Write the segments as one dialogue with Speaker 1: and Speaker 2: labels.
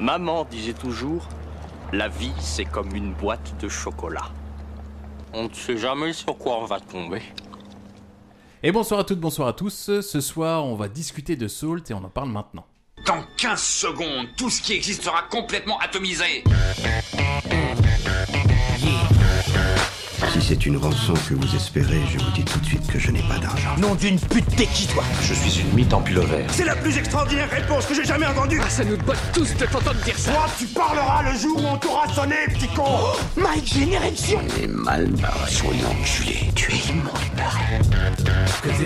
Speaker 1: Maman disait toujours, la vie c'est comme une boîte de chocolat. On ne sait jamais sur quoi on va tomber.
Speaker 2: Et bonsoir à toutes, bonsoir à tous. Ce soir, on va discuter de Salt et on en parle maintenant.
Speaker 3: Dans 15 secondes, tout ce qui existe sera complètement atomisé.
Speaker 4: Si c'est une rançon que vous espérez, je vous dis tout de suite que je n'ai pas d'argent.
Speaker 5: Nom d'une pute, t'es qui toi
Speaker 6: Je suis une mythe en pullover.
Speaker 7: C'est la plus extraordinaire réponse que j'ai jamais entendue
Speaker 8: Ah, ça nous botte tous de t'entendre dire ça Oh,
Speaker 7: Toi, tu parleras le jour où on t'aura sonné, petit con
Speaker 5: Mike, j'ai une érection
Speaker 4: Elle est mal barrée. Soyons enculé, tu es immonde barré.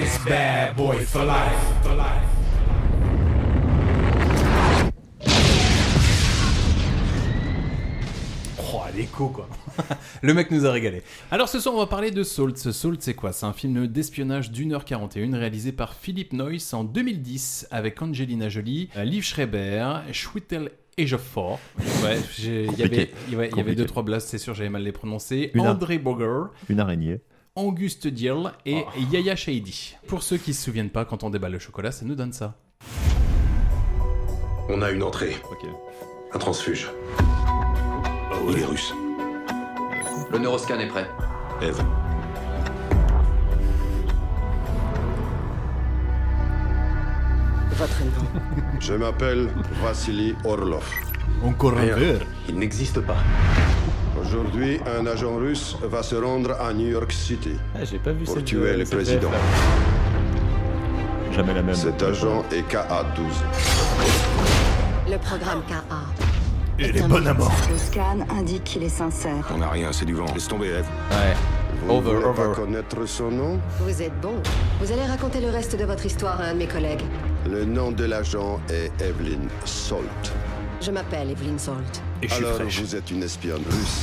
Speaker 2: Oh, l'écho quoi. Le mec nous a régalé. Alors ce soir, on va parler de Salt. Ce Salt, c'est quoi C'est un film d'espionnage d'1h41 réalisé par Philippe Noyce en 2010 avec Angelina Jolie, euh, Liv Schreiber, Schwittel et Joffor. Ouais, j'ai- il y avait,
Speaker 9: Compliqué.
Speaker 2: il y avait- il y avait
Speaker 9: Compliqué.
Speaker 2: deux trois blasts, c'est sûr, j'avais mal les prononcer.
Speaker 9: Une heure.
Speaker 2: André Boger,
Speaker 9: Une araignée. Oh.
Speaker 2: Auguste Diehl et Yaya Shahidi. Pour ceux qui se souviennent pas, quand on déballe le chocolat, ça nous donne ça.
Speaker 6: On a une entrée,
Speaker 9: Ok.
Speaker 6: un transfuge. Il est russe.
Speaker 10: Le neuroscan est prêt.
Speaker 6: Eve.
Speaker 5: Votre nom.
Speaker 6: Je m'appelle Vassili Orlov.
Speaker 2: Encore
Speaker 7: hein.
Speaker 2: un verre.
Speaker 6: Il n'existe pas.
Speaker 7: Aujourd'hui, un agent russe va se rendre à New York City
Speaker 11: Ah, j'ai pas vu
Speaker 7: pour
Speaker 11: cette
Speaker 7: tuer le
Speaker 11: cette
Speaker 7: président.
Speaker 11: VF, là.
Speaker 9: Jamais la même.
Speaker 7: Cet agent est KA-12.
Speaker 5: Le programme KA. Il est bon à mort. Le scan indique qu'il est sincère.
Speaker 6: On n'a rien, c'est du vent. Laisse tomber, Eve.
Speaker 7: Vous
Speaker 11: Over,
Speaker 7: ne voulez
Speaker 11: over.
Speaker 7: pas connaître son nom
Speaker 5: Vous êtes bon. Vous allez raconter le reste de votre histoire à un de mes collègues.
Speaker 7: Le nom de l'agent est Evelyn Salt.
Speaker 5: Je m'appelle Evelyn Salt.
Speaker 2: Et je suis
Speaker 7: Alors,
Speaker 2: fraîche.
Speaker 7: vous êtes une espionne russe.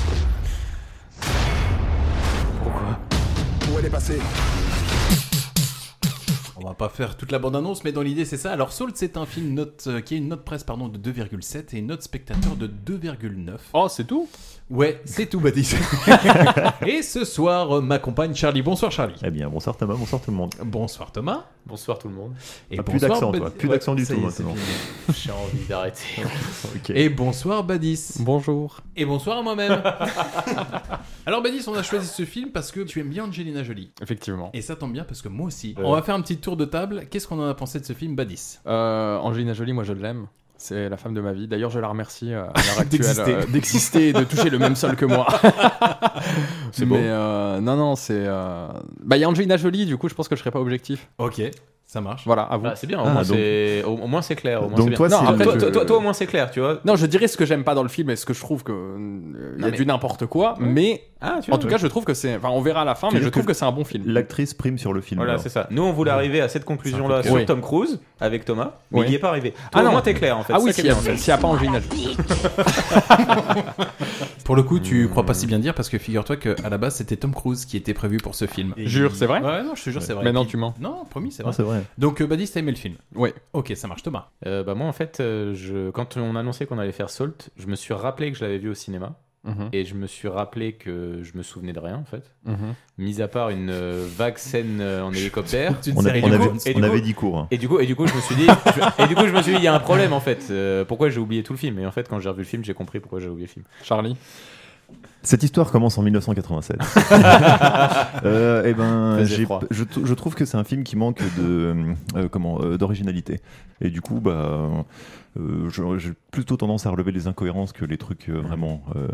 Speaker 6: Où elle est passée
Speaker 2: On va pas faire toute la bande-annonce, mais dans l'idée, c'est ça. Alors, Salt, c'est un film note, euh, qui a une note presse pardon, de 2,7 et une note spectateur de 2,9.
Speaker 11: Oh, c'est tout
Speaker 2: Ouais, c'est tout, Baptiste. et ce soir, euh, m'accompagne Charlie. Bonsoir, Charlie.
Speaker 9: Eh bien, bonsoir Thomas, bonsoir tout le monde.
Speaker 2: Bonsoir, Thomas.
Speaker 11: Bonsoir tout le monde.
Speaker 2: Et
Speaker 9: Ah, plus
Speaker 2: bonsoir,
Speaker 9: d'accent, toi.
Speaker 2: Badi-
Speaker 9: Plus d'accent du
Speaker 2: ça
Speaker 9: tout, hein,
Speaker 2: y est, c'est
Speaker 9: maintenant.
Speaker 2: fini.
Speaker 11: J'ai envie d'arrêter.
Speaker 9: Ok.
Speaker 2: Et bonsoir, Badis.
Speaker 11: Bonjour.
Speaker 2: Et bonsoir à moi-même. Alors, Badis, on a choisi ce film parce que tu aimes bien Angelina Jolie.
Speaker 11: Effectivement.
Speaker 2: Et ça tombe bien parce que moi aussi. On va faire un petit tour de table. Qu'est-ce qu'on en a pensé de ce film, Badis
Speaker 11: Euh, Angelina Jolie, moi je l'aime. C'est la femme de ma vie. D'ailleurs, je la remercie euh, à l'heure actuelle
Speaker 2: D'exister.
Speaker 11: euh, d'exister et de toucher le même sol que moi.
Speaker 2: C'est beau.
Speaker 11: Mais euh, non, non, c'est. euh, Bah, il y a Angelina Jolie, du coup, je pense que je serais pas objectif.
Speaker 2: Ok, ça marche.
Speaker 11: Voilà, à vous.
Speaker 8: Bah, c'est bien, au,
Speaker 9: Ah,
Speaker 8: moins
Speaker 9: donc-
Speaker 8: c'est... Au, au moins c'est clair. Au moins
Speaker 9: Donc
Speaker 8: c'est bien.
Speaker 9: toi,
Speaker 8: non,
Speaker 9: c'est
Speaker 8: après,
Speaker 11: le-
Speaker 8: toi,
Speaker 11: je-
Speaker 8: toi- toi, au moins c'est clair, tu vois.
Speaker 11: Non, je dirais ce que j'aime pas dans le film et ce que je trouve que euh, il y a
Speaker 8: mais-
Speaker 11: du n'importe quoi, mais
Speaker 8: Ah, tu
Speaker 11: en
Speaker 8: vois.
Speaker 11: tout cas, je trouve que c'est enfin on verra à la fin,
Speaker 9: Tu
Speaker 11: mais
Speaker 9: veux
Speaker 11: je
Speaker 9: dire
Speaker 11: trouve
Speaker 9: que
Speaker 11: que c'est un bon film.
Speaker 9: L'actrice prime sur le film.
Speaker 8: Voilà,
Speaker 9: alors.
Speaker 8: c'est ça. Nous, on voulait arriver à cette conclusion-là sur
Speaker 11: Oui.
Speaker 8: Tom Cruise avec Thomas, mais
Speaker 11: Oui.
Speaker 8: il n'y est pas arrivé. Toi,
Speaker 11: Ah
Speaker 8: au
Speaker 11: non.
Speaker 8: moins t'es clair en fait.
Speaker 11: Ah oui,
Speaker 8: Ça qui
Speaker 11: s'il
Speaker 8: est
Speaker 11: y, a-
Speaker 8: bien.
Speaker 11: s'il y a pas Angelina Jolie.
Speaker 2: Pour le coup, tu crois pas si bien dire parce que figure-toi qu'à la base, c'était Tom Cruise qui était prévu pour ce film.
Speaker 11: Jure, c'est vrai
Speaker 2: Ouais, non, je te jure, c'est vrai.
Speaker 11: Mais non,
Speaker 2: Puis-
Speaker 11: tu mens.
Speaker 2: Non, promis, c'est
Speaker 9: Non,
Speaker 2: vrai.
Speaker 9: c'est vrai.
Speaker 2: Donc, euh, Badis, t'as aimé le film
Speaker 11: Oui.
Speaker 2: Ok, ça marche, Thomas.
Speaker 8: Euh, bah, moi, en fait, euh, je... quand on annonçait qu'on allait faire Salt, je me suis rappelé que je l'avais vu au cinéma.
Speaker 11: Mhm.
Speaker 8: Et je me suis rappelé que je me souvenais de rien en fait.
Speaker 11: Mhm.
Speaker 8: Mis à part une euh, vague scène euh, en hélicoptère.
Speaker 9: On, a-
Speaker 2: série
Speaker 9: on
Speaker 2: de
Speaker 9: avait,
Speaker 8: coup- et
Speaker 9: on
Speaker 8: du
Speaker 9: avait
Speaker 8: coup-
Speaker 9: dit court. hein.
Speaker 8: Et du coup, et du coup, je me suis dit, je- et du coup, je me suis dit, il y a un problème en fait. Euh, pourquoi j'ai oublié tout le film Et en fait, quand j'ai revu le film, j'ai compris pourquoi j'ai oublié le film.
Speaker 11: Charlie.
Speaker 9: Cette histoire commence en 1987. euh, eh ben,
Speaker 11: Faisait
Speaker 9: j'ai-
Speaker 11: froid.
Speaker 9: je, t- je trouve que c'est un film qui manque de euh, comment euh, d'originalité. Et du coup, bah, euh, je- j'ai plutôt tendance à relever les incohérences que les trucs euh, vraiment. euh,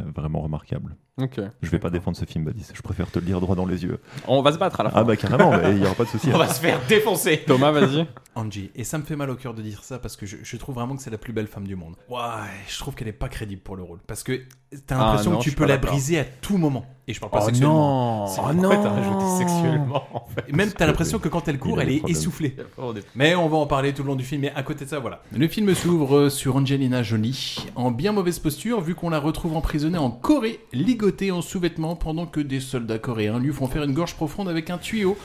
Speaker 9: euh, vraiment remarquables.
Speaker 11: Ok.
Speaker 9: Je vais pas défendre ce film, Badis. Je préfère te le dire droit dans les yeux.
Speaker 11: On va se battre à la fin.
Speaker 9: Ah bah carrément, bah, il y aura pas de souci.
Speaker 8: On va se faire défoncer.
Speaker 11: Thomas, vas-y.
Speaker 2: Angie. Et ça me fait mal au cœur de dire ça parce que je, je trouve vraiment que c'est la plus belle femme du monde. Ouais, je trouve qu'elle est pas crédible pour le rôle parce que t'as
Speaker 11: Ah
Speaker 2: l'impression
Speaker 11: non,
Speaker 2: que
Speaker 11: je
Speaker 2: tu
Speaker 11: suis
Speaker 2: peux
Speaker 11: pas
Speaker 2: la
Speaker 11: d'accord.
Speaker 2: briser à tout moment. Et je parle pas sexuellement. C'est-
Speaker 11: Oh
Speaker 2: en fait, hein,
Speaker 11: non
Speaker 8: T'as rajouté sexuellement en fait.
Speaker 2: Et Même t'as l'impression que quand elle
Speaker 9: Il
Speaker 2: court,
Speaker 9: a
Speaker 2: elle
Speaker 9: des
Speaker 2: est
Speaker 9: problèmes.
Speaker 2: essoufflée.
Speaker 8: Oh, des-
Speaker 2: Mais on va en parler tout le long du film. Mais à côté de ça, voilà. Le film s'ouvre sur Angelina Jolie en bien mauvaise posture, vu qu'on la retrouve emprisonnée en Corée, ligotée en sous-vêtements, pendant que des soldats coréens lui font faire une gorge profonde avec un tuyau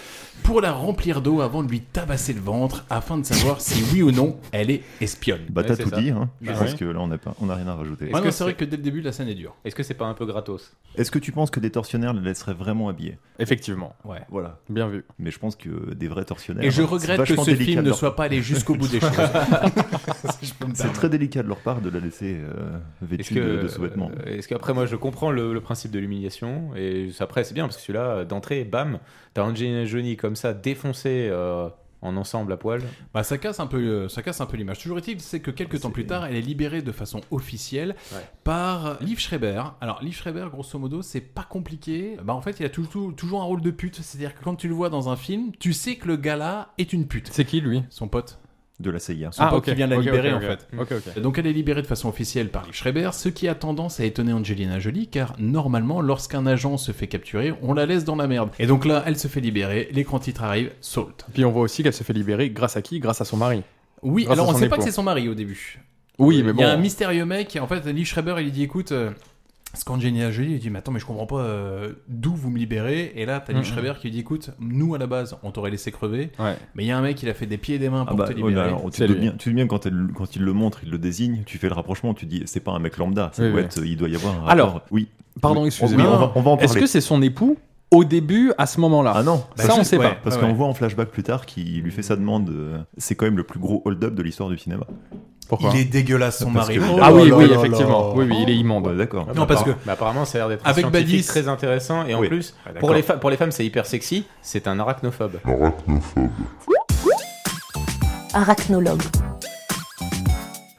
Speaker 2: pour la remplir d'eau avant de lui tabasser le ventre afin de savoir si oui ou non elle est espionne.
Speaker 9: Bah t'as
Speaker 8: Ouais, c'est
Speaker 9: tout
Speaker 8: ça.
Speaker 9: dit, hein.
Speaker 8: Bah
Speaker 9: je pense
Speaker 8: ouais.
Speaker 9: que là on n'a pas- on n'a rien à rajouter.
Speaker 2: Ouais,
Speaker 8: que
Speaker 2: non, c'est
Speaker 8: c'est-
Speaker 2: vrai que dès le début, la scène est dure.
Speaker 8: Est-ce que c'est pas un peu gratos
Speaker 9: Est-ce que tu penses que des tortionnaires les laisseraient vraiment habillés.
Speaker 11: Effectivement.
Speaker 2: Ouais.
Speaker 9: Voilà.
Speaker 11: Bien vu.
Speaker 9: Mais je pense que des vrais tortionnaires.
Speaker 2: Et je
Speaker 9: c'est
Speaker 2: regrette que
Speaker 9: vachement
Speaker 2: ce
Speaker 9: délicat
Speaker 2: film
Speaker 9: de
Speaker 2: ne
Speaker 9: leur-
Speaker 2: soit pas allé jusqu'au bout des choses. Si je peux me
Speaker 9: c'est
Speaker 2: permettre.
Speaker 9: très délicat de leur part de la laisser euh,
Speaker 8: Est-ce
Speaker 9: vêtue
Speaker 8: que,
Speaker 9: de, de sous-vêtements.
Speaker 8: euh, Est-ce qu'après, moi, je comprends le, le principe de l'humiliation et ça, après, c'est bien parce que celui-là, euh, d'entrée, bam, t'as Angelina Jolie comme ça défoncé euh, en ensemble à poil. Ah,
Speaker 2: Bah, ça casse un peu, euh, ça casse un peu l'image. Toujours est-il, c'est que quelques temps plus tard, elle est libérée de façon officielle
Speaker 8: Ouais.
Speaker 2: par Liv Schreiber. Alors, Liv Schreiber, grosso modo, c'est pas compliqué. Bah, en fait, il a tout- tout- toujours un rôle de pute. C'est-à-dire que quand tu le vois dans un film, tu sais que le gars-là est une pute.
Speaker 11: C'est qui lui
Speaker 2: Son pote.
Speaker 9: De la CIA.
Speaker 2: Son pote qui vient de la
Speaker 11: Ah, ok,
Speaker 2: libérer,
Speaker 11: ok, ok.
Speaker 2: en fait.
Speaker 11: Ok, ok.
Speaker 2: Donc, elle est libérée de façon officielle par Liv Schreiber, ce qui a tendance à étonner Angelina Jolie, car normalement, lorsqu'un agent se fait capturer, on la laisse dans la merde. Et donc là, elle se fait libérer, l'écran titre arrive, Salt.
Speaker 11: Puis on voit aussi qu'elle se fait libérer grâce à qui Grâce à son mari.
Speaker 2: Oui,
Speaker 11: Grâce
Speaker 2: alors
Speaker 11: à
Speaker 2: on
Speaker 11: son
Speaker 2: sait pas que
Speaker 11: époux.
Speaker 2: c'est son mari au début.
Speaker 11: Oui, mais
Speaker 2: Il y
Speaker 11: bon.
Speaker 2: a un mystérieux mec, et en fait, Lee Schreiber, il lui dit écoute, euh, ce qu'Angelina Jolie, il dit mais attends, mais je comprends pas euh, d'où vous me libérez. Et là, t'as Lee
Speaker 11: Mhm.
Speaker 2: Schreiber qui lui dit écoute, nous à la base, on t'aurait laissé crever,
Speaker 11: Ouais.
Speaker 2: mais il y a un mec, il a fait des pieds et des mains
Speaker 9: Ah
Speaker 2: pour
Speaker 9: bah,
Speaker 2: te
Speaker 9: ouais,
Speaker 2: libérer.
Speaker 9: mais alors, tu,
Speaker 11: C'est
Speaker 9: te
Speaker 11: lui.
Speaker 9: bien, tu te bien quand, elle- quand il le montre, il le désigne, tu fais le rapprochement, tu dis c'est pas un mec lambda, ça
Speaker 11: Oui,
Speaker 9: doit
Speaker 11: oui.
Speaker 9: être- Euh, il doit y avoir un
Speaker 11: Alors,
Speaker 9: rapport. oui.
Speaker 11: Pardon,
Speaker 9: Oui,
Speaker 11: excusez-moi.
Speaker 9: oui, on va- on va en
Speaker 11: Est-ce
Speaker 9: parler.
Speaker 11: que c'est son époux au début, à ce moment-là
Speaker 9: Ah non,
Speaker 11: Ça, on sait
Speaker 2: Bah, ouais.
Speaker 11: pas.
Speaker 9: parce qu'on voit en flashback plus tard qu'il lui fait sa demande. euh, C'est quand même le plus gros hold-up de l'histoire du cinéma.
Speaker 11: Pourquoi
Speaker 2: il est dégueulasse son
Speaker 9: Parce
Speaker 2: mari.
Speaker 9: que-
Speaker 2: Oh
Speaker 11: Ah oui,
Speaker 2: là
Speaker 11: oui,
Speaker 2: là là
Speaker 11: effectivement.
Speaker 2: là.
Speaker 11: Oui, oui, il est immonde.
Speaker 9: Ouais, d'accord.
Speaker 2: Non, parce que-
Speaker 8: Mais apparemment, ça a l'air d'être un
Speaker 2: Avec
Speaker 8: scientifique
Speaker 2: Badis-
Speaker 8: très intéressant et en
Speaker 9: Oui.
Speaker 8: plus,
Speaker 9: Ah, d'accord.
Speaker 8: pour les, fa- pour les femmes, c'est hyper sexy, c'est un arachnophobe.
Speaker 12: Arachnologue.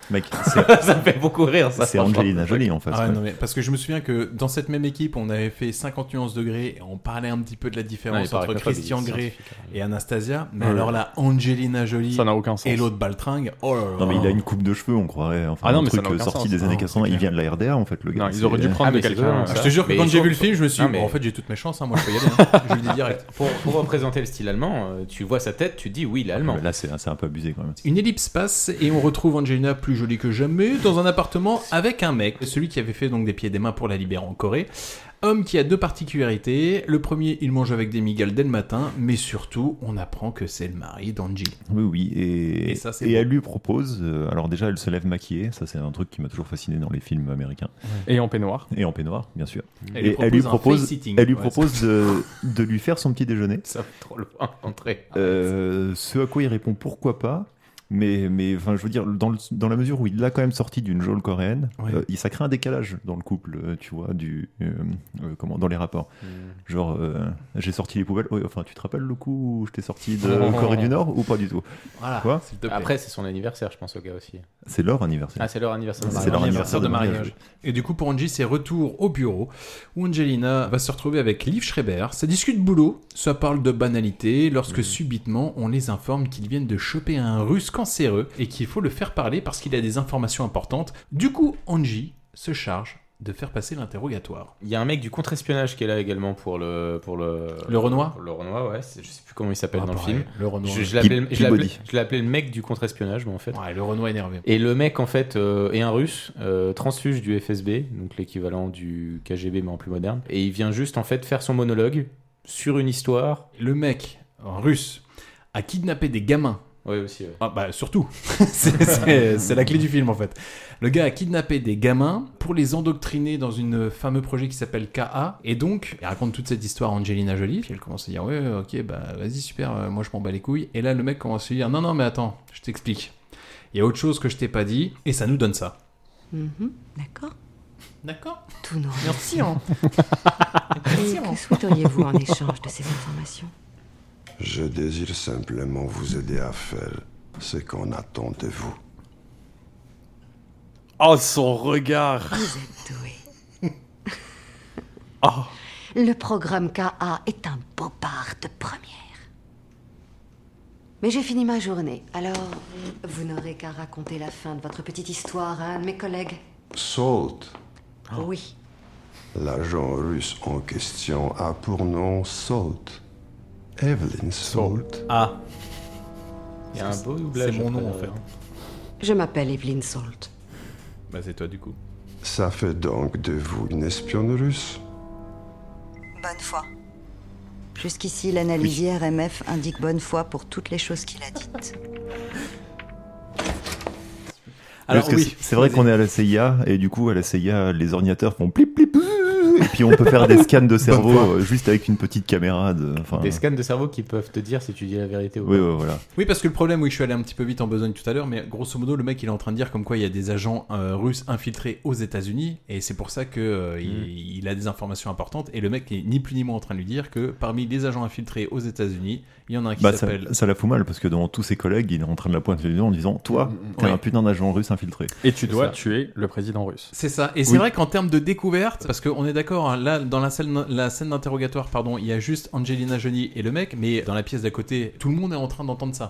Speaker 9: Mec, c'est-
Speaker 8: ça me fait beaucoup rire, ça.
Speaker 9: c'est
Speaker 8: franchement.
Speaker 9: Angelina Jolie en face.
Speaker 2: Ah ouais,
Speaker 9: quoi.
Speaker 2: non, mais parce que je me souviens que dans cette même équipe, on avait fait 50 nuances degrés et on parlait un petit peu de la
Speaker 8: Non, il
Speaker 2: différence
Speaker 8: paraît
Speaker 2: entre
Speaker 8: que pas, mais
Speaker 2: Christian
Speaker 8: il est
Speaker 2: Grey
Speaker 8: scientifique.
Speaker 2: et Anastasia. Mais
Speaker 11: Ouais.
Speaker 2: alors là, Angelina Jolie
Speaker 11: Ça n'a aucun sens.
Speaker 2: et l'autre baltringue. Oh là là.
Speaker 9: Non, mais il a une coupe de cheveux, on croirait. Enfin,
Speaker 11: Ah non,
Speaker 9: un
Speaker 11: mais ça
Speaker 9: truc euh,
Speaker 11: n'a aucun
Speaker 9: sorti
Speaker 11: sens.
Speaker 9: des
Speaker 2: Non,
Speaker 9: années 80.
Speaker 2: c'est
Speaker 9: Il vient de la RDA en fait, le gars.
Speaker 11: Non,
Speaker 9: C'est-
Speaker 11: ils auraient dû prendre
Speaker 8: Ah, mais c'est
Speaker 11: quelqu'un.
Speaker 8: vraiment
Speaker 2: Ah,
Speaker 11: ça.
Speaker 2: je te jure que
Speaker 8: Mais
Speaker 2: quand
Speaker 8: ils
Speaker 2: j'ai
Speaker 8: sont-
Speaker 2: vu le film, je me suis dit,
Speaker 8: Non, mais-
Speaker 2: bon, en fait, j'ai toutes mes chances, hein, moi, je peux y aller. hein. je le dis direct.
Speaker 8: Pour, pour représenter le style allemand, euh, tu vois sa tête, tu te dis oui, il est allemand.
Speaker 9: Ah, Mais Là, c'est c'est un peu abusé quand même.
Speaker 2: Une ellipse passe et on retrouve Angelina plus jolie que jamais dans un appartement avec un mec, celui qui avait fait donc des pieds et des mains pour la libérer en Corée. Homme qui a deux particularités. Le premier, il mange avec des migales dès le matin, mais surtout, on apprend que c'est le mari d'Angie.
Speaker 9: Oui, oui. Et,
Speaker 2: Et ça, c'est
Speaker 9: et
Speaker 2: beau.
Speaker 9: elle lui propose. euh, alors, déjà, elle se lève maquillée. Ça, c'est un truc qui m'a toujours fasciné dans les films américains.
Speaker 11: Et en peignoir.
Speaker 9: Et en peignoir, bien sûr.
Speaker 2: Elle
Speaker 9: et
Speaker 2: lui propose un face-sitting.
Speaker 9: elle lui
Speaker 2: Ouais,
Speaker 9: propose de, de lui faire son petit déjeuner.
Speaker 8: Ça va trop loin, d'entrée.
Speaker 9: Euh, ce à quoi il répond pourquoi pas. Mais, mais enfin, je veux dire, dans, le- dans la mesure où il l'a quand même sorti d'une geôle coréenne,
Speaker 2: Ouais.
Speaker 9: euh, il- ça crée un décalage dans le couple, euh, tu vois, du, euh, euh, comment, dans les rapports.
Speaker 2: Hmm.
Speaker 9: Genre, euh, j'ai sorti les poubelles, ouais, enfin, tu te rappelles le coup où je t'ai sorti de
Speaker 8: Oh.
Speaker 9: Corée du Nord ou pas du tout
Speaker 2: Voilà,
Speaker 9: Quoi
Speaker 2: s'il te plaît.
Speaker 8: Après, c'est son anniversaire, je pense, au gars aussi.
Speaker 9: C'est leur anniversaire.
Speaker 8: Ah, c'est leur anniversaire. de
Speaker 9: C'est
Speaker 8: mariage.
Speaker 9: leur anniversaire de mariage.
Speaker 2: Et du coup, pour Angie, c'est retour au bureau où Angelina va se retrouver avec Liv Schreiber. Ça discute boulot, ça parle de banalité,
Speaker 9: Mhm.
Speaker 2: lorsque subitement on les informe qu'ils viennent de choper un russe cancéreux et qu'il faut le faire parler parce qu'il a des informations importantes. Du coup, Angie se charge de faire passer l'interrogatoire.
Speaker 8: Il y a un mec du contre-espionnage qui est là également pour le. Pour le,
Speaker 2: Le Renoir
Speaker 8: pour Le Renoir, ouais. c'est- Je sais plus comment il s'appelle
Speaker 2: Ah,
Speaker 8: dans le
Speaker 2: pareil,
Speaker 8: film.
Speaker 2: Le Renoir.
Speaker 8: Je, je l'appelais-
Speaker 9: Pil-
Speaker 8: je l'appelais
Speaker 9: Peabody.
Speaker 8: je l'appelais le mec du contre-espionnage, mais en fait.
Speaker 2: Ouais, le Renoir énervé.
Speaker 8: Et le mec, en fait, euh, est un russe, euh, transfuge du FSB, donc l'équivalent du KGB, mais en plus moderne. Et il vient juste, en fait, faire son monologue sur une histoire.
Speaker 2: Le mec en russe a kidnappé des gamins
Speaker 8: Ouais, aussi, ouais.
Speaker 2: Ah bah surtout, c'est c'est- c'est la clé du film en fait. Le gars a kidnappé des gamins pour les endoctriner dans une fameux projet qui s'appelle KA et donc il raconte toute cette histoire à Angelina Jolie. Puis elle commence à dire ouais ouais, ok bah vas-y super, euh, moi je m'en bats les couilles. Et là le mec commence à lui dire non non mais attends, je t'explique. Il y a autre chose que je t'ai pas dit et ça nous donne ça.
Speaker 5: Mhm, D'accord.
Speaker 2: D'accord.
Speaker 5: Tout nous
Speaker 2: Merci. hein.
Speaker 5: Et que souhaiteriez-vous en échange de ces informations
Speaker 6: Je désire simplement vous aider à faire ce qu'on attend de vous.
Speaker 11: Oh, son regard
Speaker 5: Vous êtes doué.
Speaker 11: Ah.
Speaker 5: Le programme KA est un bobard de première. Mais j'ai fini ma journée, alors vous n'aurez qu'à raconter la fin de votre petite histoire à un de mes collègues.
Speaker 6: Salt,
Speaker 5: Oui,
Speaker 6: l'agent russe en question a pour nom Salt. Evelyn Salt.
Speaker 8: Ah Il y a un beau doublage.
Speaker 2: c'est mon nom,
Speaker 8: après, hein.
Speaker 2: en fait.
Speaker 5: je m'appelle Evelyn Salt.
Speaker 2: Bah c'est toi du coup.
Speaker 6: Ça fait donc de vous une espionne russe
Speaker 5: Bonne foi. Jusqu'ici, l'analyse IRMF indique bonne foi pour toutes les choses qu'il a dites.
Speaker 2: Alors
Speaker 9: Parce que
Speaker 2: oui,
Speaker 9: c'est- c'est vrai qu'on est à la CIA et du coup, à la CIA, les ordinateurs font plip plip. Et puis on peut faire des scans de cerveau
Speaker 2: Bonne
Speaker 9: euh, juste avec une petite caméra. De, enfin,
Speaker 8: Des scans de cerveau qui peuvent te dire si tu dis la vérité ou
Speaker 9: Oui,
Speaker 8: pas.
Speaker 9: oui, voilà.
Speaker 2: Oui, parce que le problème, oui, je suis allé un petit peu vite en besogne tout à l'heure, mais grosso modo, le mec, il est en train de dire comme quoi il y a des agents euh, russes infiltrés aux États-Unis, et c'est pour ça que euh,
Speaker 9: Mm.
Speaker 2: il, il a des informations importantes. Et le mec est ni plus ni moins en train de lui dire que parmi les agents infiltrés aux États-Unis, il y en a un qui
Speaker 9: Bah, ça,
Speaker 2: s'appelle.
Speaker 9: ça la fout mal parce que devant tous ses collègues, il est en train de la pointer du doigt en disant Toi, t'es
Speaker 2: Mm, Ouais.
Speaker 9: un putain d'agent russe infiltré.
Speaker 11: Et tu
Speaker 9: C'est
Speaker 11: dois
Speaker 9: ça.
Speaker 11: tuer le président russe.
Speaker 2: C'est ça. Et c'est
Speaker 9: Oui.
Speaker 2: vrai qu'en termes de découverte, parce qu'on est d'accord, hein, là, dans la scène, la scène d'interrogatoire, pardon, il y a juste Angelina Jolie et le mec, mais dans la pièce d'à côté, tout le monde est en train d'entendre ça.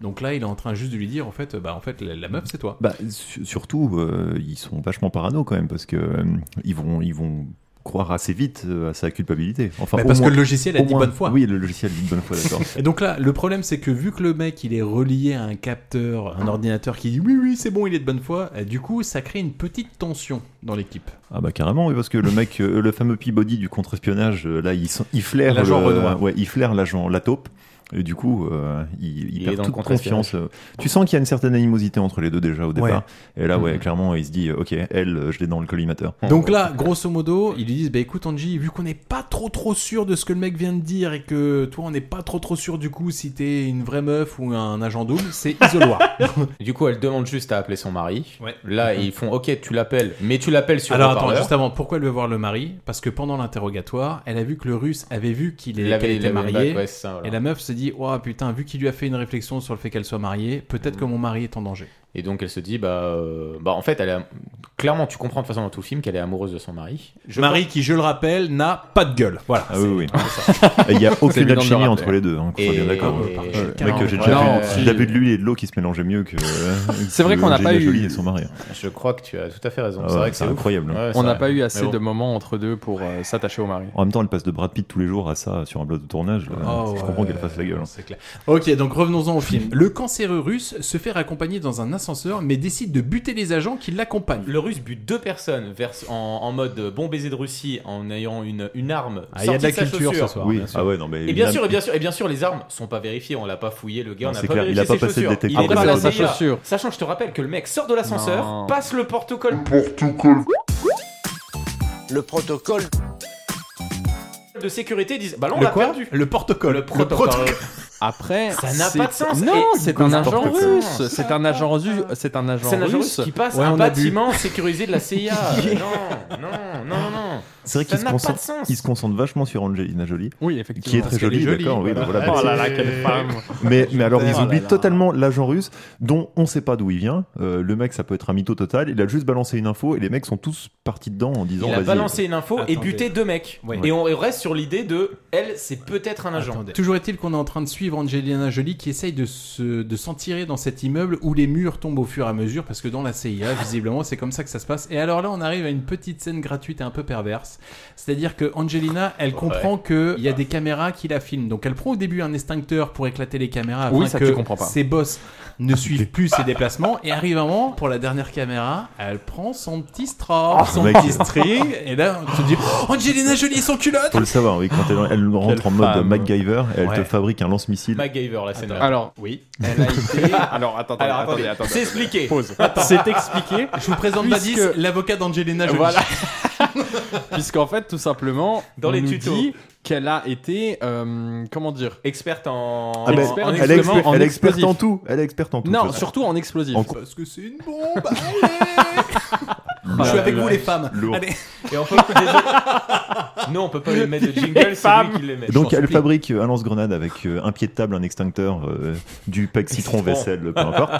Speaker 2: Donc là, il est en train juste de lui dire, en fait, bah, en fait, la, la meuf, c'est toi.
Speaker 9: Bah, su- surtout, euh, ils sont vachement parano quand même parce que euh, ils vont, ils vont croire assez vite euh, à sa culpabilité. Enfin,
Speaker 2: Bah,
Speaker 9: au
Speaker 2: parce
Speaker 9: moins-
Speaker 2: que le logiciel a
Speaker 9: au
Speaker 2: dit
Speaker 9: moins-
Speaker 2: bonne foi.
Speaker 9: Oui, le logiciel dit bonne foi, d'accord.
Speaker 2: Et donc là, le problème, c'est que vu que le mec, il est relié à un capteur, un ordinateur qui dit oui, oui, c'est bon, il est de bonne foi, euh, du coup, ça crée une petite tension dans l'équipe.
Speaker 9: Ah bah carrément, oui, parce que le mec, euh, le fameux Peabody du contre-espionnage, euh, là, il, s'en- il flaire
Speaker 2: L'agent
Speaker 9: le-
Speaker 2: Renoir.
Speaker 9: ouais, il flaire l'agent, la taupe. Et du coup, euh, il,
Speaker 8: Il
Speaker 9: il
Speaker 8: est dans
Speaker 9: perd
Speaker 8: le
Speaker 9: toute
Speaker 8: contre-espionnage.
Speaker 9: confiance. euh. Tu sens qu'il y a une certaine animosité entre les deux déjà au départ. Et là, ouais,
Speaker 2: Mhm.
Speaker 9: clairement, il se dit, euh, ok, elle, euh, je l'ai dans le collimateur.
Speaker 2: Donc là, grosso modo, ils lui disent bah écoute Angie, vu qu'on n'est pas trop trop sûr de ce que le mec vient de dire et que toi on n'est pas trop trop sûr du coup si t'es une vraie meuf ou un agent double, c'est isoloir.
Speaker 8: Du coup, elle demande juste à appeler son mari.
Speaker 2: Ouais.
Speaker 8: Là, ils font OK, tu l'appelles, mais tu l'appelles sur
Speaker 2: Alors
Speaker 8: le
Speaker 2: attends,
Speaker 8: haut-parleur.
Speaker 2: juste avant, pourquoi elle veut voir le mari Parce que pendant l'interrogatoire, elle a vu que le russe avait vu qu'il
Speaker 8: Il
Speaker 2: est-
Speaker 8: avait-
Speaker 2: qu'elle
Speaker 8: il
Speaker 2: était
Speaker 8: avait-
Speaker 2: mariée.
Speaker 8: ouais, c'est ça, voilà.
Speaker 2: Et la meuf se dit oh putain, vu qu'il lui a fait une réflexion sur le fait qu'elle soit mariée, peut-être
Speaker 8: Hmm.
Speaker 2: que mon mari est en danger.
Speaker 8: Et donc, elle se dit bah, euh, bah en fait, elle a... clairement, tu comprends de toute façon dans tout le film qu'elle est amoureuse de son mari.
Speaker 2: mari qui, je le rappelle, n'a pas de gueule. Voilà.
Speaker 9: Ah oui, oui.
Speaker 8: C'est ça.
Speaker 9: Et Il n'y a
Speaker 8: C'est évident
Speaker 9: aucune
Speaker 8: de le
Speaker 9: alchimie
Speaker 8: rappeler.
Speaker 9: entre les deux, hein, qu'on soit bien
Speaker 8: Et-
Speaker 9: d'accord.
Speaker 8: et-
Speaker 9: Ouais,
Speaker 8: et-
Speaker 9: mec, euh, j'ai déjà,
Speaker 8: Non,
Speaker 9: vu-
Speaker 8: si.
Speaker 9: j'ai déjà vu de l'huile et de l'eau qui se mélangeaient mieux que.
Speaker 11: C'est vrai qu'on n'a pas eu-
Speaker 9: Jolie et son mari. hein.
Speaker 8: Je crois que tu as tout à fait raison.
Speaker 9: Ah
Speaker 8: c'est
Speaker 9: ouais,
Speaker 8: vrai que
Speaker 9: c'est
Speaker 8: c'est ouf.
Speaker 9: incroyable.
Speaker 8: Ouais,
Speaker 11: On
Speaker 8: c'est
Speaker 11: n'a
Speaker 8: vrai.
Speaker 11: pas eu
Speaker 8: Mais
Speaker 11: assez
Speaker 8: bon.
Speaker 11: de moments entre deux pour euh, s'attacher au mari.
Speaker 9: En même temps, elle passe de Brad Pitt tous les jours à ça sur un bloc de tournage. là.
Speaker 2: Oh,
Speaker 9: je comprends
Speaker 2: ouais,
Speaker 9: qu'elle fasse la gueule. hein.
Speaker 2: C'est clair. Ok, donc revenons-en au film. Le cancéreux russe se fait raccompagner dans un ascenseur, mais décide de buter les agents qui l'accompagnent.
Speaker 8: Le russe bute deux personnes vers, en, en mode euh, bon baiser de Russie en ayant une, une arme.
Speaker 2: Ah, il y a de la
Speaker 8: sortie sa
Speaker 2: culture ce
Speaker 8: chaussure.
Speaker 2: soir.
Speaker 9: Oui.
Speaker 2: bien sûr.
Speaker 9: Ah ouais, non, mais
Speaker 8: Et bien
Speaker 9: il-
Speaker 8: sûr, et bien sûr, et bien sûr, les armes sont pas vérifiées. On l'a pas fouillé, le gars.
Speaker 9: Non,
Speaker 8: on n'a
Speaker 9: c'est
Speaker 8: pas
Speaker 9: clair, il
Speaker 8: vérifié
Speaker 9: a pas
Speaker 8: ses
Speaker 9: passé le
Speaker 8: chaussures.
Speaker 9: détecteur
Speaker 8: Il est
Speaker 9: de
Speaker 8: pas
Speaker 9: métal.
Speaker 8: passé,
Speaker 9: Sa
Speaker 8: il est là.
Speaker 11: chaussure.
Speaker 8: Sachant, je te rappelle que le mec sort de l'ascenseur,
Speaker 11: Non.
Speaker 8: passe le porte-col.
Speaker 13: Le protocole.
Speaker 8: de sécurité disent bah là on
Speaker 2: Le
Speaker 8: l'a
Speaker 2: quoi
Speaker 8: perdu.
Speaker 2: Le porte-col.
Speaker 8: Le protocole.
Speaker 11: Après,
Speaker 8: Ça n'a
Speaker 11: c'est-
Speaker 8: pas de sens.
Speaker 11: Non,
Speaker 8: Et-
Speaker 11: c'est un agent
Speaker 8: N'importe
Speaker 11: russe.
Speaker 8: quoi.
Speaker 11: C'est un agent russe. C'est un agent
Speaker 8: C'est un agent
Speaker 11: russe
Speaker 8: russe qui passe
Speaker 11: Ouais,
Speaker 8: un
Speaker 11: on a bu.
Speaker 8: bâtiment sécurisé de la CIA. non, non, non, non.
Speaker 9: C'est vrai
Speaker 8: Ça
Speaker 9: qu'il se,
Speaker 8: n'a pas de
Speaker 9: concentre-
Speaker 8: sens.
Speaker 9: il se concentre vachement sur Angelina Jolie.
Speaker 11: Oui, effectivement.
Speaker 9: Qui est
Speaker 11: Parce
Speaker 9: très
Speaker 11: qu'elle
Speaker 9: jolie,
Speaker 11: est jolie,
Speaker 9: d'accord. oui,
Speaker 11: voilà.
Speaker 9: bah voilà,
Speaker 11: Oh là
Speaker 9: c'est-
Speaker 11: là, quelle femme.
Speaker 9: Mais, mais alors, ils
Speaker 11: t'aime.
Speaker 9: oublient
Speaker 11: Oh là là.
Speaker 9: totalement l'agent russe, dont on sait pas d'où il vient. Euh, le mec, ça peut être un mytho total. Il a juste balancé une info et les mecs sont tous partis dedans en disant
Speaker 8: Il a
Speaker 9: vas-y.
Speaker 8: balancé une info et
Speaker 2: Attendez.
Speaker 8: buté deux mecs.
Speaker 2: Ouais.
Speaker 8: Et on reste sur l'idée de elle, c'est peut-être un agent.
Speaker 2: Toujours est-il qu'on est en train de suivre Angelina Jolie qui essaye de se- de s'en tirer dans cet immeuble où les murs tombent au fur et à mesure parce que dans la CIA, visiblement, c'est comme ça que ça se passe. Et alors là, on arrive à une petite scène gratuite et un peu perverse. C'est-à-dire que Angelina, elle comprend que qu'il y a des caméras qui la filment. Donc elle prend au début un extincteur pour éclater les caméras afin
Speaker 11: Oui, ça,
Speaker 2: que
Speaker 11: tu comprends pas.
Speaker 2: ses boss ne suivent plus ses déplacements. Et arrive un moment, pour la dernière caméra, elle prend son petit
Speaker 11: Oh,
Speaker 2: straw, son
Speaker 9: mec.
Speaker 2: petit string. Et là, on te dit Oh, Angelina Jolie et son culotte
Speaker 9: Faut le savoir, oui, quand elle, elle rentre en mode
Speaker 11: femme.
Speaker 9: MacGyver, elle
Speaker 2: Ouais.
Speaker 9: te fabrique un lance-missile.
Speaker 8: MacGyver la scène.
Speaker 11: Alors,
Speaker 8: oui.
Speaker 11: Elle a été. Alors, attends, attendez,
Speaker 8: Alors, attendez,
Speaker 11: attendez, attendez.
Speaker 8: c'est expliqué.
Speaker 11: Pause.
Speaker 8: Attends.
Speaker 11: C'est expliqué.
Speaker 2: Je vous présente
Speaker 11: Puisque-
Speaker 2: Badis, l'avocat d'Angelina Jolie.
Speaker 11: Voilà. Puisqu'en fait, tout simplement,
Speaker 8: Dans
Speaker 11: on
Speaker 8: les
Speaker 11: nous
Speaker 8: tutos.
Speaker 11: dit qu'elle a été, euh, comment dire,
Speaker 8: Experte en.
Speaker 9: Ah ben,
Speaker 11: expert en
Speaker 9: elle
Speaker 11: explosifs.
Speaker 9: est experte en,
Speaker 11: explosifs.
Speaker 9: tout. Elle est experte en tout.
Speaker 11: Non,
Speaker 9: je-
Speaker 11: surtout en explosif.
Speaker 9: En
Speaker 2: Parce que c'est une bombe, Je suis avec vous, les femmes.
Speaker 9: Lourd.
Speaker 2: Allez.
Speaker 8: Et on peut déjà- Non, on peut pas lui mettre de jingle, c'est lui qui le met.
Speaker 9: Donc
Speaker 8: Je
Speaker 9: elle
Speaker 8: supplie.
Speaker 9: fabrique un lance-grenade avec euh, un pied de table, un extincteur, euh, du pack citron, vaisselle, peu importe.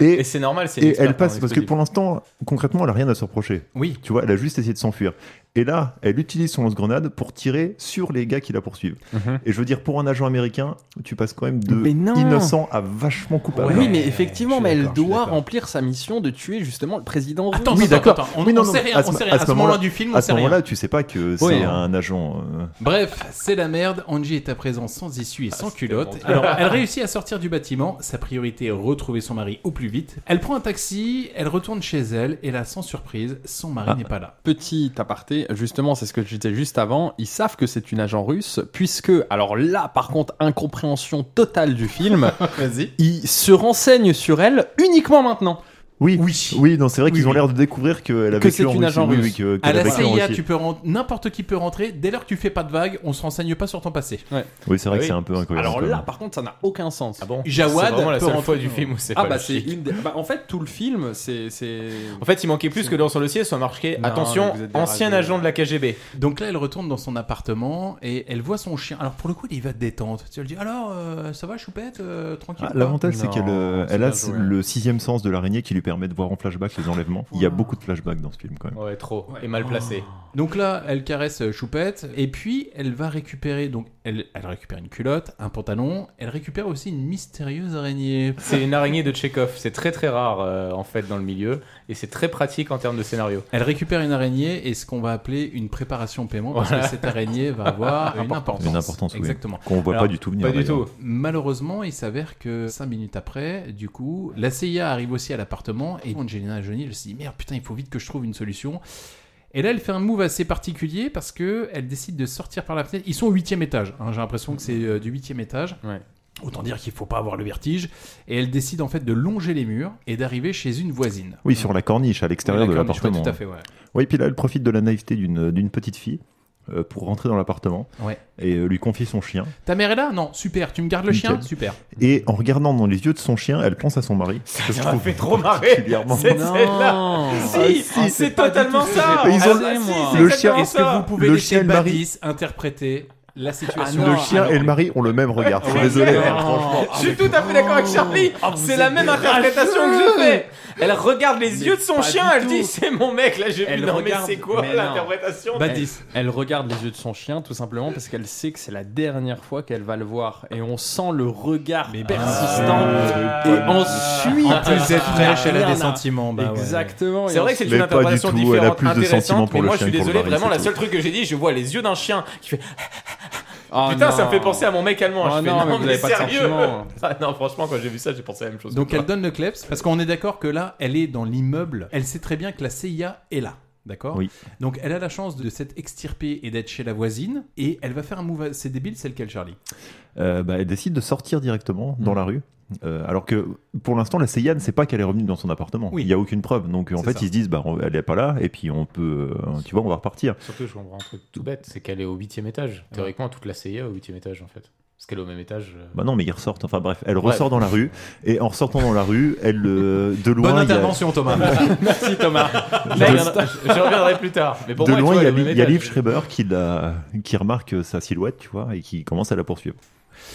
Speaker 8: Et, c'est normal, c'est une
Speaker 9: Et
Speaker 8: experte hein,
Speaker 9: elle passe
Speaker 8: en
Speaker 9: parce que
Speaker 8: explosifs.
Speaker 9: pour l'instant, concrètement, elle a rien à se reprocher.
Speaker 2: hein, Oui.
Speaker 9: Tu vois, elle a juste essayé de s'enfuir. Et là, elle utilise son lance-grenade pour tirer sur les gars qui la poursuivent.
Speaker 11: Mhm.
Speaker 9: Et je veux dire, pour un agent américain, tu passes quand même de
Speaker 11: Mais non.
Speaker 9: innocent à vachement coupable.
Speaker 11: oui, mais effectivement, mais elle
Speaker 9: d'accord, euh, je suis
Speaker 11: doit
Speaker 9: d'accord.
Speaker 11: remplir sa mission de tuer justement le président russe.
Speaker 2: Attends,
Speaker 9: Oui,
Speaker 2: attends,
Speaker 9: d'accord.
Speaker 2: attends, on-
Speaker 9: Oui, non,
Speaker 2: on
Speaker 9: non,
Speaker 2: sait rien, on
Speaker 9: ce-
Speaker 2: sait rien. À ce moment-là du film, on
Speaker 9: à
Speaker 2: sait
Speaker 9: ce
Speaker 2: rien.
Speaker 9: moment-là, tu sais pas que c'est
Speaker 11: Oui.
Speaker 9: un agent. euh,
Speaker 2: Bref, c'est la merde. Angie est à présent sans issue et
Speaker 8: Ah,
Speaker 2: sans culotte.
Speaker 9: tellement
Speaker 2: Alors, elle réussit à sortir du bâtiment. Sa priorité est retrouver son mari au plus vite. Elle prend un taxi, elle retourne chez elle, et là, sans surprise, son mari
Speaker 8: Ah.
Speaker 2: n'est pas là.
Speaker 11: Petit aparté, justement, c'est ce que je disais juste avant. Ils savent que c'est une agent russe, puisque, alors là, par contre, incompréhension totale du film,
Speaker 2: Vas-y.
Speaker 11: ils se renseignent sur elle uniquement maintenant.
Speaker 9: Oui, oui, oui. Non, c'est vrai qu'ils ont l'air de découvrir qu'elle a
Speaker 2: Que
Speaker 9: vécu
Speaker 2: c'est
Speaker 9: en
Speaker 2: une
Speaker 9: Russie.
Speaker 2: agent
Speaker 9: oui,
Speaker 2: russe.
Speaker 9: oui, que-
Speaker 2: à
Speaker 9: qu'elle
Speaker 2: la
Speaker 9: a vécu en
Speaker 2: CIA,
Speaker 9: Russie.
Speaker 2: tu peux rentrer, n'importe qui peut rentrer. Dès lors que tu fais pas de vague, on se renseigne pas sur ton passé.
Speaker 9: Oui, c'est vrai que c'est un peu incohérent.
Speaker 11: Alors
Speaker 9: quand
Speaker 11: là,
Speaker 9: même.
Speaker 11: par contre, ça n'a aucun sens. Ah bon
Speaker 2: Jawad
Speaker 11: C'est vraiment la
Speaker 2: peut
Speaker 11: seule
Speaker 2: rentrer-
Speaker 11: fois du film où c'est
Speaker 2: Ah
Speaker 11: pas
Speaker 2: bah,
Speaker 11: logique.
Speaker 2: c'est
Speaker 11: une En fait, tout le film, c'est. En
Speaker 8: En fait, il manquait plus que dans Sur le ciel soit marqué
Speaker 2: Non,
Speaker 8: attention,
Speaker 2: vous êtes des hein.
Speaker 8: ancien
Speaker 2: rageux.
Speaker 8: agent de la KGB.
Speaker 2: Donc là, elle retourne dans son appartement et elle voit son chien. Alors pour le coup, il va de détente. Tu lui dis alors euh, ça va, choupette, euh, tranquille.
Speaker 9: Ah,
Speaker 2: quoi
Speaker 9: L'avantage, c'est qu'elle euh,
Speaker 2: c'est
Speaker 9: elle a
Speaker 2: bien joué.
Speaker 9: le sixième sens de l'araignée qui lui permet de voir en flashback les enlèvements. Il y a beaucoup de flashbacks dans ce film quand même.
Speaker 8: Ouais, trop. Et
Speaker 9: Oh.
Speaker 8: mal placé.
Speaker 2: Donc là, elle caresse euh, Choupette et puis elle va récupérer. Donc elle, elle récupère une culotte, un pantalon. Elle récupère aussi une mystérieuse araignée.
Speaker 8: C'est une araignée de Tchekhov. C'est très très rare euh, en fait dans le milieu. Et c'est très pratique en termes de scénario.
Speaker 2: Elle récupère une araignée et ce qu'on va appeler une préparation au paiement parce
Speaker 8: Voilà.
Speaker 2: que cette araignée va avoir une
Speaker 8: Important.
Speaker 2: importance.
Speaker 9: Une importance, oui.
Speaker 2: Exactement.
Speaker 9: Qu'on voit pas du tout venir,
Speaker 2: Pas du
Speaker 9: d'ailleurs.
Speaker 2: tout. Malheureusement, il s'avère que cinq minutes après, du coup, la CIA arrive aussi à l'appartement et Angelina Jolie elle se dit merde putain il faut vite que je trouve une solution. Et là, elle fait un move assez particulier parce que elle décide de sortir par la fenêtre. Ils sont au huitième étage. hein. J'ai l'impression que c'est euh, du huitième étage. Autant dire qu'il faut pas avoir le vertige. Et elle décide en fait de longer les murs et d'arriver chez une voisine.
Speaker 9: Oui, sur la corniche, à l'extérieur
Speaker 2: Oui, la
Speaker 9: de
Speaker 2: corniche,
Speaker 9: l'appartement.
Speaker 2: ouais, tout à fait, ouais.
Speaker 9: Oui, puis là, elle profite de la naïveté d'une d'une petite fille euh, pour rentrer dans l'appartement
Speaker 2: Ouais.
Speaker 9: et euh, lui confier son chien.
Speaker 2: Ta mère est là Non, super. Tu me gardes le
Speaker 9: Nickel.
Speaker 2: chien Super.
Speaker 9: Et en regardant dans les yeux de son chien, elle pense à son mari. Ça
Speaker 8: m'a fait trop marrer. C'est celle-là. Si,
Speaker 9: Ah, si,
Speaker 8: c'est totalement ça.
Speaker 9: Ils
Speaker 8: Ah,
Speaker 9: ont-
Speaker 8: si,
Speaker 9: le
Speaker 8: c'est exactement
Speaker 9: chien-
Speaker 2: Est-ce
Speaker 8: ça.
Speaker 2: que vous pouvez
Speaker 9: Le
Speaker 2: laisser
Speaker 9: chien et le mari.
Speaker 2: Badis interpréter la
Speaker 8: Ah
Speaker 2: situation
Speaker 9: le chien et le mari ont le même regard. Je suis désolé,
Speaker 8: Ouais.
Speaker 9: hein, franchement.
Speaker 8: Je suis tout à fait d'accord avec Charlie.
Speaker 11: Ah,
Speaker 8: c'est la même interprétation que je fais. Elle regarde les yeux de son
Speaker 11: pas
Speaker 8: chien.
Speaker 11: du
Speaker 8: Elle
Speaker 11: tout.
Speaker 8: dit c'est mon mec. Là, j'ai vu.
Speaker 11: Elle
Speaker 8: Non,
Speaker 11: regarde-
Speaker 8: mais c'est quoi
Speaker 11: mais non. Bah,
Speaker 8: l'interprétation
Speaker 2: Bah,
Speaker 11: Elle- Elle, regarde les yeux de son chien tout simplement parce qu'elle sait que c'est la dernière fois qu'elle va le voir et on sent le regard persistant et
Speaker 8: Ah,
Speaker 11: ensuite
Speaker 2: En plus d'être fraîche, elle a des
Speaker 11: Rien à-
Speaker 2: sentiments. Bah ouais.
Speaker 11: Exactement.
Speaker 8: C'est vrai que c'est
Speaker 2: Mais
Speaker 8: une
Speaker 2: pas du
Speaker 8: interprétation
Speaker 2: tout,
Speaker 8: différente,
Speaker 2: elle a plus de sentiments
Speaker 8: intéressante.
Speaker 2: pour
Speaker 8: Mais
Speaker 2: le
Speaker 8: moi, je
Speaker 2: chien
Speaker 8: suis
Speaker 2: que pour le mari,
Speaker 8: désolé. Vraiment,
Speaker 2: c'est
Speaker 8: la
Speaker 2: tout.
Speaker 8: seule truc que j'ai dit, je vois les yeux d'un chien qui fait. Putain, ça me fait penser à mon mec allemand.
Speaker 11: Oh
Speaker 8: je fais,
Speaker 11: non, mais vous avez pas de
Speaker 8: sérieux.
Speaker 11: sentiments.
Speaker 8: Ah non, franchement, quand j'ai vu ça, j'ai pensé à la même chose.
Speaker 2: Donc
Speaker 8: que toi.
Speaker 2: elle donne le kleps parce qu'on est d'accord que là, elle est dans l'immeuble. Elle sait très bien que la CIA est là. D'accord
Speaker 9: Oui.
Speaker 2: Donc elle a la chance de s'être extirpée et d'être chez la voisine. Et elle va faire un move assez débile, c'est lequel, Charlie
Speaker 9: Euh, bah, elle décide de sortir directement dans
Speaker 2: Mm.
Speaker 9: la rue. Euh, alors que pour l'instant, la CIA ne sait pas qu'elle est revenue dans son appartement.
Speaker 2: Oui.
Speaker 9: Il n'y a aucune preuve. Donc en
Speaker 8: C'est
Speaker 9: fait,
Speaker 8: ça.
Speaker 9: ils se disent, bah, on- elle n'est pas là, et puis on peut, euh, tu vois, on va repartir.
Speaker 8: Surtout, je comprends un truc tout bête, Bah, c'est qu'elle est au huitième étage.
Speaker 11: Ah.
Speaker 8: Théoriquement, toute la CIA est au huitième étage, en fait. Parce qu'elle est au même étage. euh,
Speaker 9: Bah non, mais ils ressortent. Enfin bref, elle
Speaker 8: Ouais.
Speaker 9: ressort dans la rue, et en ressortant dans la rue, elle euh, de loin.
Speaker 2: Bonne
Speaker 9: il y a-
Speaker 2: intervention, Thomas.
Speaker 8: Merci Thomas.
Speaker 9: De-
Speaker 8: Je reviendrai- je reviendrai plus tard. Mais pour
Speaker 9: de
Speaker 8: moi, tu
Speaker 9: loin,
Speaker 8: vois,
Speaker 9: il y a,
Speaker 8: elle est au
Speaker 9: Li-
Speaker 8: même
Speaker 9: il y a
Speaker 8: étage.
Speaker 9: Liv Schreiber qui, la- qui remarque euh, sa silhouette, tu vois, et qui commence à la poursuivre.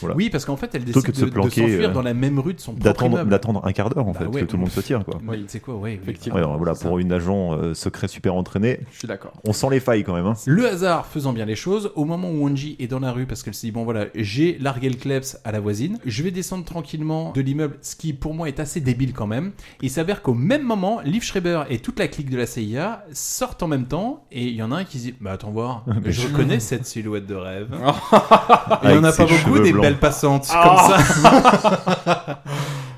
Speaker 9: Voilà.
Speaker 2: Oui, parce qu'en fait, elle
Speaker 9: Plutôt
Speaker 2: décide
Speaker 9: que
Speaker 2: de-
Speaker 9: se
Speaker 2: de
Speaker 9: planquer,
Speaker 2: s'enfuir
Speaker 9: euh,
Speaker 2: dans la même rue de son propre
Speaker 9: d'attendre,
Speaker 2: immeuble.
Speaker 9: d'attendre un quart d'heure en
Speaker 2: Bah
Speaker 9: fait
Speaker 2: ouais.
Speaker 9: que tout le monde se tire quoi.
Speaker 2: Mais C'est quoi, ouais, oui.
Speaker 9: Ouais, alors, voilà, pour une agent euh, secret super entraînée,
Speaker 11: je suis d'accord.
Speaker 9: On sent les failles quand même. hein.
Speaker 2: Le hasard faisant bien les choses, au moment où Wanji est dans la rue parce qu'elle se dit bon voilà, j'ai largué le kleps à la voisine, je vais descendre tranquillement de l'immeuble, ce qui pour moi est assez débile quand même. Il s'avère qu'au même moment, Liv Schreiber et toute la clique de la CIA sortent en même temps et il y en a un qui se dit bah attends voir,
Speaker 11: Ah, mais
Speaker 2: je
Speaker 11: je-
Speaker 2: reconnais cette silhouette de rêve. Il n'y
Speaker 11: Avec
Speaker 2: en a
Speaker 11: ses
Speaker 2: pas beaucoup
Speaker 11: cheveux
Speaker 2: des
Speaker 11: blancs.
Speaker 2: belles passantes
Speaker 11: Ah.
Speaker 2: comme ça.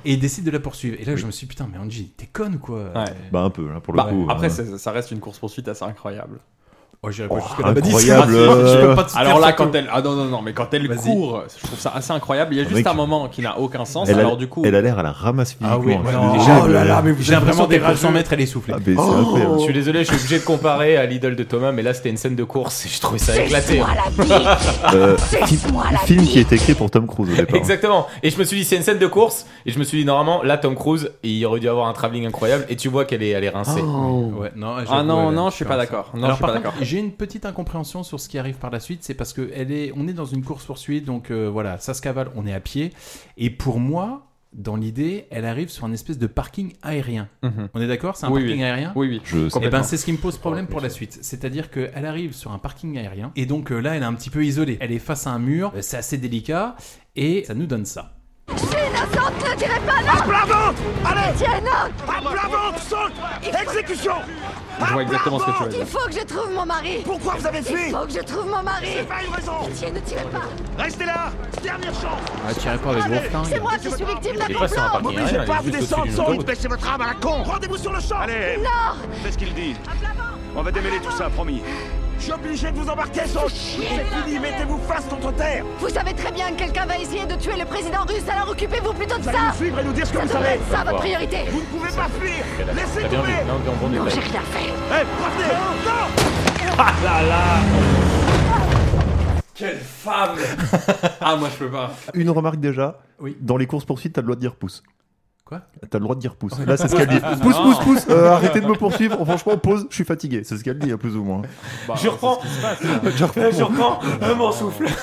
Speaker 2: et il décide de la poursuivre. Et là je me suis dit, putain mais Wanji, t'es conne ou quoi.
Speaker 11: Ouais.
Speaker 9: Bah un
Speaker 2: hein,
Speaker 9: peu, là, pour le
Speaker 11: Bah,
Speaker 9: coup.
Speaker 11: Après,
Speaker 9: euh,
Speaker 11: ça, ça reste une course poursuite assez incroyable.
Speaker 2: Oh, j'irai
Speaker 9: pas jusque-là. incroyable,
Speaker 2: hein.
Speaker 9: euh.
Speaker 11: Alors là, quand
Speaker 9: surtout.
Speaker 11: elle, ah non non non, mais quand elle court, je trouve ça assez incroyable. Il y a
Speaker 9: Le
Speaker 11: juste
Speaker 9: mec-
Speaker 11: un moment qui n'a aucun sens.
Speaker 9: elle, a,
Speaker 11: alors du coup,
Speaker 9: elle a l'air à la ramasse physiquement.
Speaker 11: Ah oui,
Speaker 9: hein. je suis
Speaker 11: non.
Speaker 9: désolé,
Speaker 11: Oh
Speaker 9: mais-
Speaker 11: là
Speaker 8: Euh,
Speaker 11: là, mais vous
Speaker 2: J'ai l'impression que t'es pour 100 mètres, elle est soufflée.
Speaker 9: Ah, mais
Speaker 11: Oh
Speaker 9: c'est incroyable.
Speaker 8: Je suis désolé, je suis obligé de comparer à l'idole de Thomas, mais là c'était une scène de course et je trouvais ça
Speaker 9: C'est
Speaker 8: éclaté.
Speaker 9: moi la bite. Euh, film- film qui est écrit pour Tom Cruise au départ.
Speaker 8: Exactement. Et je me suis dit, c'est une scène de course. Et je me suis dit, normalement, là, Tom Cruise, il aurait dû avoir un travelling incroyable. Et tu vois qu'elle est, elle est rincée.
Speaker 2: Ouais, non,
Speaker 11: Ah
Speaker 2: j'avoue,
Speaker 11: non
Speaker 2: elle-
Speaker 11: non, je suis pas
Speaker 2: comme ça.
Speaker 11: d'accord. Non,
Speaker 2: Alors,
Speaker 11: je suis
Speaker 2: par
Speaker 11: pas
Speaker 2: contre,
Speaker 11: d'accord.
Speaker 2: J'ai une petite incompréhension sur ce qui arrive par la suite, c'est parce que elle est, on est dans une course poursuite, donc euh, voilà, ça se cavale, on est à pied, et pour moi. Dans l'idée, elle arrive sur un espèce de parking aérien.
Speaker 11: Mhm.
Speaker 2: On est d'accord C'est un
Speaker 11: Oui,
Speaker 2: parking
Speaker 11: oui.
Speaker 2: aérien
Speaker 11: Oui, oui, Je-
Speaker 2: Et
Speaker 11: complètement.
Speaker 2: ben, c'est ce qui me pose problème pour la suite. C'est-à-dire qu'elle arrive sur un parking aérien, et donc euh, là, elle est un petit peu isolée. Elle est face à un mur, euh, c'est assez délicat, et ça nous donne ça.
Speaker 13: suis innocente, ne tirez pas, non À plein ventre Allez Tiens, non À plein ventre, saute Exécution
Speaker 11: Je vois exactement ce que tu veux
Speaker 13: Il
Speaker 11: dire.
Speaker 13: faut que je trouve mon mari Pourquoi vous avez fui Il faut que je trouve mon mari C'est pas une raison Pitié, ne tirez pas Restez là Dernière chance
Speaker 2: Ah, tirez pas avec vos
Speaker 13: Allez,
Speaker 2: flingues.
Speaker 13: C'est moi qui suis victime d'un
Speaker 2: Il est pas sur un
Speaker 13: complot
Speaker 2: parking M'obligez aérien, pas il est à vous juste descendre, au-dessus d'une sans autoroute.
Speaker 13: baissez votre âme à la con Rendez-vous sur le champ Allez
Speaker 14: Fais ce qu'il dit. On va démêler tout ça, promis.
Speaker 13: Je suis obligé de vous embarquer, Soch C'est fini, mettez-vous face contre terre
Speaker 5: Vous savez très bien que quelqu'un va essayer de tuer le président russe, alors occupez-vous plutôt de
Speaker 13: Vous
Speaker 5: ça
Speaker 13: allez nous suivre et nous dire ce que
Speaker 5: Ça
Speaker 13: vous
Speaker 5: devrait
Speaker 13: savez
Speaker 5: être ça, votre priorité
Speaker 13: Vous ne pouvez pas fuir Laissez
Speaker 8: T'as bien vu,
Speaker 13: tomber
Speaker 8: non, on prend des
Speaker 13: Non,
Speaker 8: balles.
Speaker 13: j'ai rien fait Eh, partez Non
Speaker 11: Ah là là Quelle femme Ah, moi, je peux pas.
Speaker 9: Une remarque déjà.
Speaker 2: Oui.
Speaker 9: Dans les courses poursuites, t'as le droit de dire pouce.
Speaker 2: Quoi
Speaker 9: T'as le droit de dire pouce.
Speaker 2: Ouais.
Speaker 9: Là, c'est ce qu'elle dit.
Speaker 2: Non.
Speaker 9: Pouce, pouce, pouce. euh, arrêtez de me poursuivre. Franchement, pause. Je suis fatigué. C'est ce qu'elle dit, hein, plus ou moins.
Speaker 2: Bah,
Speaker 11: je reprends.
Speaker 2: hein.
Speaker 9: Je reprends.
Speaker 11: Je reprends. Je m'en souffle.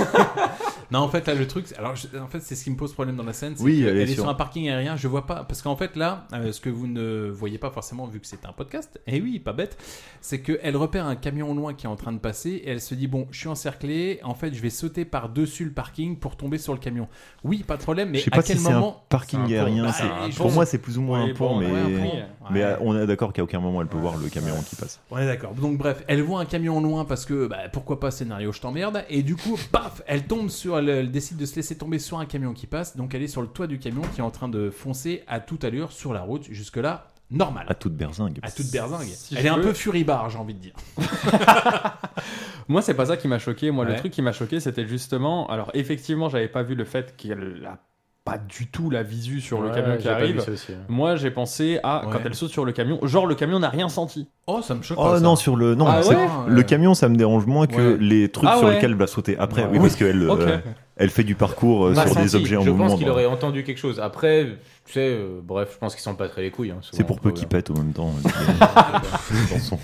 Speaker 2: Non, en fait, là, le truc, c'est- alors, je- en fait, c'est ce qui me pose problème dans la scène. c'est
Speaker 9: Oui,
Speaker 2: que
Speaker 9: elle est
Speaker 2: est
Speaker 9: sur-
Speaker 2: sur un parking aérien. Je vois pas, parce qu'en fait, là, euh, ce que vous ne voyez pas forcément, vu que c'est un podcast, et oui, pas bête, c'est qu'elle repère un camion au loin qui est en train de passer, et elle se dit, bon, je suis encerclé, en fait, je vais sauter par-dessus le parking pour tomber sur le camion. Oui, pas de problème, mais
Speaker 9: Je sais
Speaker 2: à
Speaker 9: pas
Speaker 2: quel
Speaker 9: si c'est un
Speaker 2: moment.
Speaker 9: parking aérien.
Speaker 2: Bah,
Speaker 9: c'est-
Speaker 2: et je
Speaker 9: Pour
Speaker 2: pense-
Speaker 9: moi, c'est plus ou moins
Speaker 2: Oui,
Speaker 9: un pont,
Speaker 2: bon,
Speaker 9: mais,
Speaker 2: ouais, un pont.
Speaker 9: mais
Speaker 2: Ouais.
Speaker 9: euh, on est d'accord qu'à aucun moment elle peut voir le camion qui passe.
Speaker 2: On est d'accord. Donc bref, elle voit un camion au loin parce que bah, pourquoi pas scénario, je t'emmerde. Et du coup, paf, elle tombe sur, elle, elle décide de se laisser tomber sur un camion qui passe. Donc elle est sur le toit du camion qui est en train de foncer à toute allure sur la route. Jusque là, normal.
Speaker 9: À toute berzingue.
Speaker 2: À toute berzingue.
Speaker 11: Si
Speaker 2: elle
Speaker 11: je
Speaker 2: est un
Speaker 11: peux-
Speaker 2: peu furibard, j'ai envie de dire.
Speaker 11: Moi, c'est pas ça qui m'a choqué. Moi,
Speaker 2: Ouais.
Speaker 11: le truc qui m'a choqué, c'était justement. Alors, effectivement, j'avais pas vu le fait qu'elle a pas du tout la visu sur le
Speaker 8: Ouais,
Speaker 11: camion qui
Speaker 8: j'ai pas
Speaker 11: arrive.
Speaker 8: vu ça aussi, ouais.
Speaker 11: Moi, j'ai pensé à quand elle saute sur le camion. Genre, le camion n'a rien senti.
Speaker 2: Oh, ça me choque.
Speaker 9: Oh non, sur le. Non,
Speaker 11: Ah
Speaker 9: c'est-
Speaker 11: ouais
Speaker 9: le camion, ça me dérange moins que
Speaker 11: Ouais.
Speaker 9: les trucs
Speaker 11: Ah
Speaker 9: sur
Speaker 11: ouais.
Speaker 9: lesquels elle va sauter après.
Speaker 11: Ouais.
Speaker 9: Oui, parce qu'elle
Speaker 11: Ok.
Speaker 9: euh, elle fait du parcours euh,
Speaker 8: M'a
Speaker 2: Bah,
Speaker 9: sur des
Speaker 8: senti.
Speaker 9: objets en
Speaker 8: Je
Speaker 9: mouvement.
Speaker 8: pense qu'il
Speaker 9: donc.
Speaker 8: aurait entendu quelque chose. Après, tu sais, euh, bref, je pense qu'ils s'en battrait les couilles. hein, souvent,
Speaker 9: C'est pour
Speaker 8: on
Speaker 9: peu
Speaker 8: peut-
Speaker 9: qu'il pète en même temps. euh, Dans son-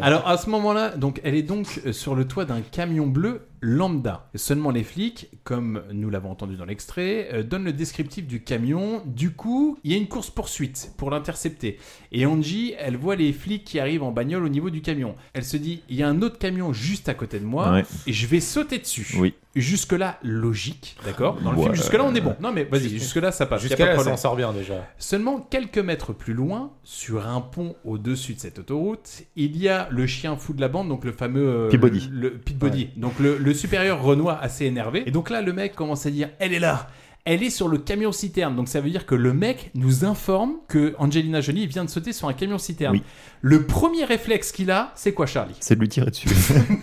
Speaker 2: Alors à ce moment-là, donc elle est donc euh, sur le toit d'un camion bleu lambda. Seulement les flics, comme nous l'avons entendu dans l'extrait, euh, donnent le descriptif du camion. Du coup, il y a une course poursuite pour l'intercepter. Et Angie, elle voit les flics qui arrivent en bagnole au niveau du camion. Elle se dit, il y a un autre camion juste à côté de moi
Speaker 9: Ouais.
Speaker 2: et je vais sauter dessus.
Speaker 9: Oui.
Speaker 2: Jusque là, logique, d'accord. Dans le
Speaker 9: Ouais.
Speaker 2: film, jusque là, on est bon. Non mais vas-y, jusque là, ça passe. y a pas
Speaker 8: Jusqu'à
Speaker 2: de
Speaker 8: là, ça
Speaker 2: problème.
Speaker 8: en sort bien déjà.
Speaker 2: Seulement quelques mètres plus loin, sur un pont au-dessus de cette autoroute, il y a le chien fou de la bande, donc le fameux euh,
Speaker 9: Peabody.
Speaker 2: Le, le Peabody. donc le, le supérieur Renoir assez énervé. Et donc là, le mec commence à dire Elle est là elle est sur le camion citerne, donc ça veut dire que le mec nous informe que Angelina Jolie vient de sauter sur un camion citerne.
Speaker 9: Oui.
Speaker 2: Le premier réflexe qu'il a, c'est quoi, Charlie
Speaker 9: C'est de lui tirer dessus.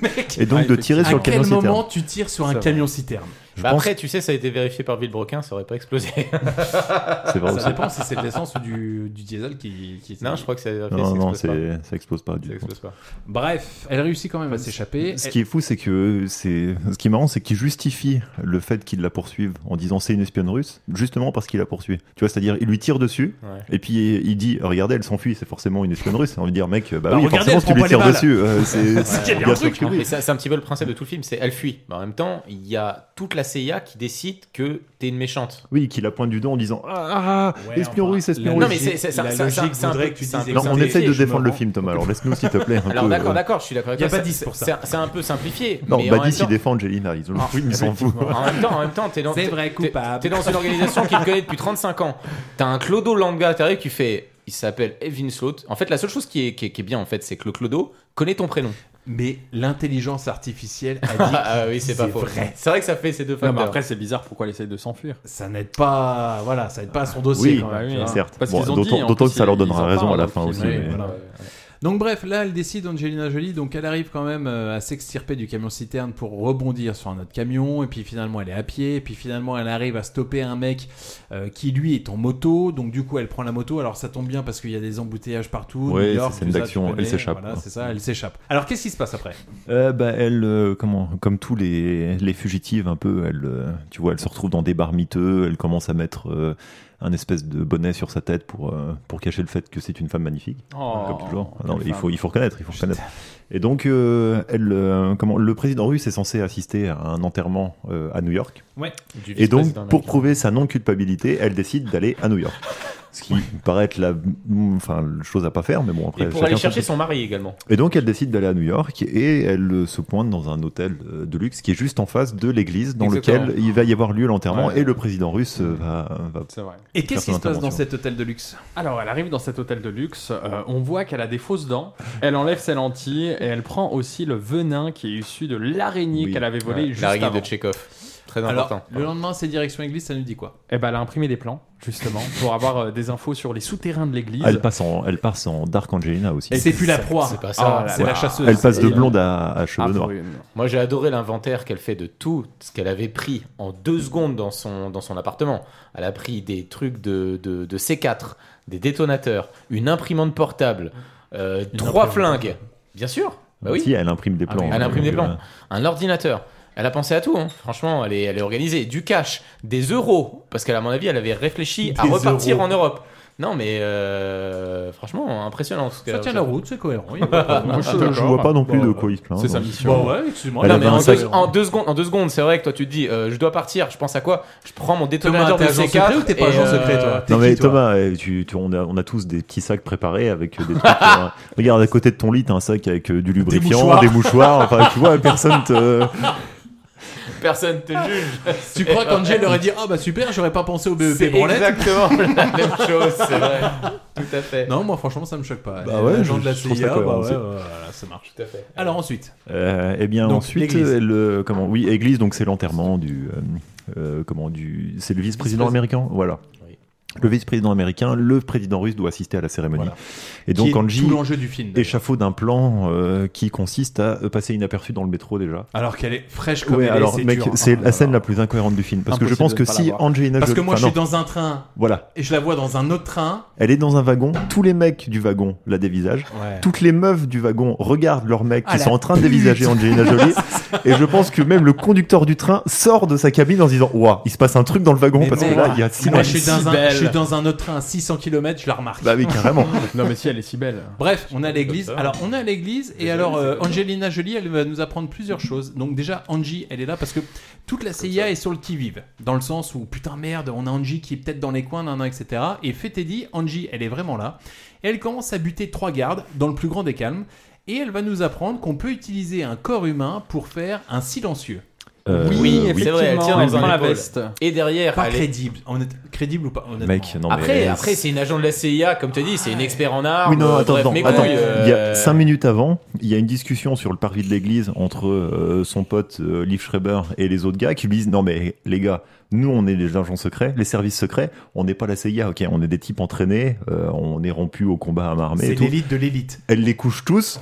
Speaker 2: Mec,
Speaker 9: Et donc de tirer sur le camion
Speaker 2: Ah, À quel moment
Speaker 9: citerne.
Speaker 2: tu tires sur un
Speaker 8: C'est vrai.
Speaker 2: camion citerne
Speaker 8: Bah Après, tu sais, ça a été vérifié par Villebrequin, ça aurait pas explosé.
Speaker 9: C'est vrai
Speaker 2: Ça
Speaker 9: aussi.
Speaker 2: dépend si c'est de l'essence ou du, du diesel qui, qui
Speaker 8: Non, je crois que ça a été vérifié.
Speaker 9: Non,
Speaker 8: ça
Speaker 9: non,
Speaker 8: explose pas.
Speaker 9: c'est- ça explose pas
Speaker 2: Euh,
Speaker 9: du tout.
Speaker 2: Bref, elle réussit quand même à s'échapper.
Speaker 9: Ce
Speaker 2: Elle-
Speaker 9: qui est fou, c'est que c'est ce qui est marrant, c'est qu'il justifie le fait qu'il la poursuive en disant c'est une espionne russe, justement parce qu'il la poursuit. Tu vois, c'est-à-dire il lui tire dessus
Speaker 8: Ouais.
Speaker 9: et puis il dit regardez, elle s'enfuit, c'est forcément une espionne russe. On lui dire mec, bah,
Speaker 2: Bah,
Speaker 9: oui,
Speaker 2: regardez,
Speaker 9: forcément
Speaker 2: elle
Speaker 9: si tu
Speaker 2: prend
Speaker 9: lui
Speaker 2: pas les
Speaker 9: tires
Speaker 2: balles.
Speaker 9: dessus. euh, c'est
Speaker 2: C'est qu'il y a bien
Speaker 9: bien
Speaker 2: un
Speaker 9: sûr
Speaker 2: truc,
Speaker 9: que oui.
Speaker 8: Mais ça, c'est un petit peu le principe de tout le film, c'est elle fuit. Mais en même temps, il y a toute la CIA qui décide que t'es une méchante.
Speaker 9: Oui, qui la pointe du doigt en disant ah, ah
Speaker 8: Ouais,
Speaker 9: espion
Speaker 8: enfin,
Speaker 9: russe, espion
Speaker 8: la
Speaker 9: russe.
Speaker 8: Non, mais c'est- c'est- c'est-
Speaker 2: La
Speaker 8: c'est-
Speaker 2: logique
Speaker 8: c'est un
Speaker 2: voudrait
Speaker 8: peu-
Speaker 2: que tu
Speaker 8: c'est un
Speaker 2: dises
Speaker 8: peu-
Speaker 9: Non, on
Speaker 8: c'est-
Speaker 9: essaie de
Speaker 8: je me
Speaker 9: défendre le
Speaker 8: rends-
Speaker 9: film, Thomas. Alors laisse-nous s'il te plaît. un
Speaker 8: Alors
Speaker 9: peu,
Speaker 8: d'accord,
Speaker 9: euh,
Speaker 8: d'accord, je suis d'accord. avec
Speaker 2: Y a
Speaker 8: toi,
Speaker 2: pas
Speaker 8: c'est-
Speaker 2: 10 pour ça.
Speaker 8: c'est un- C'est un peu simplifié.
Speaker 9: Non,
Speaker 8: mais en même
Speaker 9: Badis il
Speaker 8: temps-
Speaker 9: défend Angelina, ils ont le
Speaker 8: Ah,
Speaker 9: film, ils s'en foutent.
Speaker 8: En même temps, en même temps, t'es dans,
Speaker 2: C'est
Speaker 8: t'es-
Speaker 2: vrai,
Speaker 8: t'es-
Speaker 2: coupable.
Speaker 8: Ah, T'es dans une organisation qu'il connaît depuis 35 ans. T'as un clodo lambda qui arrive qui fait. Il s'appelle Evin Slot. En fait, la seule chose qui est, qui est- qui est bien, en fait, c'est que le clodo connaît ton prénom.
Speaker 2: Mais l'intelligence artificielle a dit
Speaker 8: ah oui, c'est pas faux.
Speaker 2: vrai.
Speaker 8: C'est vrai que ça fait ces deux
Speaker 11: Non, mais
Speaker 8: facteurs.
Speaker 11: après, c'est bizarre pourquoi elle essaye de s'enfuir.
Speaker 2: Ça n'aide pas, voilà, ça n'aide pas à son dossier.
Speaker 9: Oui,
Speaker 2: quand même,
Speaker 9: bah
Speaker 2: tu
Speaker 9: oui,
Speaker 2: vois.
Speaker 9: certes.
Speaker 11: Parce
Speaker 9: Bon,
Speaker 11: qu'ils ont
Speaker 9: d'autant-
Speaker 11: dit, en
Speaker 9: d'autant
Speaker 11: plus,
Speaker 9: que ça leur
Speaker 11: ils-
Speaker 9: donnera
Speaker 11: ils en
Speaker 9: raison
Speaker 11: parlent
Speaker 9: à la
Speaker 11: dans
Speaker 9: fin
Speaker 11: le
Speaker 9: aussi,
Speaker 11: film.
Speaker 9: mais-
Speaker 11: Oui, voilà.
Speaker 2: Donc bref, là, elle décide Angelina Jolie, donc elle arrive quand même euh, à s'extirper du camion citerne pour rebondir sur un autre camion, et puis finalement elle est à pied, et puis finalement elle arrive à stopper un mec euh, qui lui est en moto, donc du coup elle prend la moto, alors ça tombe bien parce qu'il y a des embouteillages partout.
Speaker 9: Ouais,
Speaker 2: New York,
Speaker 9: c'est scène
Speaker 2: tout ça,
Speaker 9: d'action,
Speaker 2: tu
Speaker 9: elle
Speaker 2: connais,
Speaker 9: s'échappe,
Speaker 2: voilà,
Speaker 9: quoi.
Speaker 2: c'est ça, elle s'échappe. Alors qu'est-ce qui se passe après
Speaker 9: Euh, bah, elle, euh, comment, comme tous les, les fugitives, un peu, elle, euh, tu vois, elle se retrouve dans des bars miteux, elle commence à mettre euh, un espèce de bonnet sur sa tête pour, euh, pour cacher le fait que c'est une femme magnifique.
Speaker 11: Oh,
Speaker 9: comme toujours. Ah non,
Speaker 11: quelle
Speaker 9: il, faut,
Speaker 11: femme.
Speaker 9: il faut reconnaître, il faut reconnaître. Et donc, euh, elle, euh, comment, le président russe est censé assister à un enterrement euh, à New York.
Speaker 2: Ouais.
Speaker 8: Du
Speaker 9: Et donc,
Speaker 8: vice-président
Speaker 9: pour
Speaker 8: américain.
Speaker 9: prouver sa non-culpabilité, elle décide d'aller à New York. Ce qui paraît être la enfin, chose à pas faire, mais bon, après.
Speaker 8: Et pour
Speaker 9: chacun
Speaker 8: aller
Speaker 9: son
Speaker 8: chercher
Speaker 9: truc.
Speaker 8: son mari également.
Speaker 9: Et donc elle décide d'aller à New York et elle euh, se pointe dans un hôtel euh, de luxe qui est juste en face de l'église dans
Speaker 8: Exactement.
Speaker 9: lequel il va y avoir lieu l'enterrement
Speaker 11: Ouais.
Speaker 9: et le président russe euh, va. va
Speaker 11: C'est vrai.
Speaker 2: Et
Speaker 9: faire
Speaker 2: qu'est-ce
Speaker 9: son
Speaker 2: qui se passe dans
Speaker 9: intervention.
Speaker 2: cet hôtel de luxe
Speaker 11: Alors, elle arrive dans cet hôtel de luxe. euh, on voit qu'elle a des fausses dents. Elle enlève ses lentilles et elle prend aussi le venin qui est issu de l'araignée
Speaker 9: Oui.
Speaker 11: qu'elle avait volé
Speaker 8: Ouais,
Speaker 11: juste
Speaker 8: L'araignée
Speaker 11: avant.
Speaker 8: de Tchekhov. Très
Speaker 2: Alors,
Speaker 8: important.
Speaker 2: le lendemain, c'est direction église, ça nous dit quoi
Speaker 11: Eh ben, elle a imprimé des plans, justement, pour avoir euh, des infos sur les souterrains de l'église.
Speaker 9: Elle passe, en, elle passe en Dark Angelina aussi.
Speaker 2: Et c'est plus la proie.
Speaker 11: C'est pas ça.
Speaker 2: Ah, c'est la chasseuse.
Speaker 9: Elle passe de
Speaker 2: Et- euh,
Speaker 9: blonde à, à cheveux
Speaker 8: Ah,
Speaker 9: noirs.
Speaker 8: brune. Moi, j'ai adoré l'inventaire qu'elle fait de tout ce qu'elle avait pris en deux secondes dans son, dans son appartement. Elle a pris des trucs de, de, de C4, des détonateurs, une imprimante portable, euh, trois flingues. Bien sûr. Bah oui.
Speaker 9: Si, elle imprime
Speaker 2: Ah,
Speaker 9: des plans.
Speaker 8: Elle imprime des
Speaker 9: Donc,
Speaker 8: plans.
Speaker 9: euh,
Speaker 8: Un ordinateur. Elle a pensé à tout, hein. franchement, elle est, elle est organisée. Du cash, des euros, parce qu'à mon avis, elle avait réfléchi à
Speaker 2: Des
Speaker 8: repartir
Speaker 2: euros.
Speaker 8: en Europe. Non, mais euh, franchement, impressionnant.
Speaker 2: Ça tient Ah, la route, c'est cohérent. Il y a pas de problème.
Speaker 8: Moi,
Speaker 9: je je vois pas non plus de quoi il se plaint.
Speaker 2: C'est sa
Speaker 9: donc.
Speaker 2: mission. Bon, ouais, excuse-moi.
Speaker 8: Non,
Speaker 9: Elle
Speaker 8: mais
Speaker 9: avait
Speaker 8: en,
Speaker 9: un sac-
Speaker 8: deux, en deux secondes, en deux secondes, c'est vrai que toi tu te dis, euh, je dois partir. Je pense à quoi Je prends mon détonateur
Speaker 2: Thomas,
Speaker 8: de
Speaker 2: t'es agent
Speaker 8: C4.
Speaker 2: secret ou t'es pas
Speaker 8: et, euh,
Speaker 2: agent secret, toi
Speaker 9: Non mais Thomas, eh, tu, tu- on, a, on a tous des petits sacs préparés avec euh, des trucs. euh, regarde à côté de ton lit, t'as un sac avec euh, du lubrifiant,
Speaker 8: mouchoirs.
Speaker 9: des mouchoirs. enfin, tu vois, personne te.
Speaker 8: Personne te juge.
Speaker 2: Tu crois qu'Angel aurait dit Ah bah super, j'aurais pas pensé au E BEP
Speaker 8: C'est
Speaker 2: branlette
Speaker 8: exactement la même chose, c'est vrai. Tout à fait.
Speaker 2: Non, moi franchement, ça me choque pas.
Speaker 9: Bah ouais,
Speaker 2: L'agent
Speaker 9: je-
Speaker 2: de la
Speaker 9: je trouve ça
Speaker 2: CIA, bah
Speaker 9: cohérent,
Speaker 2: ouais,
Speaker 9: c'est-
Speaker 2: ouais,
Speaker 11: Oh
Speaker 2: voilà, ça marche.
Speaker 8: Tout à fait.
Speaker 2: Alors ensuite,
Speaker 9: Euh, eh bien,
Speaker 2: Donc,
Speaker 9: ensuite,
Speaker 2: l'église.
Speaker 9: euh, le comment Oui, église. Donc c'est l'enterrement du euh, euh, comment du. C'est le vice-président
Speaker 2: Vice-président.
Speaker 9: américain. Voilà. Le vice-président américain, le président russe doit assister à la cérémonie. Et
Speaker 2: Qui
Speaker 9: donc
Speaker 2: est
Speaker 9: Angie
Speaker 2: tout l'enjeu du film, d'ailleurs.
Speaker 9: échafaude un plan euh, qui consiste à euh, passer inaperçu dans le métro déjà.
Speaker 2: alors qu'elle est fraîche comme
Speaker 9: Ouais,
Speaker 2: elle
Speaker 9: alors
Speaker 2: est, c'est
Speaker 9: mec,
Speaker 2: dur. Ah
Speaker 9: c'est la scène la plus incohérente du film parce que je
Speaker 2: Impossible
Speaker 9: pense
Speaker 2: de
Speaker 9: que
Speaker 2: ne pas la
Speaker 9: si
Speaker 2: voir.
Speaker 9: Angelina
Speaker 2: Parce que
Speaker 9: Jolie-
Speaker 2: moi,
Speaker 9: enfin,
Speaker 2: je suis
Speaker 9: non.
Speaker 2: dans un train.
Speaker 9: Voilà.
Speaker 2: Et je la vois dans un autre train.
Speaker 9: Elle est dans un wagon, tous les mecs du wagon la dévisagent,
Speaker 2: Ouais.
Speaker 9: toutes les meuvent du wagon regardent leurs mecs
Speaker 2: Ah,
Speaker 9: qui
Speaker 2: la
Speaker 9: sont en train de
Speaker 2: pute.
Speaker 9: dévisager Angelina Jolie, et je pense que même le conducteur du train sort de sa cabine en se disant Ouah, il se passe un truc dans le wagon parce que là il y a
Speaker 2: Moi,
Speaker 9: silence.
Speaker 2: Ah, je suis, dans un, je suis dans un autre train à 600 km, je la remarque.
Speaker 9: Bah oui, carrément.
Speaker 11: Non, mais si, elle est si belle.
Speaker 2: Bref, on a l'église. Alors, on a l'église. Et alors, euh, Angelina Jolie, elle va nous apprendre plusieurs choses. Donc, déjà, Angie, elle est là parce que toute la CIA est sur le qui-vive. Dans le sens où, putain, merde, on a Angie qui est peut-être dans les coins, nan, nan, etc. Et fait et dit, Angie, elle est vraiment là. Et elle commence à buter trois gardes dans le plus grand des calmes. Et elle va nous apprendre qu'on peut utiliser un corps humain pour faire un silencieux.
Speaker 9: Euh,
Speaker 11: Oui,
Speaker 8: C'est
Speaker 11: effectivement,
Speaker 8: vrai, elle tient
Speaker 11: elle
Speaker 8: dans un
Speaker 11: prend la
Speaker 8: épaule.
Speaker 11: veste.
Speaker 8: Et derrière,
Speaker 2: Pas
Speaker 8: elle est-
Speaker 2: crédible. Honnête- Crédible ou pas honnêtement.
Speaker 9: Mec, non,
Speaker 8: Après,
Speaker 9: mais-
Speaker 8: après c'est une agent de la CIA, comme tu as dit, c'est une expert en armes.
Speaker 9: Oui, non,
Speaker 8: euh,
Speaker 9: attends,
Speaker 8: bref,
Speaker 9: attends,
Speaker 8: mes
Speaker 9: attends.
Speaker 8: couilles, euh,
Speaker 9: Il y a cinq minutes avant, il y a une discussion sur le parvis de l'église entre euh, son pote euh, Liv Schreiber et les autres gars qui lui disent Non, mais les gars, nous, on est les agents secrets, les services secrets, on n'est pas la CIA, ok, on est des types entraînés, euh, on est rompus au combat à main armée. et
Speaker 2: C'est
Speaker 9: tout.
Speaker 2: l'élite de l'élite.
Speaker 9: Elle les couche tous.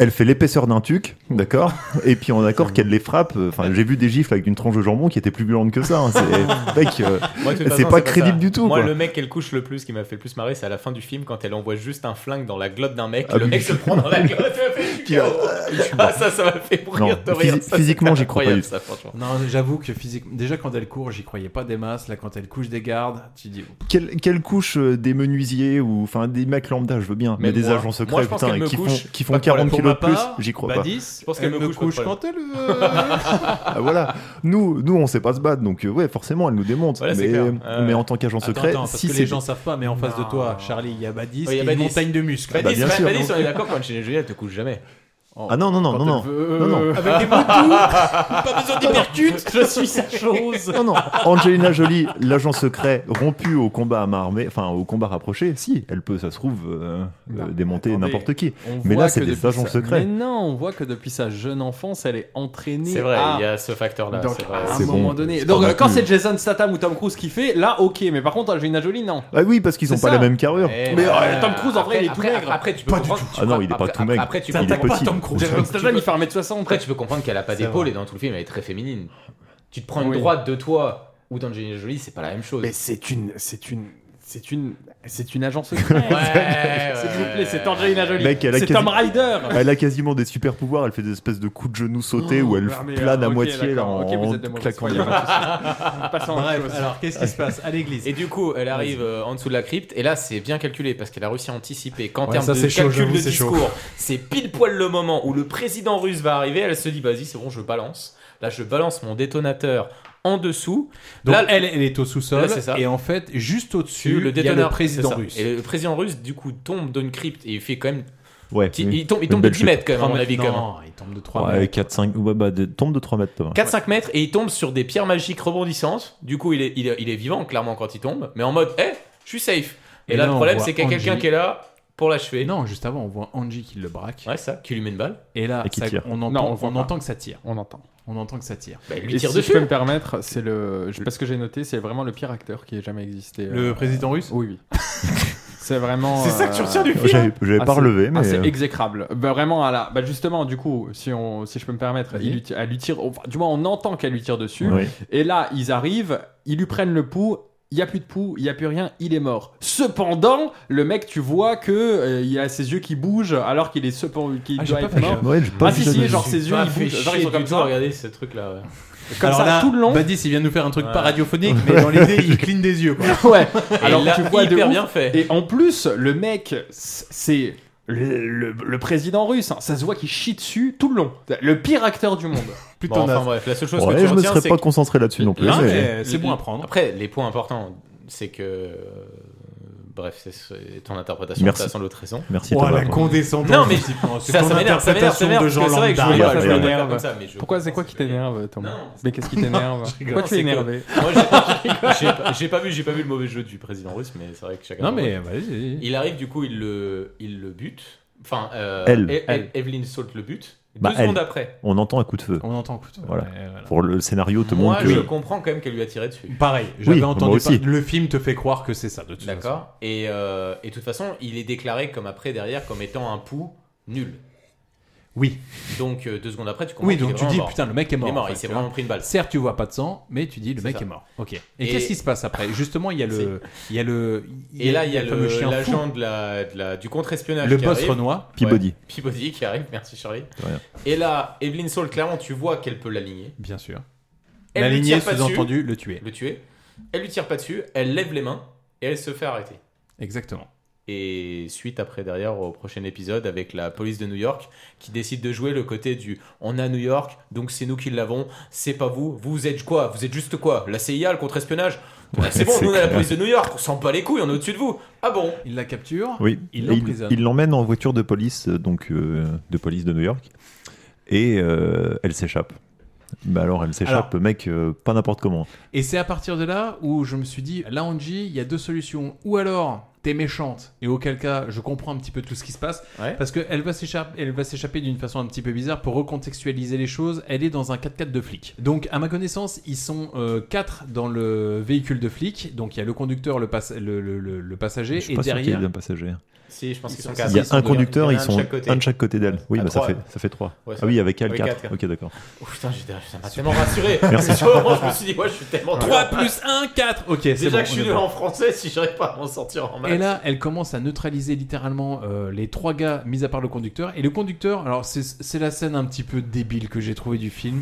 Speaker 9: Elle fait l'épaisseur d'un tuc, d'accord Et puis on est d'accord qu'elle les frappe. euh, Enfin, j'ai vu des gifs avec une tranche de jambon qui était plus violente que ça. hein. C'est mec, euh,
Speaker 8: Moi, de toute
Speaker 9: c'est
Speaker 8: façon,
Speaker 9: pas crédible
Speaker 8: ça.
Speaker 9: du tout.
Speaker 8: Moi,
Speaker 9: quoi.
Speaker 8: le mec qu'elle couche le plus, qui m'a fait le plus marrer, c'est à la fin du film quand elle envoie juste un flingue dans la glotte d'un mec.
Speaker 9: Ah
Speaker 8: le
Speaker 9: oui.
Speaker 8: mec se prend dans la glotte.
Speaker 9: Puis, euh,
Speaker 8: ah, ça, ça m'a fait
Speaker 9: Non,
Speaker 8: mourir de rire.
Speaker 9: physi-
Speaker 8: Ça, c'est
Speaker 9: physiquement, j'y crois pas
Speaker 8: incroyable,
Speaker 9: du tout.
Speaker 8: ça, franchement.
Speaker 2: Non, j'avoue que physiquement, déjà quand elle court, j'y croyais pas des masses. Là, quand elle couche des gardes, tu dis.
Speaker 9: Quelle, quelle couche euh, des menuisiers ou enfin des mecs lambda, je veux bien, mais,
Speaker 8: Même
Speaker 9: des
Speaker 8: moi.
Speaker 9: agents
Speaker 8: Moi,
Speaker 9: secrets,
Speaker 8: je pense
Speaker 9: Ah, putain,
Speaker 8: qu'elle me
Speaker 9: qui font,
Speaker 8: couche,
Speaker 9: qui
Speaker 8: pas
Speaker 9: font
Speaker 8: de problème.
Speaker 9: 40
Speaker 8: Pour
Speaker 9: kilos
Speaker 8: ma
Speaker 9: de
Speaker 8: part, bah,
Speaker 9: plus, j'y crois pas.
Speaker 2: Badis,
Speaker 8: Je pense
Speaker 2: elle
Speaker 8: qu'elle me couche, pas de
Speaker 2: quand elle
Speaker 9: Ah, voilà, nous, nous on sait pas se battre, donc euh, ouais, forcément, elle nous démonte.
Speaker 8: Voilà, c'est
Speaker 9: mais, euh,
Speaker 8: clair. Ouais,
Speaker 9: mais
Speaker 8: ouais.
Speaker 9: en tant qu'agent
Speaker 2: Attends,
Speaker 9: secret,
Speaker 2: attends, parce
Speaker 9: si
Speaker 2: que
Speaker 9: c'est
Speaker 2: les gens savent pas, mais en face de toi, Charlie, il y a Badis,
Speaker 8: Ouais, il y a
Speaker 2: et
Speaker 8: Badis.
Speaker 2: une montagne de muscles.
Speaker 8: Badis,
Speaker 9: Ah, bien
Speaker 8: Ba-
Speaker 9: sûr,
Speaker 8: Badis,
Speaker 9: donc.
Speaker 8: on est d'accord quand Angelina Jolie, elle te couche jamais.
Speaker 9: Ah non, non, non, non, non. non,
Speaker 8: euh,
Speaker 9: non.
Speaker 2: Avec des mots Ah, pas besoin d'hypercute.
Speaker 8: Je suis sa chose.
Speaker 9: Non, non, Angelina Jolie, l'agent secret rompu au combat à main armée, enfin au combat rapproché, si, elle peut, ça se trouve, euh, euh, démonter
Speaker 11: attendez,
Speaker 9: n'importe qui.
Speaker 11: On
Speaker 9: Mais
Speaker 11: voit
Speaker 9: là,
Speaker 11: que
Speaker 9: c'est des
Speaker 11: depuis
Speaker 9: agents
Speaker 11: sa-
Speaker 9: secrets.
Speaker 11: Mais non, on voit que depuis sa jeune enfance, elle est entraînée.
Speaker 8: C'est vrai,
Speaker 11: à-
Speaker 8: il y a ce facteur-là.
Speaker 11: Donc,
Speaker 8: c'est vrai.
Speaker 11: à un
Speaker 9: C'est
Speaker 11: moment
Speaker 9: bon,
Speaker 11: donné.
Speaker 9: c'est
Speaker 11: Donc,
Speaker 9: pas non
Speaker 11: euh, quand
Speaker 9: plus.
Speaker 11: c'est Jason Statham ou Tom Cruise qui fait, là, ok. Mais par contre, Angelina Jolie, non.
Speaker 9: Ah oui, parce qu'ils ont
Speaker 11: C'est
Speaker 9: pas
Speaker 11: ça.
Speaker 9: la même carrure.
Speaker 8: Eh,
Speaker 11: Mais
Speaker 8: bah,
Speaker 11: euh, Tom Cruise, en vrai,
Speaker 8: après-
Speaker 11: il est tout
Speaker 8: après-
Speaker 11: maigre.
Speaker 8: Après, tu peux comprendre. tu
Speaker 9: Ah non,
Speaker 8: vois,
Speaker 9: il est pas
Speaker 8: après-
Speaker 9: tout maigre.
Speaker 8: Après, tu peux
Speaker 9: Il est
Speaker 8: comprendre-
Speaker 9: petit.
Speaker 11: Jason Statham, il fait 1m60.
Speaker 8: Après, tu peux comprendre qu'elle a pas
Speaker 11: C'est
Speaker 8: d'épaule
Speaker 11: vrai.
Speaker 8: et dans tout le film, elle est très féminine. Tu te prends une
Speaker 11: Oui.
Speaker 8: droite de toi ou d'Angelina Jolie, c'est pas la même chose.
Speaker 11: Mais c'est une. C'est une. C'est une. C'est une agence secrète.
Speaker 8: ouais,
Speaker 11: S'il vous
Speaker 8: ouais.
Speaker 11: plaît, c'est Angelina Jolie.
Speaker 9: Mec, elle a
Speaker 11: c'est
Speaker 9: quasi-
Speaker 11: Tom Ryder.
Speaker 9: Elle a quasiment des super pouvoirs, elle fait des espèces de coups de genoux sautés où elle
Speaker 11: Ah, mais, euh,
Speaker 9: plane à
Speaker 11: ok,
Speaker 9: moitié là,
Speaker 11: d'accord.
Speaker 9: en
Speaker 11: Ok, vous êtes de mauvaise
Speaker 9: claquant
Speaker 11: foi,
Speaker 9: des
Speaker 11: y a
Speaker 9: mains.
Speaker 11: pas de souci. Passons à autre
Speaker 2: Bref,
Speaker 11: chose.
Speaker 2: alors qu'est-ce qui se passe à l'église
Speaker 8: Et du coup, elle arrive euh, en dessous de la crypte, et là, c'est bien calculé parce qu'elle a réussi à anticiper qu'en
Speaker 2: Ouais,
Speaker 8: termes
Speaker 2: ça,
Speaker 8: de
Speaker 2: c'est chaud,
Speaker 8: calcul
Speaker 2: j'avoue,
Speaker 8: de
Speaker 2: c'est chaud.
Speaker 8: discours, c'est pile poil le moment où le président russe va arriver. Elle se dit, vas-y, c'est bon, je balance. Là, je balance mon détonateur en dessous.
Speaker 2: Donc
Speaker 8: là,
Speaker 2: elle, elle est au sous-sol
Speaker 8: Là, c'est ça.
Speaker 2: et en fait juste
Speaker 8: tu-
Speaker 2: au-dessus,
Speaker 8: le
Speaker 2: il y a
Speaker 8: détonateur
Speaker 2: le président
Speaker 8: c'est ça.
Speaker 2: russe.
Speaker 8: Et le président russe, du coup, tombe d'une crypte et il fait quand même.
Speaker 9: Ouais,
Speaker 8: Il, il tombe, il
Speaker 9: Une
Speaker 8: tombe de
Speaker 9: belle
Speaker 8: 10
Speaker 9: chute.
Speaker 8: mètres quand même, à
Speaker 2: Trois
Speaker 8: mon
Speaker 2: mètres-
Speaker 8: avis, quand même.
Speaker 2: Ah, non, il tombe de 3
Speaker 9: Ouais,
Speaker 2: mètres.
Speaker 9: 4, 5, ouais, bah, de- tombe de 3 mètres, Thomas.
Speaker 8: 4-5 mètres et il tombe sur des pierres magiques rebondissantes. Du coup, il est, il est, il est vivant, clairement, quand il tombe, mais en mode, eh, je suis safe. Et,
Speaker 2: Et
Speaker 8: là,
Speaker 2: là,
Speaker 8: le
Speaker 2: on
Speaker 8: problème,
Speaker 2: voit
Speaker 8: c'est qu'il y a quelqu'un
Speaker 2: Angie.
Speaker 8: qui est là pour l'achever.
Speaker 2: Et non, juste avant, on voit Angie qui le braque.
Speaker 8: Ouais, ça, qui lui met une balle.
Speaker 2: Et là,
Speaker 9: Et qui
Speaker 2: ça-
Speaker 9: tire.
Speaker 2: on
Speaker 11: Non,
Speaker 2: entend,
Speaker 11: on
Speaker 2: on
Speaker 11: voit pas.
Speaker 2: entend que ça tire.
Speaker 11: On entend.
Speaker 2: On entend que ça Bah, tire.
Speaker 8: Bah,
Speaker 11: Et si je peux me permettre, c'est le je- parce que j'ai noté, c'est vraiment le pire acteur qui ait jamais existé. euh,
Speaker 2: Le président russe
Speaker 11: Oui, oui. c'est vraiment.
Speaker 2: C'est ça que tu retiens du film
Speaker 11: ouais,
Speaker 9: J'avais- j'avais pas
Speaker 11: c'est-
Speaker 9: relevé, mais- euh,
Speaker 11: c'est exécrable. Bah, vraiment à la. Bah, justement, du coup, si on, si je peux me permettre, il lui ti- elle lui tire. enfin, du moins, on entend qu'elle lui tire dessus.
Speaker 9: Oui.
Speaker 11: Et là, ils arrivent, ils lui prennent le pouls. Il y a plus de pouls, il y a plus rien, il est mort. Cependant, le mec, tu vois que euh, il a ses yeux qui bougent alors qu'il est cependant qu'il
Speaker 8: Ah, j'ai
Speaker 11: doit
Speaker 8: pas
Speaker 11: être
Speaker 8: fait
Speaker 11: mort.
Speaker 8: gaffe. Ouais, j'ai pas
Speaker 11: ah
Speaker 8: vu
Speaker 11: si
Speaker 8: ça
Speaker 11: si,
Speaker 8: dessus.
Speaker 11: genre ses yeux
Speaker 8: Ah,
Speaker 11: ils
Speaker 8: fait
Speaker 11: bougez, genre ils
Speaker 8: chier
Speaker 11: sont comme
Speaker 8: du
Speaker 11: ça.
Speaker 8: tout à regarder ce truc là.
Speaker 11: Comme ça, tout le long.
Speaker 8: bah,
Speaker 2: Badis, il vient de nous faire un truc
Speaker 11: Ouais.
Speaker 2: pas radiophonique, mais dans l'idée, il cligne des yeux. quoi.
Speaker 11: Ouais. Alors
Speaker 2: là,
Speaker 11: tu vois de
Speaker 2: hyper
Speaker 11: ouf.
Speaker 2: bien fait.
Speaker 11: Et en plus, le mec, c'est le, le- le président russe. hein. Ça se voit qu'il chie dessus tout le long. Le pire acteur du monde.
Speaker 9: Putain,
Speaker 8: Bon, enfin
Speaker 9: naze.
Speaker 8: bref, la seule chose
Speaker 9: Ouais,
Speaker 8: que tu
Speaker 9: je me
Speaker 8: retiens,
Speaker 9: serais
Speaker 8: c'est
Speaker 9: pas
Speaker 8: que-
Speaker 9: concentré là-dessus non plus,
Speaker 8: Non,
Speaker 9: mais-
Speaker 8: mais
Speaker 9: C'est bon
Speaker 8: l-
Speaker 9: à prendre.
Speaker 8: Après, les points importants, c'est que. euh, Bref, c'est- c'est ton interprétation,
Speaker 9: Merci.
Speaker 8: t'as sans doute raison.
Speaker 9: Merci, Oh, Thomas. la
Speaker 2: condescendance,
Speaker 8: Non, mais
Speaker 2: c'est pas- c'est
Speaker 8: ça,
Speaker 2: ton
Speaker 8: ça m'énerve, ça m'énerve, ça
Speaker 2: interprétation
Speaker 8: m'énerve,
Speaker 2: de
Speaker 8: parce que
Speaker 2: gens
Speaker 8: c'est vrai que je
Speaker 2: lambda.
Speaker 8: voulais pas-
Speaker 2: Ouais,
Speaker 8: je
Speaker 2: ouais,
Speaker 8: voulais pas
Speaker 2: ouais.
Speaker 8: faire comme ça, mais je-
Speaker 11: Pourquoi c'est quoi qui t'énerve, Thomas Mais qu'est-ce qui
Speaker 8: Non,
Speaker 11: t'énerve
Speaker 8: je rigole,
Speaker 11: Pourquoi tu es
Speaker 8: c'est que-
Speaker 11: énervé
Speaker 8: Moi, j'ai- j'ai pas- j'ai pas vu, j'ai pas vu le mauvais jeu du président russe, mais c'est vrai que chacun.
Speaker 2: Non,
Speaker 8: son
Speaker 2: mais
Speaker 8: rôle.
Speaker 2: vas-y, vas-y.
Speaker 8: Il arrive du coup, il le, il le bute. Enfin, euh,
Speaker 9: Elle.
Speaker 8: E-
Speaker 9: Elle.
Speaker 8: Evelyn saute le but. Deux
Speaker 9: Bah, elle.
Speaker 8: secondes après.
Speaker 9: On entend un coup de feu.
Speaker 2: On entend un coup de feu.
Speaker 9: Voilà.
Speaker 2: Ouais, voilà.
Speaker 9: Pour le scénario te
Speaker 8: Moi,
Speaker 9: montre
Speaker 8: je
Speaker 9: que.
Speaker 8: comprends quand même qu'elle lui a tiré dessus.
Speaker 2: Pareil, j'avais
Speaker 9: Oui, moi
Speaker 2: entendu
Speaker 9: aussi.
Speaker 2: pas- Le film te fait croire que c'est ça, de toute façon.
Speaker 8: D'accord. Et, euh, et de toute façon, il est déclaré comme après derrière comme étant un pouls nul.
Speaker 2: Oui.
Speaker 8: Donc euh, deux secondes après, tu comprends.
Speaker 2: Oui,
Speaker 8: qu'il est
Speaker 2: donc tu
Speaker 8: vraiment
Speaker 2: dis,
Speaker 8: mort.
Speaker 2: putain, le mec est mort.
Speaker 8: Il est
Speaker 2: en
Speaker 8: mort,
Speaker 2: fait,
Speaker 8: il s'est
Speaker 2: tu
Speaker 8: vraiment
Speaker 2: vois.
Speaker 8: pris une balle.
Speaker 2: Certes, tu vois pas de sang, mais tu dis, le
Speaker 8: C'est
Speaker 2: mec
Speaker 8: ça.
Speaker 2: est mort. Ok. Et,
Speaker 8: Et-
Speaker 2: qu'est-ce qui se passe après Justement, il y a le. Il y a le
Speaker 8: Et là, il y a
Speaker 2: fameux
Speaker 8: le-
Speaker 2: chien fou.
Speaker 8: l'agent de la, de la- du contre-espionnage.
Speaker 2: Le
Speaker 8: qui
Speaker 2: boss
Speaker 8: arrive.
Speaker 2: Renoir.
Speaker 9: Peabody.
Speaker 8: Ouais, Peabody qui arrive, merci Charlie.
Speaker 9: De rien.
Speaker 8: Et là, Evelyn Saul, clairement, tu vois qu'elle peut l'aligner.
Speaker 2: Bien sûr.
Speaker 8: Elle lui
Speaker 2: L'aligner,
Speaker 8: tire pas
Speaker 2: sous-entendu,
Speaker 8: dessus.
Speaker 2: le tuer.
Speaker 8: Le tuer. Elle lui tire pas dessus, elle lève les mains et elle se fait arrêter.
Speaker 2: Exactement.
Speaker 8: Et suite après derrière au prochain épisode avec la police de New York qui décide de jouer le côté du on a New York donc c'est nous qui l'avons c'est pas vous vous êtes quoi vous êtes juste quoi la CIA le contre-espionnage Ouais,
Speaker 9: Ouais,
Speaker 8: c'est bon
Speaker 9: c'est
Speaker 8: nous on a la
Speaker 9: clair.
Speaker 8: police de New York on s'en bat les couilles on est au-dessus de vous ah bon
Speaker 2: il la capture
Speaker 9: Oui.
Speaker 2: il
Speaker 9: Et
Speaker 2: l'emprisonne.
Speaker 9: il l'emmène en voiture de police, euh, donc euh, de police de New York, et euh, elle s'échappe. Bah alors, elle s'échappe, mec, euh, pas n'importe comment.
Speaker 2: Et c'est à partir de là où je me suis dit, là, Angie, il y a deux solutions. Ou alors, t'es méchante, et auquel cas, je comprends un petit peu tout ce qui se passe. Parce qu'elle va s'échapper, elle va s'échapper d'une façon un petit peu bizarre pour recontextualiser les choses. Elle est dans un 4x4 de flic. Donc, à ma connaissance, ils sont euh, quatre dans le véhicule de flic. Donc, il y a le conducteur, le, pass- le, le- le- le passager,
Speaker 9: Je suis
Speaker 2: et
Speaker 9: pas sûr qu'il y ait
Speaker 2: derrière.
Speaker 9: d'un passager.
Speaker 8: Si, je pense
Speaker 2: Ils
Speaker 8: qu'ils
Speaker 2: sont
Speaker 8: sont
Speaker 2: six.
Speaker 8: quatre.
Speaker 9: Il y a
Speaker 8: Ils sont
Speaker 9: un
Speaker 8: deux. hein.
Speaker 9: conducteur,
Speaker 8: Il y
Speaker 9: ils
Speaker 8: en a un de
Speaker 9: sont
Speaker 8: chaque côté.
Speaker 9: un de chaque côté d'elle. Oui,
Speaker 8: Ah,
Speaker 9: bah, ça
Speaker 8: trois.
Speaker 9: fait ça fait trois.
Speaker 8: Ouais, ça
Speaker 9: ah oui,
Speaker 8: fait-
Speaker 9: avec elle
Speaker 8: oui,
Speaker 9: 4. Ok, d'accord.
Speaker 8: Oh, putain, j'étais- ça m'a tellement rassuré.
Speaker 9: Merci.
Speaker 8: Sur le moment, je me suis dit, ouais, je suis tellement.
Speaker 2: 3 plus 1, 4. Ok, c'est
Speaker 8: Déjà
Speaker 2: bon,
Speaker 8: que je
Speaker 2: on
Speaker 8: suis
Speaker 2: est
Speaker 8: nul
Speaker 2: bon.
Speaker 8: en français, si j'arrive pas à m'en sortir en maths.
Speaker 2: Et là, elle commence à neutraliser littéralement euh, les trois gars, mis à part le conducteur. Et le conducteur, alors c'est- c'est la scène un petit peu débile que j'ai trouvée du film.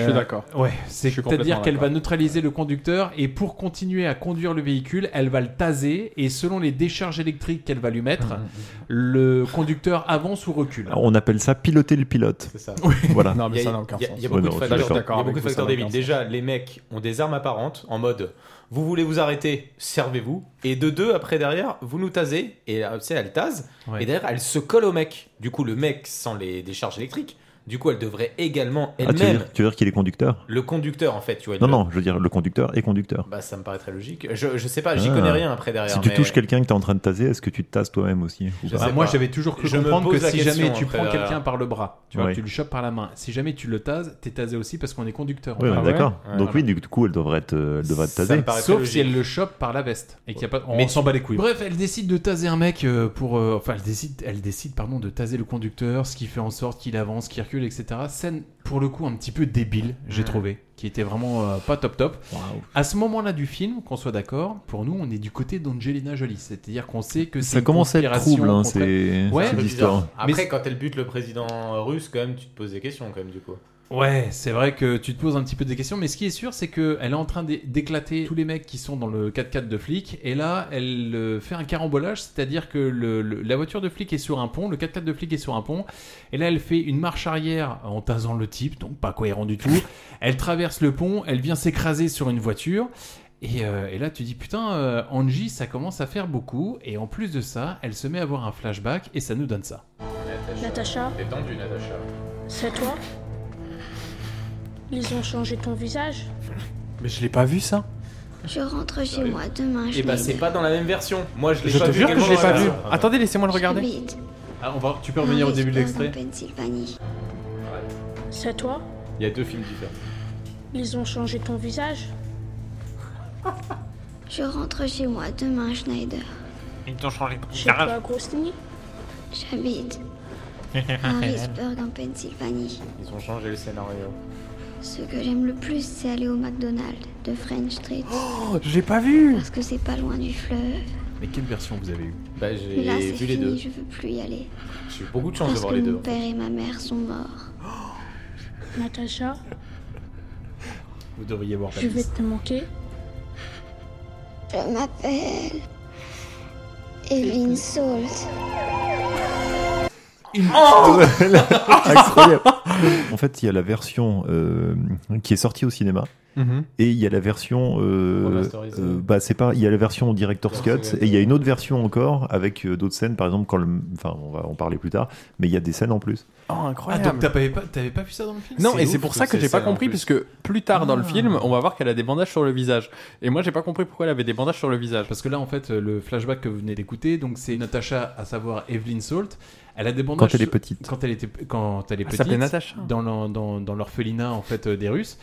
Speaker 11: Je suis d'accord.
Speaker 2: Ouais,
Speaker 11: Je suis complètement
Speaker 2: c'est-à-dire qu'elle va
Speaker 11: d'accord.
Speaker 2: neutraliser le conducteur et pour continuer à conduire le véhicule, elle va le taser et selon les décharges électriques qu'elle va lui mettre, le conducteur avance ou recule.
Speaker 9: Alors, on appelle ça piloter le pilote.
Speaker 8: C'est ça.
Speaker 9: Voilà.
Speaker 11: Non, mais
Speaker 8: Il y a-
Speaker 11: ça n'a aucun
Speaker 8: il y a-
Speaker 11: sens.
Speaker 8: Il y a beaucoup
Speaker 9: Ouais,
Speaker 8: de
Speaker 9: non, je suis
Speaker 8: facteurs,
Speaker 9: d'accord.
Speaker 8: il y a beaucoup
Speaker 11: Avec
Speaker 8: de
Speaker 11: vous, ça
Speaker 8: facteurs
Speaker 11: n'a aucun
Speaker 8: débiles.
Speaker 11: sens.
Speaker 8: Déjà, les mecs ont des armes apparentes en mode vous voulez vous arrêter, servez-vous. Et de deux, après derrière, vous nous tasez. Et euh, tu sais, elle tase.
Speaker 2: Ouais.
Speaker 8: Et derrière, elle se colle au mec. Du coup, le mec sans les décharges électriques. Du coup, elle devrait également
Speaker 9: Ah, tu veux
Speaker 8: elle-même.
Speaker 9: dire, tu veux dire qu'il est conducteur
Speaker 8: Le conducteur, en fait, tu vois.
Speaker 9: Non,
Speaker 8: le-
Speaker 9: non, je veux dire, le conducteur est conducteur.
Speaker 8: Bah, ça me paraît très logique. Je, je sais pas, Bah, j'y
Speaker 9: Ah.
Speaker 8: connais rien après derrière.
Speaker 9: Si tu
Speaker 8: mais-
Speaker 9: touches quelqu'un que t'es en train de taser, est-ce que tu te tases toi-même aussi ou
Speaker 8: Je
Speaker 9: pas
Speaker 8: sais
Speaker 2: Moi,
Speaker 8: pas.
Speaker 2: j'avais toujours cru
Speaker 8: Je me
Speaker 2: comprendre que
Speaker 8: pose la
Speaker 2: si
Speaker 8: question,
Speaker 2: jamais tu
Speaker 8: après,
Speaker 2: prends
Speaker 8: derrière.
Speaker 2: quelqu'un par le bras, tu vois,
Speaker 9: Ouais.
Speaker 2: tu le chopes par la main. Si jamais tu le tases, t'es tasé aussi parce qu'on est conducteur.
Speaker 9: Oui,
Speaker 2: Ah
Speaker 9: bah,
Speaker 2: ouais
Speaker 9: d'accord.
Speaker 2: Ouais,
Speaker 9: Donc
Speaker 2: voilà.
Speaker 9: oui, du coup, elle devrait être, euh, elle devrait être tasée.
Speaker 2: Sauf si elle le chope par la veste et qu'il y a pas. On
Speaker 9: Mais
Speaker 2: s'en
Speaker 9: tu-
Speaker 2: bat les couilles. Bref, elle décide de taser un mec euh, pour. euh, enfin, elle décide, elle décide, pardon, de taser le conducteur, ce qui fait en sorte qu'il avance, qu'il recule, etc. Scène pour le coup un petit peu débile, j'ai
Speaker 11: Mm.
Speaker 2: trouvé, qui était vraiment euh, pas top top. À ce moment-là du film, qu'on soit d'accord, pour nous, on est du côté d'Angelina Jolie, c'est-à-dire qu'on sait que c'est
Speaker 9: Ça
Speaker 2: une
Speaker 9: commence à être
Speaker 2: conspiration
Speaker 9: trouble, hein,
Speaker 2: contre elle.
Speaker 9: c'est-
Speaker 2: Ouais,
Speaker 9: cette histoire.
Speaker 8: Après, quand elle bute le président russe, quand même, tu te poses des questions, quand même, du coup.
Speaker 2: Ouais, c'est vrai que tu te poses un petit peu des questions, mais ce qui est sûr, c'est qu'elle est en train d'é- d'éclater tous les mecs qui sont dans le 4x4 de flic, et là, elle euh, fait un carambolage, c'est-à-dire que le- le- la voiture de flic est sur un pont, le 4x4 de flic est sur un pont, et là, elle fait une marche arrière en tasant le type, donc pas cohérent du tout. Elle traverse le pont, elle vient s'écraser sur une voiture. Et, euh, et là, tu dis putain, euh, Angie, ça commence à faire beaucoup. Et en plus de ça, elle se met à avoir un flashback et ça nous donne ça.
Speaker 12: Natacha
Speaker 8: T'es tendue, Natacha.
Speaker 12: C'est toi Ils ont changé ton visage
Speaker 11: Mais je l'ai pas vu ça.
Speaker 12: Je rentre chez moi demain.
Speaker 11: Eh
Speaker 8: Et
Speaker 11: ben,
Speaker 8: bah, c'est pas dans la même version. Moi, je l'ai
Speaker 11: Je
Speaker 8: pas
Speaker 11: te
Speaker 8: vu
Speaker 11: jure que
Speaker 8: également
Speaker 11: je l'ai
Speaker 8: dans
Speaker 11: pas
Speaker 8: la
Speaker 11: vu.
Speaker 8: version.
Speaker 11: Attendez, laissez-moi le regarder.
Speaker 12: Vite,
Speaker 2: Ah, on va, tu peux
Speaker 12: revenir au
Speaker 2: début de
Speaker 12: en Pennsylvanie.
Speaker 8: Ouais.
Speaker 12: C'est toi
Speaker 8: Il y a deux films différents.
Speaker 12: Ils ont changé ton visage Je rentre chez moi demain, Schneider.
Speaker 14: Ils t'ont changé.
Speaker 12: J'ai
Speaker 8: Ah.
Speaker 12: pas grossi. J'habite
Speaker 8: Ah,
Speaker 12: à Harrisburg en Pennsylvanie.
Speaker 8: Ils ont changé le scénario.
Speaker 12: Ce que j'aime le plus, c'est aller au McDonald's de French Street.
Speaker 8: Oh, J'ai pas vu
Speaker 12: Parce que c'est pas loin du fleuve.
Speaker 2: Mais quelle version vous avez eue
Speaker 8: Bah, j'ai
Speaker 12: Là, c'est
Speaker 8: vu les
Speaker 12: fini,
Speaker 8: deux.
Speaker 12: je veux plus y aller.
Speaker 8: J'ai eu beaucoup de chance de
Speaker 12: Parce
Speaker 8: voir
Speaker 12: que
Speaker 8: les
Speaker 12: mon
Speaker 8: deux.
Speaker 2: hein.
Speaker 12: père et ma mère sont morts. Natacha,
Speaker 2: Vous devriez voir
Speaker 12: je vais te manquer. Je m'appelle Evelyne Salt.
Speaker 9: Oh Incroyable. En fait, il y a la version euh, qui est sortie au cinéma.
Speaker 8: Mhm.
Speaker 9: Et il y a la version, euh,
Speaker 8: Remasterisée.
Speaker 9: euh, bah c'est pas, il y a la version director's cut
Speaker 8: Director's cut,
Speaker 9: et il y a une autre version encore avec euh, d'autres scènes, par exemple quand le, enfin on va en parler plus tard, mais il y a des scènes en plus.
Speaker 11: Oh,
Speaker 2: Ah,
Speaker 11: incroyable.
Speaker 2: donc t'avais pas, t'avais pas vu ça dans le film
Speaker 11: Non, et
Speaker 2: ouf
Speaker 11: c'est pour ça que j'ai pas compris, puisque plus tard dans le
Speaker 2: Ah.
Speaker 11: film, on va voir qu'elle a des bandages sur le visage. Et moi, j'ai pas compris pourquoi elle avait des bandages sur le visage.
Speaker 2: Parce que là, en fait, le flashback que vous venez d'écouter, donc c'est Natacha, à savoir Evelyn Salt. Elle a des bandages.
Speaker 9: Quand elle est
Speaker 2: sur-
Speaker 9: petite.
Speaker 2: Quand elle, était, quand elle est
Speaker 11: Elle
Speaker 2: petite.
Speaker 11: s'appelait Natacha.
Speaker 2: Dans l'en- dans- dans l'orphelinat, en fait, euh, des Russes.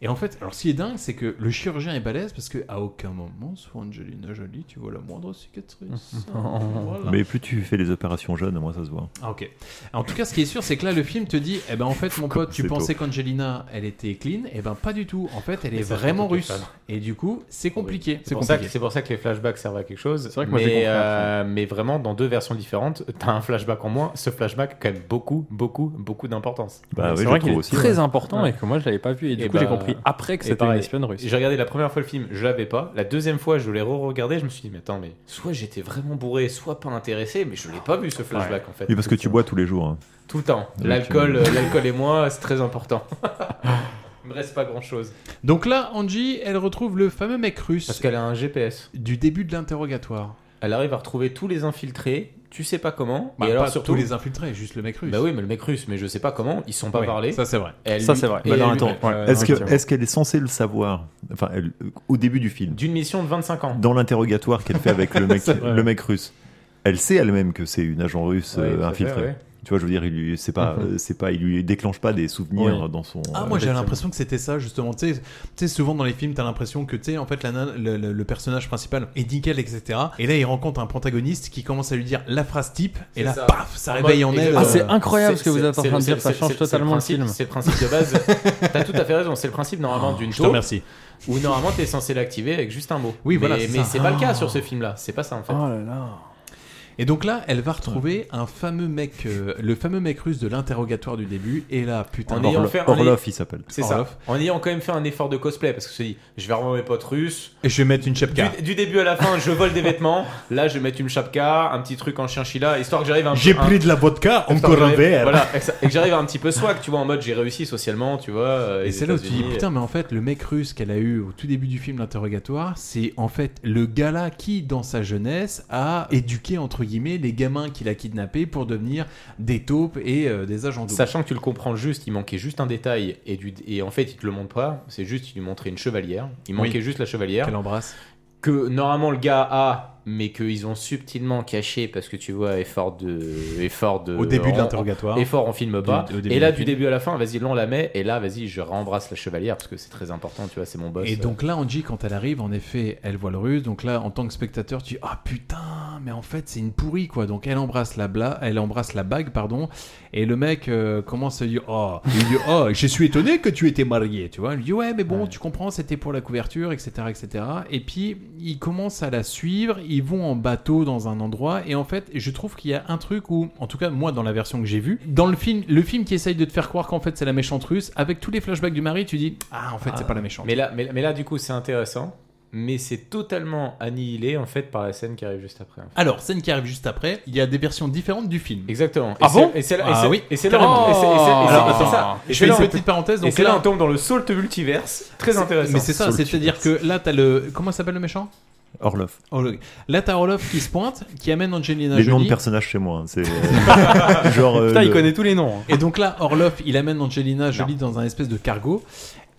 Speaker 2: Et en fait, alors ce qui est dingue, c'est que le chirurgien est balèze parce qu'à aucun moment, sur Angelina Jolie, tu vois la moindre cicatrice. Voilà.
Speaker 9: Mais plus tu fais les opérations jeunes, moi ça se voit.
Speaker 2: Ah, ok. En tout cas, ce qui est sûr, c'est que là, le film te dit Eh ben, en fait, mon pote, tu
Speaker 9: C'est
Speaker 2: pensais qu'Angelina, elle était clean Eh ben, pas du tout. En fait, elle est vraiment russe. Et du coup, c'est compliqué.
Speaker 8: C'est
Speaker 2: C'est
Speaker 8: pour, ça
Speaker 2: compliqué.
Speaker 8: que- c'est pour ça que les flashbacks servent à quelque chose. C'est
Speaker 11: vrai que moi, j'ai
Speaker 8: mais,
Speaker 11: compris après.
Speaker 8: euh, mais vraiment, dans deux versions différentes, t'as un flashback en moins. Ce flashback a quand même beaucoup, beaucoup, beaucoup d'importance. bah,
Speaker 11: Bah oui, C'est je vrai le qu'il trouve est aussi, très ouais. important et que moi, je l'avais pas vu. Et du coup, j'ai compris après que
Speaker 8: et
Speaker 11: c'était une
Speaker 8: pareil,
Speaker 11: espionne russe.
Speaker 8: J'ai regardé la première fois le film, je l'avais pas. La deuxième fois, je l'ai re-regardé. Je me suis dit, mais attends, mais soit j'étais vraiment bourré, soit pas intéressé, mais je l'ai pas vu ce flashback en fait.
Speaker 9: Et parce que tu bois tous les jours. hein.
Speaker 8: Tout le temps.
Speaker 9: Donc,
Speaker 8: L'alcool,
Speaker 9: euh,
Speaker 8: euh, l'alcool et moi, c'est très important. Il me reste pas grand chose.
Speaker 2: Donc là, Angie, elle retrouve le fameux mec russe. Parce
Speaker 8: qu'elle a un GPS.
Speaker 2: Du début de l'interrogatoire.
Speaker 8: Elle arrive à retrouver tous les infiltrés, tu sais pas comment.
Speaker 2: Bah,
Speaker 8: et alors
Speaker 2: pas
Speaker 8: surtout
Speaker 2: tous les infiltrés, juste le mec russe.
Speaker 8: Bah oui, mais le mec russe, mais je sais pas comment, ils sont pas
Speaker 2: Ouais,
Speaker 8: parlés.
Speaker 2: ça, c'est vrai.
Speaker 8: Elle
Speaker 2: Ça,
Speaker 8: lui-
Speaker 2: c'est vrai.
Speaker 8: et
Speaker 2: Bah, non,
Speaker 8: elle lui-
Speaker 2: attends,
Speaker 8: euh,
Speaker 9: Est-ce que-
Speaker 8: effectivement.
Speaker 9: est-ce qu'elle est censée le savoir Enfin, elle- au début du film.
Speaker 8: D'une mission de 25 ans.
Speaker 9: Dans l'interrogatoire qu'elle fait avec le mec,
Speaker 8: C'est vrai.
Speaker 9: le mec russe, elle sait elle-même que c'est une agent russe
Speaker 8: Ouais,
Speaker 9: euh,
Speaker 8: tout à fait,
Speaker 9: infiltrée.
Speaker 8: ouais.
Speaker 9: Tu vois, je veux dire, il lui, c'est pas,
Speaker 2: Mhm.
Speaker 9: euh, c'est pas, il lui déclenche pas des souvenirs
Speaker 2: Oui.
Speaker 9: dans son.
Speaker 2: Ah,
Speaker 9: euh,
Speaker 2: moi j'ai
Speaker 9: avec-
Speaker 2: l'impression que c'était ça justement. Tu sais- tu sais, souvent dans les films, t'as l'impression que tu sais, en fait, la nana- le, le- le personnage principal est nickel, etc. Et là, il rencontre un protagoniste qui commence à lui dire la phrase type, et
Speaker 8: C'est
Speaker 2: là,
Speaker 8: ça.
Speaker 2: paf, ça
Speaker 8: En
Speaker 2: réveille en
Speaker 8: mode-
Speaker 2: elle. euh,
Speaker 8: exactement.
Speaker 11: Ah, ce que vous êtes en train de dire, ça
Speaker 8: c'est-
Speaker 11: change
Speaker 8: c'est-
Speaker 11: totalement
Speaker 8: c'est
Speaker 11: le film.
Speaker 8: principe- C'est le principe de base. T'as tout à fait raison. C'est le principe normalement d'une
Speaker 2: je te
Speaker 8: taupe
Speaker 2: remercie.
Speaker 8: Où normalement t'es censé l'activer avec juste un mot.
Speaker 2: Oui,
Speaker 8: mais,
Speaker 2: voilà, c'est
Speaker 8: Mais
Speaker 2: ça.
Speaker 8: c'est pas le cas
Speaker 2: Ah.
Speaker 8: sur ce film-là. C'est pas ça en fait.
Speaker 11: Ah.
Speaker 2: Oh Et donc là, elle va retrouver un fameux mec, euh, le fameux mec russe de l'interrogatoire du début. Et là, putain,
Speaker 8: En ayant fait un-
Speaker 9: Orlov, il s'appelle.
Speaker 8: C'est
Speaker 2: Orlov.
Speaker 8: ça. En ayant quand même fait un effort de cosplay parce que je me suis dit, je vais revoir mes potes russes.
Speaker 2: Et je vais mettre une chapka.
Speaker 8: Du, du début à la fin, je vole des vêtements. Là, je vais mettre une chapka, un petit truc en chinchilla, histoire que j'arrive un peu-
Speaker 2: J'ai
Speaker 8: un-
Speaker 2: pris de la vodka,
Speaker 8: histoire
Speaker 2: encore
Speaker 8: que
Speaker 2: un
Speaker 8: j'arrive-
Speaker 2: verre.
Speaker 8: Voilà, et que ça- et que j'arrive un petit peu swag, tu vois, en mode j'ai réussi socialement, tu vois. euh,
Speaker 2: Et
Speaker 8: les
Speaker 2: c'est là où tu dis
Speaker 8: États-Unis.
Speaker 2: putain mais en fait le mec russe qu'elle a eu au tout début du film l'interrogatoire c'est en fait le gars là qui dans sa jeunesse a éduqué entre guillemets les gamins qu'il a kidnappés pour devenir des taupes et euh, des agents doubles.
Speaker 8: Sachant que tu le comprends juste, il manquait juste un détail et, du, et en fait il te le montre pas, c'est juste il lui montrait une chevalière. Il
Speaker 2: Oui.
Speaker 8: manquait juste la chevalière.
Speaker 2: Qu'elle embrasse.
Speaker 8: Que normalement le gars a, mais qu'ils ont subtilement caché parce que tu vois, effort de. Effort de
Speaker 2: Au début de
Speaker 8: en-
Speaker 2: l'interrogatoire.
Speaker 8: Effort, on filme pas.
Speaker 2: Du- au début
Speaker 8: et là,
Speaker 2: du
Speaker 8: du
Speaker 2: film.
Speaker 8: début à la fin, vas-y, là on la met, et là, vas-y, je rembrasse la chevalière parce que c'est très important, tu vois, c'est mon boss.
Speaker 2: Et donc là, Angie, quand elle arrive, en effet, elle voit le russe. Donc là, en tant que spectateur, tu dis ah putain, mais en fait c'est une pourrie quoi. Donc elle embrasse la bla, elle embrasse la bague, pardon. Et le mec euh, commence à dire oh, il dit oh, je suis étonné que tu étais marié, tu vois. Il dit ouais, mais bon, tu comprends, c'était pour la couverture, etc., etc. Et puis il commence à la suivre. Ils vont en bateau dans un endroit. Et en fait, je trouve qu'il y a un truc où, en tout cas moi dans la version que j'ai vue, dans le film, le film qui essaye de te faire croire qu'en fait c'est la méchante russe, avec tous les flashbacks du mari, tu dis ah en fait c'est
Speaker 8: Ah,
Speaker 2: pas la méchante.
Speaker 8: Mais là, mais, mais là, du coup, c'est intéressant, mais c'est totalement annihilé en fait par la scène qui arrive juste après. en fait.
Speaker 2: Alors, scène qui arrive juste après, il y a des versions différentes du film.
Speaker 8: Exactement. Et
Speaker 2: Ah
Speaker 8: c'est-
Speaker 2: bon
Speaker 8: et c'est là- et
Speaker 2: Ah
Speaker 8: c'est-
Speaker 2: oui.
Speaker 8: et c'est là- et c'est- et c'est- et c'est- et
Speaker 2: Alors,
Speaker 8: c'est
Speaker 2: attends,
Speaker 8: ça. Et
Speaker 2: Je
Speaker 8: c'est
Speaker 2: fais
Speaker 8: là,
Speaker 2: une
Speaker 8: on-
Speaker 2: petite parenthèse.
Speaker 8: et
Speaker 2: Donc
Speaker 8: c'est là, on
Speaker 2: là,
Speaker 8: tombe dans le Salt multiverse, très intéressant.
Speaker 2: mais c'est ça, c'est-à-dire que là, t'as le. Comment s'appelle le méchant
Speaker 9: Orlov.
Speaker 2: Orlov. Là, t'as Orlov qui se pointe, qui amène Angelina
Speaker 9: Les
Speaker 2: Jolie.
Speaker 9: noms de personnages chez moi, hein, c'est euh, genre. euh, le-
Speaker 2: Et donc là, Orlov, il amène Angelina Jolie dans un espèce de cargo.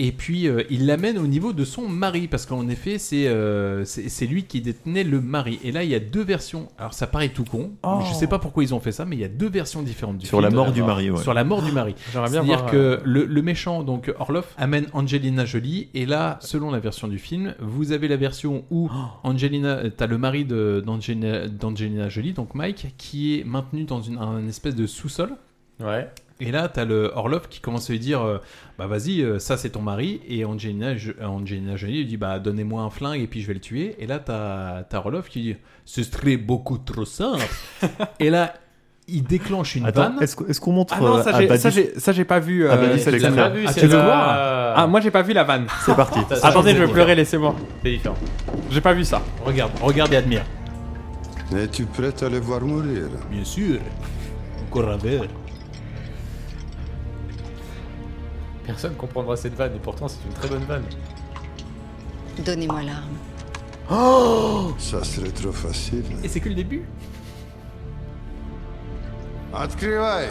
Speaker 2: Et puis euh, il l'amène au niveau de son mari, parce qu'en effet, c'est euh, c'est c'est lui qui détenait le mari. Et là, il y a deux versions. Alors ça paraît tout con.
Speaker 8: Oh.
Speaker 2: Je sais pas pourquoi ils ont fait ça, mais il y a deux versions différentes du
Speaker 9: Sur
Speaker 2: film.
Speaker 9: la mort du mari, ouais.
Speaker 2: Sur la mort du mari.
Speaker 8: J'aimerais bien
Speaker 2: C'est-à-dire
Speaker 8: voir,
Speaker 2: que
Speaker 8: euh,
Speaker 2: le, le méchant, donc Orlov, amène Angelina Jolie. Et là, selon la version du film, vous avez la version où Angelina, euh, t'as le mari de- d'Angelina d'Angelina Jolie, donc Mike, qui est maintenu dans une, un espèce de sous-sol.
Speaker 8: Ouais.
Speaker 2: Et là, t'as le Orlov qui commence à lui dire, euh, bah vas-y, euh, ça c'est ton mari. Et Angelina, Jo- euh, Angelina Jolie lui dit, bah donnez-moi un flingue et puis je vais le tuer. Et là, t'as t'as Orlov qui dit, ce serait beaucoup trop simple. et là, il déclenche une
Speaker 9: Attends,
Speaker 2: vanne.
Speaker 9: est-ce qu'on- est-ce qu'on montre
Speaker 11: Bah, Ah non, ça, j'ai- ça, j'ai- ça, j'ai pas vu. euh, cette
Speaker 9: c'est
Speaker 11: vanne-là.
Speaker 9: vu
Speaker 11: Ah, tu veux voir Ah, moi j'ai pas vu la vanne.
Speaker 9: C'est parti.
Speaker 11: Ça, ça, Attendez, je vais
Speaker 9: c'est
Speaker 11: pleurer,
Speaker 9: différent.
Speaker 11: laissez-moi. C'est différent. J'ai pas vu ça.
Speaker 2: Regarde, regarde et admire.
Speaker 6: Es-tu prête à le voir mourir
Speaker 2: Bien sûr. Encore un verre.
Speaker 8: Personne comprendra cette vanne et pourtant c'est une très bonne vanne.
Speaker 5: Donnez-moi l'arme.
Speaker 6: Oh Ça serait trop facile.
Speaker 2: Et c'est que le début
Speaker 6: Открывай!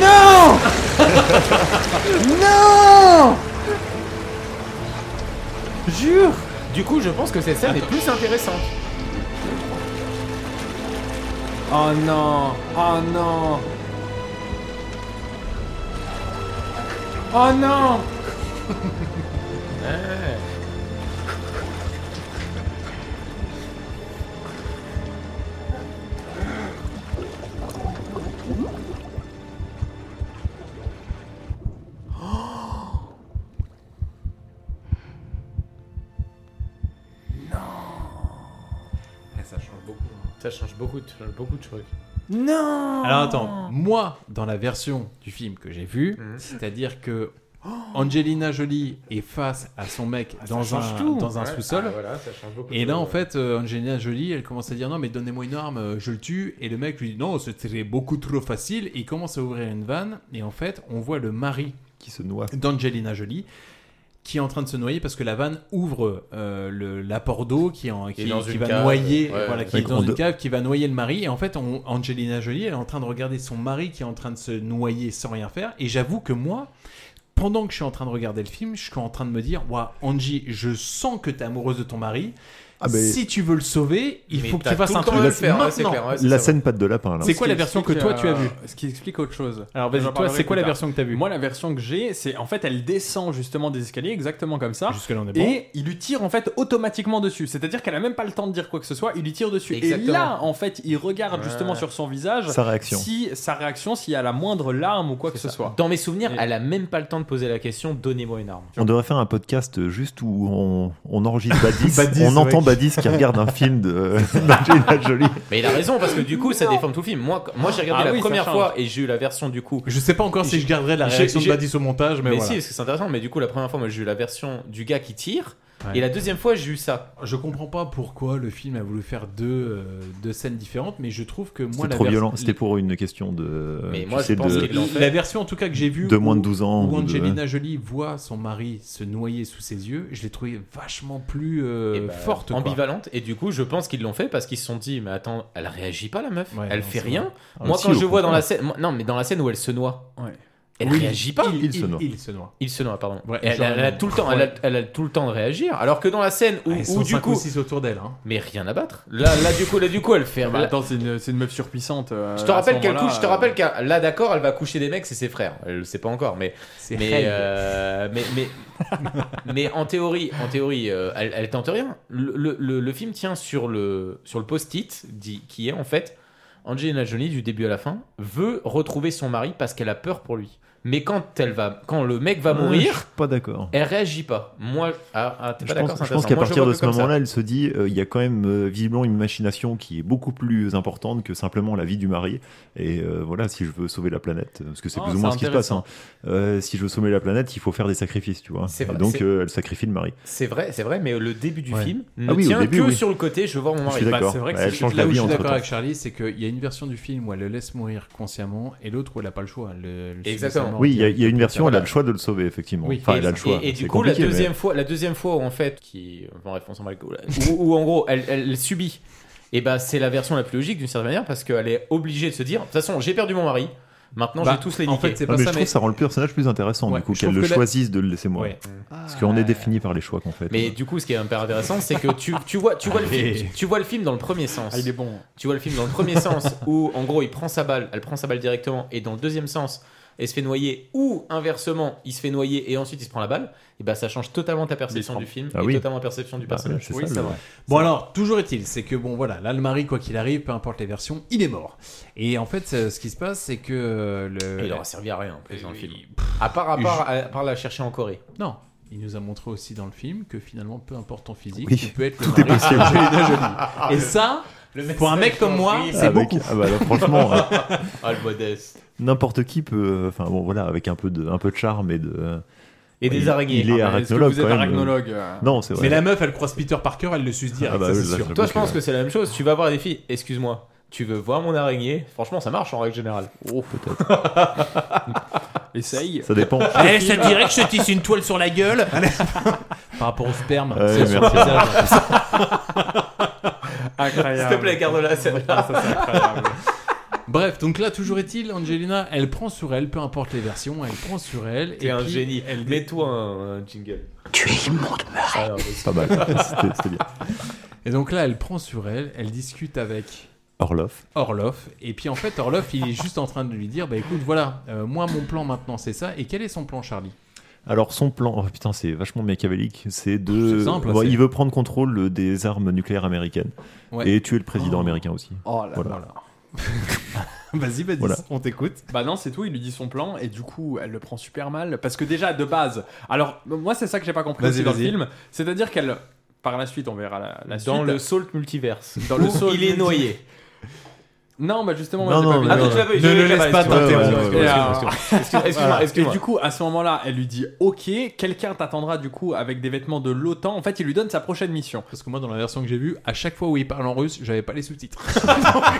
Speaker 13: Non Non
Speaker 8: Jure Du coup, je pense que cette scène est plus intéressante.
Speaker 11: Oh non Oh non Oh non
Speaker 8: Eh, ça change beaucoup. hein. Ça change beaucoup, de- change beaucoup de trucs.
Speaker 11: Non
Speaker 13: Ah.
Speaker 2: Alors attends, moi, dans la version du film que j'ai vue,
Speaker 8: Mhm.
Speaker 2: c'est-à-dire que Angelina Jolie est face à son mec dans
Speaker 8: Ah, change
Speaker 2: un,
Speaker 8: tout.
Speaker 2: dans un
Speaker 8: Ouais.
Speaker 2: sous-sol.
Speaker 8: Ah, voilà, ça change beaucoup
Speaker 2: et
Speaker 8: de-
Speaker 2: là, en fait, euh, Angelina Jolie, elle commence à dire non, mais donnez-moi une arme, euh, je le tue. Et le mec lui dit non, c'était beaucoup trop facile. Et il commence à ouvrir une vanne. Et en fait, on voit le mari
Speaker 9: qui se noie
Speaker 2: d'Angelina Jolie qui est en train de se noyer parce que la vanne ouvre euh, le- l'apport d'eau qui, est en- qui,
Speaker 8: est dans
Speaker 2: qui
Speaker 8: une
Speaker 2: va
Speaker 8: cave,
Speaker 2: noyer
Speaker 8: ouais.
Speaker 2: voilà qui
Speaker 9: Ouais,
Speaker 2: est dans
Speaker 9: on
Speaker 2: une
Speaker 9: de-
Speaker 2: cave qui va noyer le mari et en fait on- Angelina Jolie elle est en train de regarder son mari qui est en train de se noyer sans rien faire et j'avoue que moi pendant que je suis en train de regarder le film je suis en train de me dire waouh Angie je sens que t'es amoureuse de ton mari
Speaker 9: Ah, mais-
Speaker 2: si tu veux le sauver il
Speaker 8: Mais
Speaker 2: faut que
Speaker 8: t'as
Speaker 2: tu fasses
Speaker 8: tout le
Speaker 2: un
Speaker 8: temps
Speaker 2: truc
Speaker 8: à le faire, ouais, c'est
Speaker 2: maintenant
Speaker 8: clair, ouais,
Speaker 9: La scène patte de lapin, là.
Speaker 2: C'est quoi
Speaker 11: Ce
Speaker 2: la
Speaker 11: qui
Speaker 2: version que
Speaker 11: explique,
Speaker 2: toi tu as
Speaker 11: euh,
Speaker 2: vue
Speaker 11: Ce qui explique autre chose.
Speaker 2: Alors, vas-y,
Speaker 11: J'en
Speaker 2: toi,
Speaker 11: parlerai
Speaker 2: c'est quoi
Speaker 11: plus
Speaker 2: la
Speaker 11: tard.
Speaker 2: version que t'as vue
Speaker 11: Moi, la version que j'ai, c'est en fait, elle descend justement des escaliers exactement comme ça.
Speaker 2: Jusque-là, on est bon.
Speaker 11: Et il lui tire en fait automatiquement dessus. C'est-à-dire qu'elle a même pas le temps de dire quoi que ce soit, il lui tire dessus. Et
Speaker 8: Exactement.
Speaker 11: là, en fait, il regarde justement
Speaker 8: Ouais.
Speaker 11: sur son visage
Speaker 9: Sa réaction.
Speaker 11: Si sa réaction, s'il y a la moindre larme ou quoi que ce soit.
Speaker 8: Dans mes souvenirs, elle a même pas le temps de poser la question donnez-moi une arme.
Speaker 9: On devrait faire un podcast euh, juste où on, on enregistre Badis,
Speaker 8: Badis,
Speaker 9: on
Speaker 8: ouais.
Speaker 9: entend Badis qui regarde un film de d'Angelina Jolie.
Speaker 8: Mais il a raison parce que du coup, ça déforme tout le film. Moi, quand- moi j'ai regardé
Speaker 11: Ah
Speaker 8: la
Speaker 11: oui, ça
Speaker 8: première
Speaker 11: change.
Speaker 8: fois et j'ai eu la version du coup.
Speaker 2: Je sais pas encore si
Speaker 8: J'ai-
Speaker 2: je garderai la
Speaker 8: j'ai-
Speaker 2: réaction de
Speaker 8: j'ai-
Speaker 2: Badis au montage, mais
Speaker 8: Mais
Speaker 2: voilà.
Speaker 8: si, parce que c'est intéressant. Mais du coup, la première fois, moi, j'ai eu la version du gars qui tire.
Speaker 2: Ouais.
Speaker 8: Et la deuxième fois, j'ai eu ça.
Speaker 2: Je comprends pas pourquoi le film a voulu faire deux, euh, deux scènes différentes, mais je trouve que moi
Speaker 9: C'était
Speaker 2: la
Speaker 9: trop
Speaker 2: version-
Speaker 9: violent. C'était pour une question de.
Speaker 8: Mais
Speaker 9: tu
Speaker 8: moi, je
Speaker 9: sais,
Speaker 8: pense
Speaker 9: de-
Speaker 8: qu'il l'ont fait.
Speaker 2: La version en tout cas que j'ai vue
Speaker 9: De moins de
Speaker 2: où-
Speaker 9: 12 ans,
Speaker 2: où
Speaker 9: ou de-
Speaker 2: Angelina Jolie voit son mari se noyer sous ses yeux, je l'ai trouvée vachement plus euh,
Speaker 8: Et bah,
Speaker 2: forte. quoi.
Speaker 8: ambivalente. Et du coup, je pense qu'ils l'ont fait parce qu'ils se sont dit mais attends, elle réagit pas la meuf,
Speaker 2: Ouais,
Speaker 8: elle
Speaker 2: non,
Speaker 8: fait
Speaker 2: c'est
Speaker 8: rien.
Speaker 2: vrai.
Speaker 9: Ah,
Speaker 8: Moi,
Speaker 9: si,
Speaker 8: quand
Speaker 9: au
Speaker 8: je vois dans la
Speaker 9: contraire.
Speaker 8: scène, moi- non, mais dans la scène où elle se noie,
Speaker 11: Ouais.
Speaker 8: elle
Speaker 2: Oui,
Speaker 8: réagit pas.
Speaker 2: Il,
Speaker 9: Il se noie.
Speaker 2: il se noie.
Speaker 8: Il se noie, pardon.
Speaker 2: Ouais,
Speaker 8: Et elle,
Speaker 2: genre,
Speaker 8: elle a tout le temps, elle, a,
Speaker 2: ouais.
Speaker 8: elle a tout le temps de réagir. Alors que dans la scène où,
Speaker 2: Ah, ils
Speaker 8: où,
Speaker 2: sont
Speaker 8: du
Speaker 2: cinq
Speaker 8: coup,
Speaker 2: ou six autour d'elle. hein.
Speaker 8: mais rien à battre. Là, là du coup, là du coup, elle fait.
Speaker 11: Ah bah,
Speaker 8: là-
Speaker 11: attends, c'est une, c'est une meuf surpuissante. euh,
Speaker 8: je te
Speaker 11: à ce
Speaker 8: rappelle qu'elle
Speaker 11: moment-là,
Speaker 8: couche. Je te
Speaker 11: euh,
Speaker 8: rappelle qu'à là, d'accord, elle va coucher des mecs, c'est ses frères. Elle le sait pas encore, mais
Speaker 2: C'est
Speaker 8: mais,
Speaker 2: Ray.
Speaker 8: euh, mais mais mais en théorie, en théorie, euh, elle, elle tente rien. Le, le- le- le film tient sur le sur le post-it dit- qui est en fait Angelina Jolie du début à la fin veut retrouver son mari parce qu'elle a peur pour lui. Mais quand elle va, quand le mec va
Speaker 9: Ouais, Je
Speaker 8: mourir,
Speaker 9: suis pas d'accord.
Speaker 8: elle réagit pas. Moi, ah, ah, t'es
Speaker 9: Je
Speaker 8: pas d'accord,
Speaker 9: pense,
Speaker 8: c'est
Speaker 9: je pense
Speaker 8: intéressant.
Speaker 9: qu'à
Speaker 8: Moi, je
Speaker 9: partir
Speaker 8: vois
Speaker 9: de
Speaker 8: que
Speaker 9: ce
Speaker 8: comme ça.
Speaker 9: moment-là, elle se dit euh, il y a quand même euh, visiblement une machination qui est beaucoup plus importante que simplement la vie du mari. Et euh, voilà, si je veux sauver la planète, euh, parce que c'est
Speaker 11: Ah,
Speaker 9: plus ou moins
Speaker 11: c'est
Speaker 9: ce qui se passe, hein. Euh, si je veux sauver la planète, il faut faire des sacrifices, tu vois.
Speaker 8: C'est
Speaker 9: Et
Speaker 8: vrai,
Speaker 9: donc
Speaker 8: c'est-
Speaker 9: euh, elle sacrifie le mari.
Speaker 8: C'est vrai, c'est vrai, mais le début du
Speaker 2: Ouais.
Speaker 8: film
Speaker 9: Ah
Speaker 8: ne
Speaker 9: oui, au
Speaker 8: tient
Speaker 9: début,
Speaker 8: que
Speaker 9: oui.
Speaker 8: sur le côté je veux voir mon
Speaker 9: Je
Speaker 8: mari.
Speaker 9: suis
Speaker 11: bah,
Speaker 9: d'accord.
Speaker 11: c'est vrai que
Speaker 9: Ouais, elle
Speaker 11: c'est-
Speaker 9: change
Speaker 2: Là
Speaker 9: la
Speaker 2: où
Speaker 9: vie
Speaker 2: je suis
Speaker 9: entre
Speaker 2: d'accord
Speaker 9: temps.
Speaker 2: avec Charlie, c'est qu'il y a une version du film où elle le laisse mourir consciemment et l'autre où elle n'a pas le choix. Le, le
Speaker 8: Exactement.
Speaker 2: suicide,
Speaker 9: Oui, il y, a- il y a une version, elle
Speaker 8: Voilà.
Speaker 9: a le choix de le sauver, effectivement.
Speaker 2: Oui.
Speaker 9: Enfin,
Speaker 8: et,
Speaker 9: elle a le choix.
Speaker 8: et- et
Speaker 9: C'est
Speaker 8: du coup, la
Speaker 9: compliqué, mais-
Speaker 8: deuxième fois, la deuxième fois où en fait, qui, enfin, bref, on s'en bat le cul, là. où, où, en gros, elle, elle subit Et bah, c'est la version la plus logique d'une certaine manière parce qu'elle est obligée de se dire de toute façon, j'ai perdu mon mari. Maintenant,
Speaker 11: Bah,
Speaker 8: je vais tous les
Speaker 11: en
Speaker 8: niquer.
Speaker 11: fait, c'est
Speaker 9: Non, Ah, mais je trouve que ça rend le personnage plus intéressant
Speaker 8: Ouais,
Speaker 9: du coup
Speaker 8: je
Speaker 9: qu'elle
Speaker 8: trouve
Speaker 9: le
Speaker 8: que la-
Speaker 9: choisisse de le laisser mourir.
Speaker 8: Ouais.
Speaker 9: Parce qu'on est défini par les choix qu'on fait.
Speaker 8: Mais du coup, ce qui est un peu intéressant, c'est que tu, tu vois, tu, vois le
Speaker 9: Allez.
Speaker 8: film, tu vois le film dans le premier sens.
Speaker 11: Ah, il est bon.
Speaker 8: Tu vois le film dans le premier sens où, en gros, il prend sa balle, elle prend sa balle directement, et dans le deuxième sens, elle se fait noyer, ou inversement, il se fait noyer et ensuite il se prend la balle. Et bah, ça change totalement ta perception du film
Speaker 9: Ah
Speaker 8: et
Speaker 9: oui.
Speaker 8: totalement la perception du
Speaker 9: Bah,
Speaker 8: personnage.
Speaker 9: c'est Oui, ça, c'est le- vrai.
Speaker 2: Bon alors, toujours est-il, c'est que bon voilà, là le mari quoi qu'il arrive, peu importe les versions, il est mort. Et en fait, euh, ce qui se passe, c'est que euh, le.
Speaker 8: Et il aura servi à rien en plus dans le film. À part, à part, à part la chercher en Corée.
Speaker 2: Non. Il nous a montré aussi dans le film que finalement, peu importe ton physique,
Speaker 9: Oui.
Speaker 2: tu peux être le
Speaker 9: Tout est
Speaker 2: mari
Speaker 9: possible.
Speaker 2: d'Angelina Jolie. Et ça,
Speaker 8: Le
Speaker 2: pour un mec
Speaker 8: message
Speaker 2: comme moi,
Speaker 8: compris.
Speaker 2: c'est
Speaker 9: Avec-
Speaker 2: beaucoup.
Speaker 9: Ah bah, alors, franchement, euh,
Speaker 8: Ah, le modeste.
Speaker 9: N'importe qui peut. euh, Enfin bon, voilà, avec un peu de, un peu de charme et de.
Speaker 8: Et des
Speaker 9: il-
Speaker 8: araignées.
Speaker 9: Il est
Speaker 8: Ah, mais est-ce que
Speaker 9: arachnologue.
Speaker 8: vous êtes
Speaker 9: quand même.
Speaker 8: arachnologue, euh
Speaker 9: Non, c'est vrai.
Speaker 2: Mais la meuf, elle croise Peter Parker, elle le suce direct,
Speaker 9: Ah bah
Speaker 2: ça,
Speaker 9: oui,
Speaker 2: c'est
Speaker 9: là,
Speaker 2: sûr.
Speaker 9: c'est
Speaker 8: Toi, je pense que c'est la même chose. Tu vas voir des filles, excuse-moi, tu veux voir mon araignée Franchement, ça marche en règle générale. Oh, peut-être.
Speaker 11: Essaye.
Speaker 9: Ça dépend.
Speaker 2: Eh, ça te dirait que je te tisse une toile sur la gueule Allez. Par rapport au sperme,
Speaker 9: Ouais,
Speaker 2: c'est sur le
Speaker 9: merci.
Speaker 2: visage.
Speaker 11: Incroyable.
Speaker 8: S'il te plaît, garde-la, celle-là.
Speaker 11: Ça, c'est incroyable.
Speaker 2: Bref, donc là, toujours est-il, Angelina, elle prend sur elle, peu importe les versions, elle prend sur elle.
Speaker 8: T'es
Speaker 2: et
Speaker 8: un
Speaker 2: puis-
Speaker 8: génie. Mets-toi un, un jingle.
Speaker 2: Tu es immonde, Murray.
Speaker 8: Ah non, mais c'est-
Speaker 9: Pas mal. C'était- c'était bien.
Speaker 2: Et donc là, elle prend sur elle, elle discute avec
Speaker 9: Orloff.
Speaker 2: Orloff. Et puis en fait, Orloff, il est juste en train de lui dire Bah écoute, voilà, euh, moi, mon plan maintenant, c'est ça. Et quel est son plan, Charlie
Speaker 9: Alors son plan, oh, putain, c'est vachement machiavélique. C'est de,
Speaker 2: C'est simple,
Speaker 9: Bon,
Speaker 2: c'est-
Speaker 9: il veut prendre contrôle euh, des armes nucléaires américaines
Speaker 2: Ouais.
Speaker 9: et tuer le président américain aussi.
Speaker 11: Oh là
Speaker 9: Voilà.
Speaker 2: Vas-y, vas-y,
Speaker 9: Voilà.
Speaker 2: on t'écoute.
Speaker 11: Bah non, c'est tout, il lui dit son plan et du coup, elle le prend super mal parce que déjà de base. Alors, moi c'est ça que j'ai pas compris
Speaker 2: Vas-y,
Speaker 11: aussi dans le
Speaker 2: vas-y.
Speaker 11: film, c'est-à-dire qu'elle par la suite, on verra la, la
Speaker 8: Dans
Speaker 11: suite.
Speaker 8: le Salt Multiverse.
Speaker 11: Dans le
Speaker 8: Où
Speaker 11: Salt
Speaker 8: Il est
Speaker 11: Multiverse.
Speaker 8: noyé.
Speaker 11: Non, bah justement,
Speaker 8: Non,
Speaker 11: moi,
Speaker 8: non,
Speaker 11: j'ai
Speaker 8: mais
Speaker 11: pas vu.
Speaker 8: non, Ah, tu l'as vu,
Speaker 11: ne
Speaker 8: je l'ai
Speaker 11: laisse
Speaker 8: pas,
Speaker 11: pas
Speaker 8: excuse-moi.
Speaker 11: t'interrompre.
Speaker 8: Ouais, ouais, ouais,
Speaker 11: Et,
Speaker 8: excuse-moi,
Speaker 11: euh,
Speaker 8: excuse-moi,
Speaker 11: voilà. Et
Speaker 8: excuse-moi.
Speaker 11: du coup, à ce moment-là, elle lui dit OK, quelqu'un t'attendra du coup avec des vêtements de l'OTAN. En fait, il lui donne sa prochaine mission.
Speaker 2: Parce que moi, dans la version que j'ai vue, à chaque fois où il parle en russe, j'avais pas les sous-titres.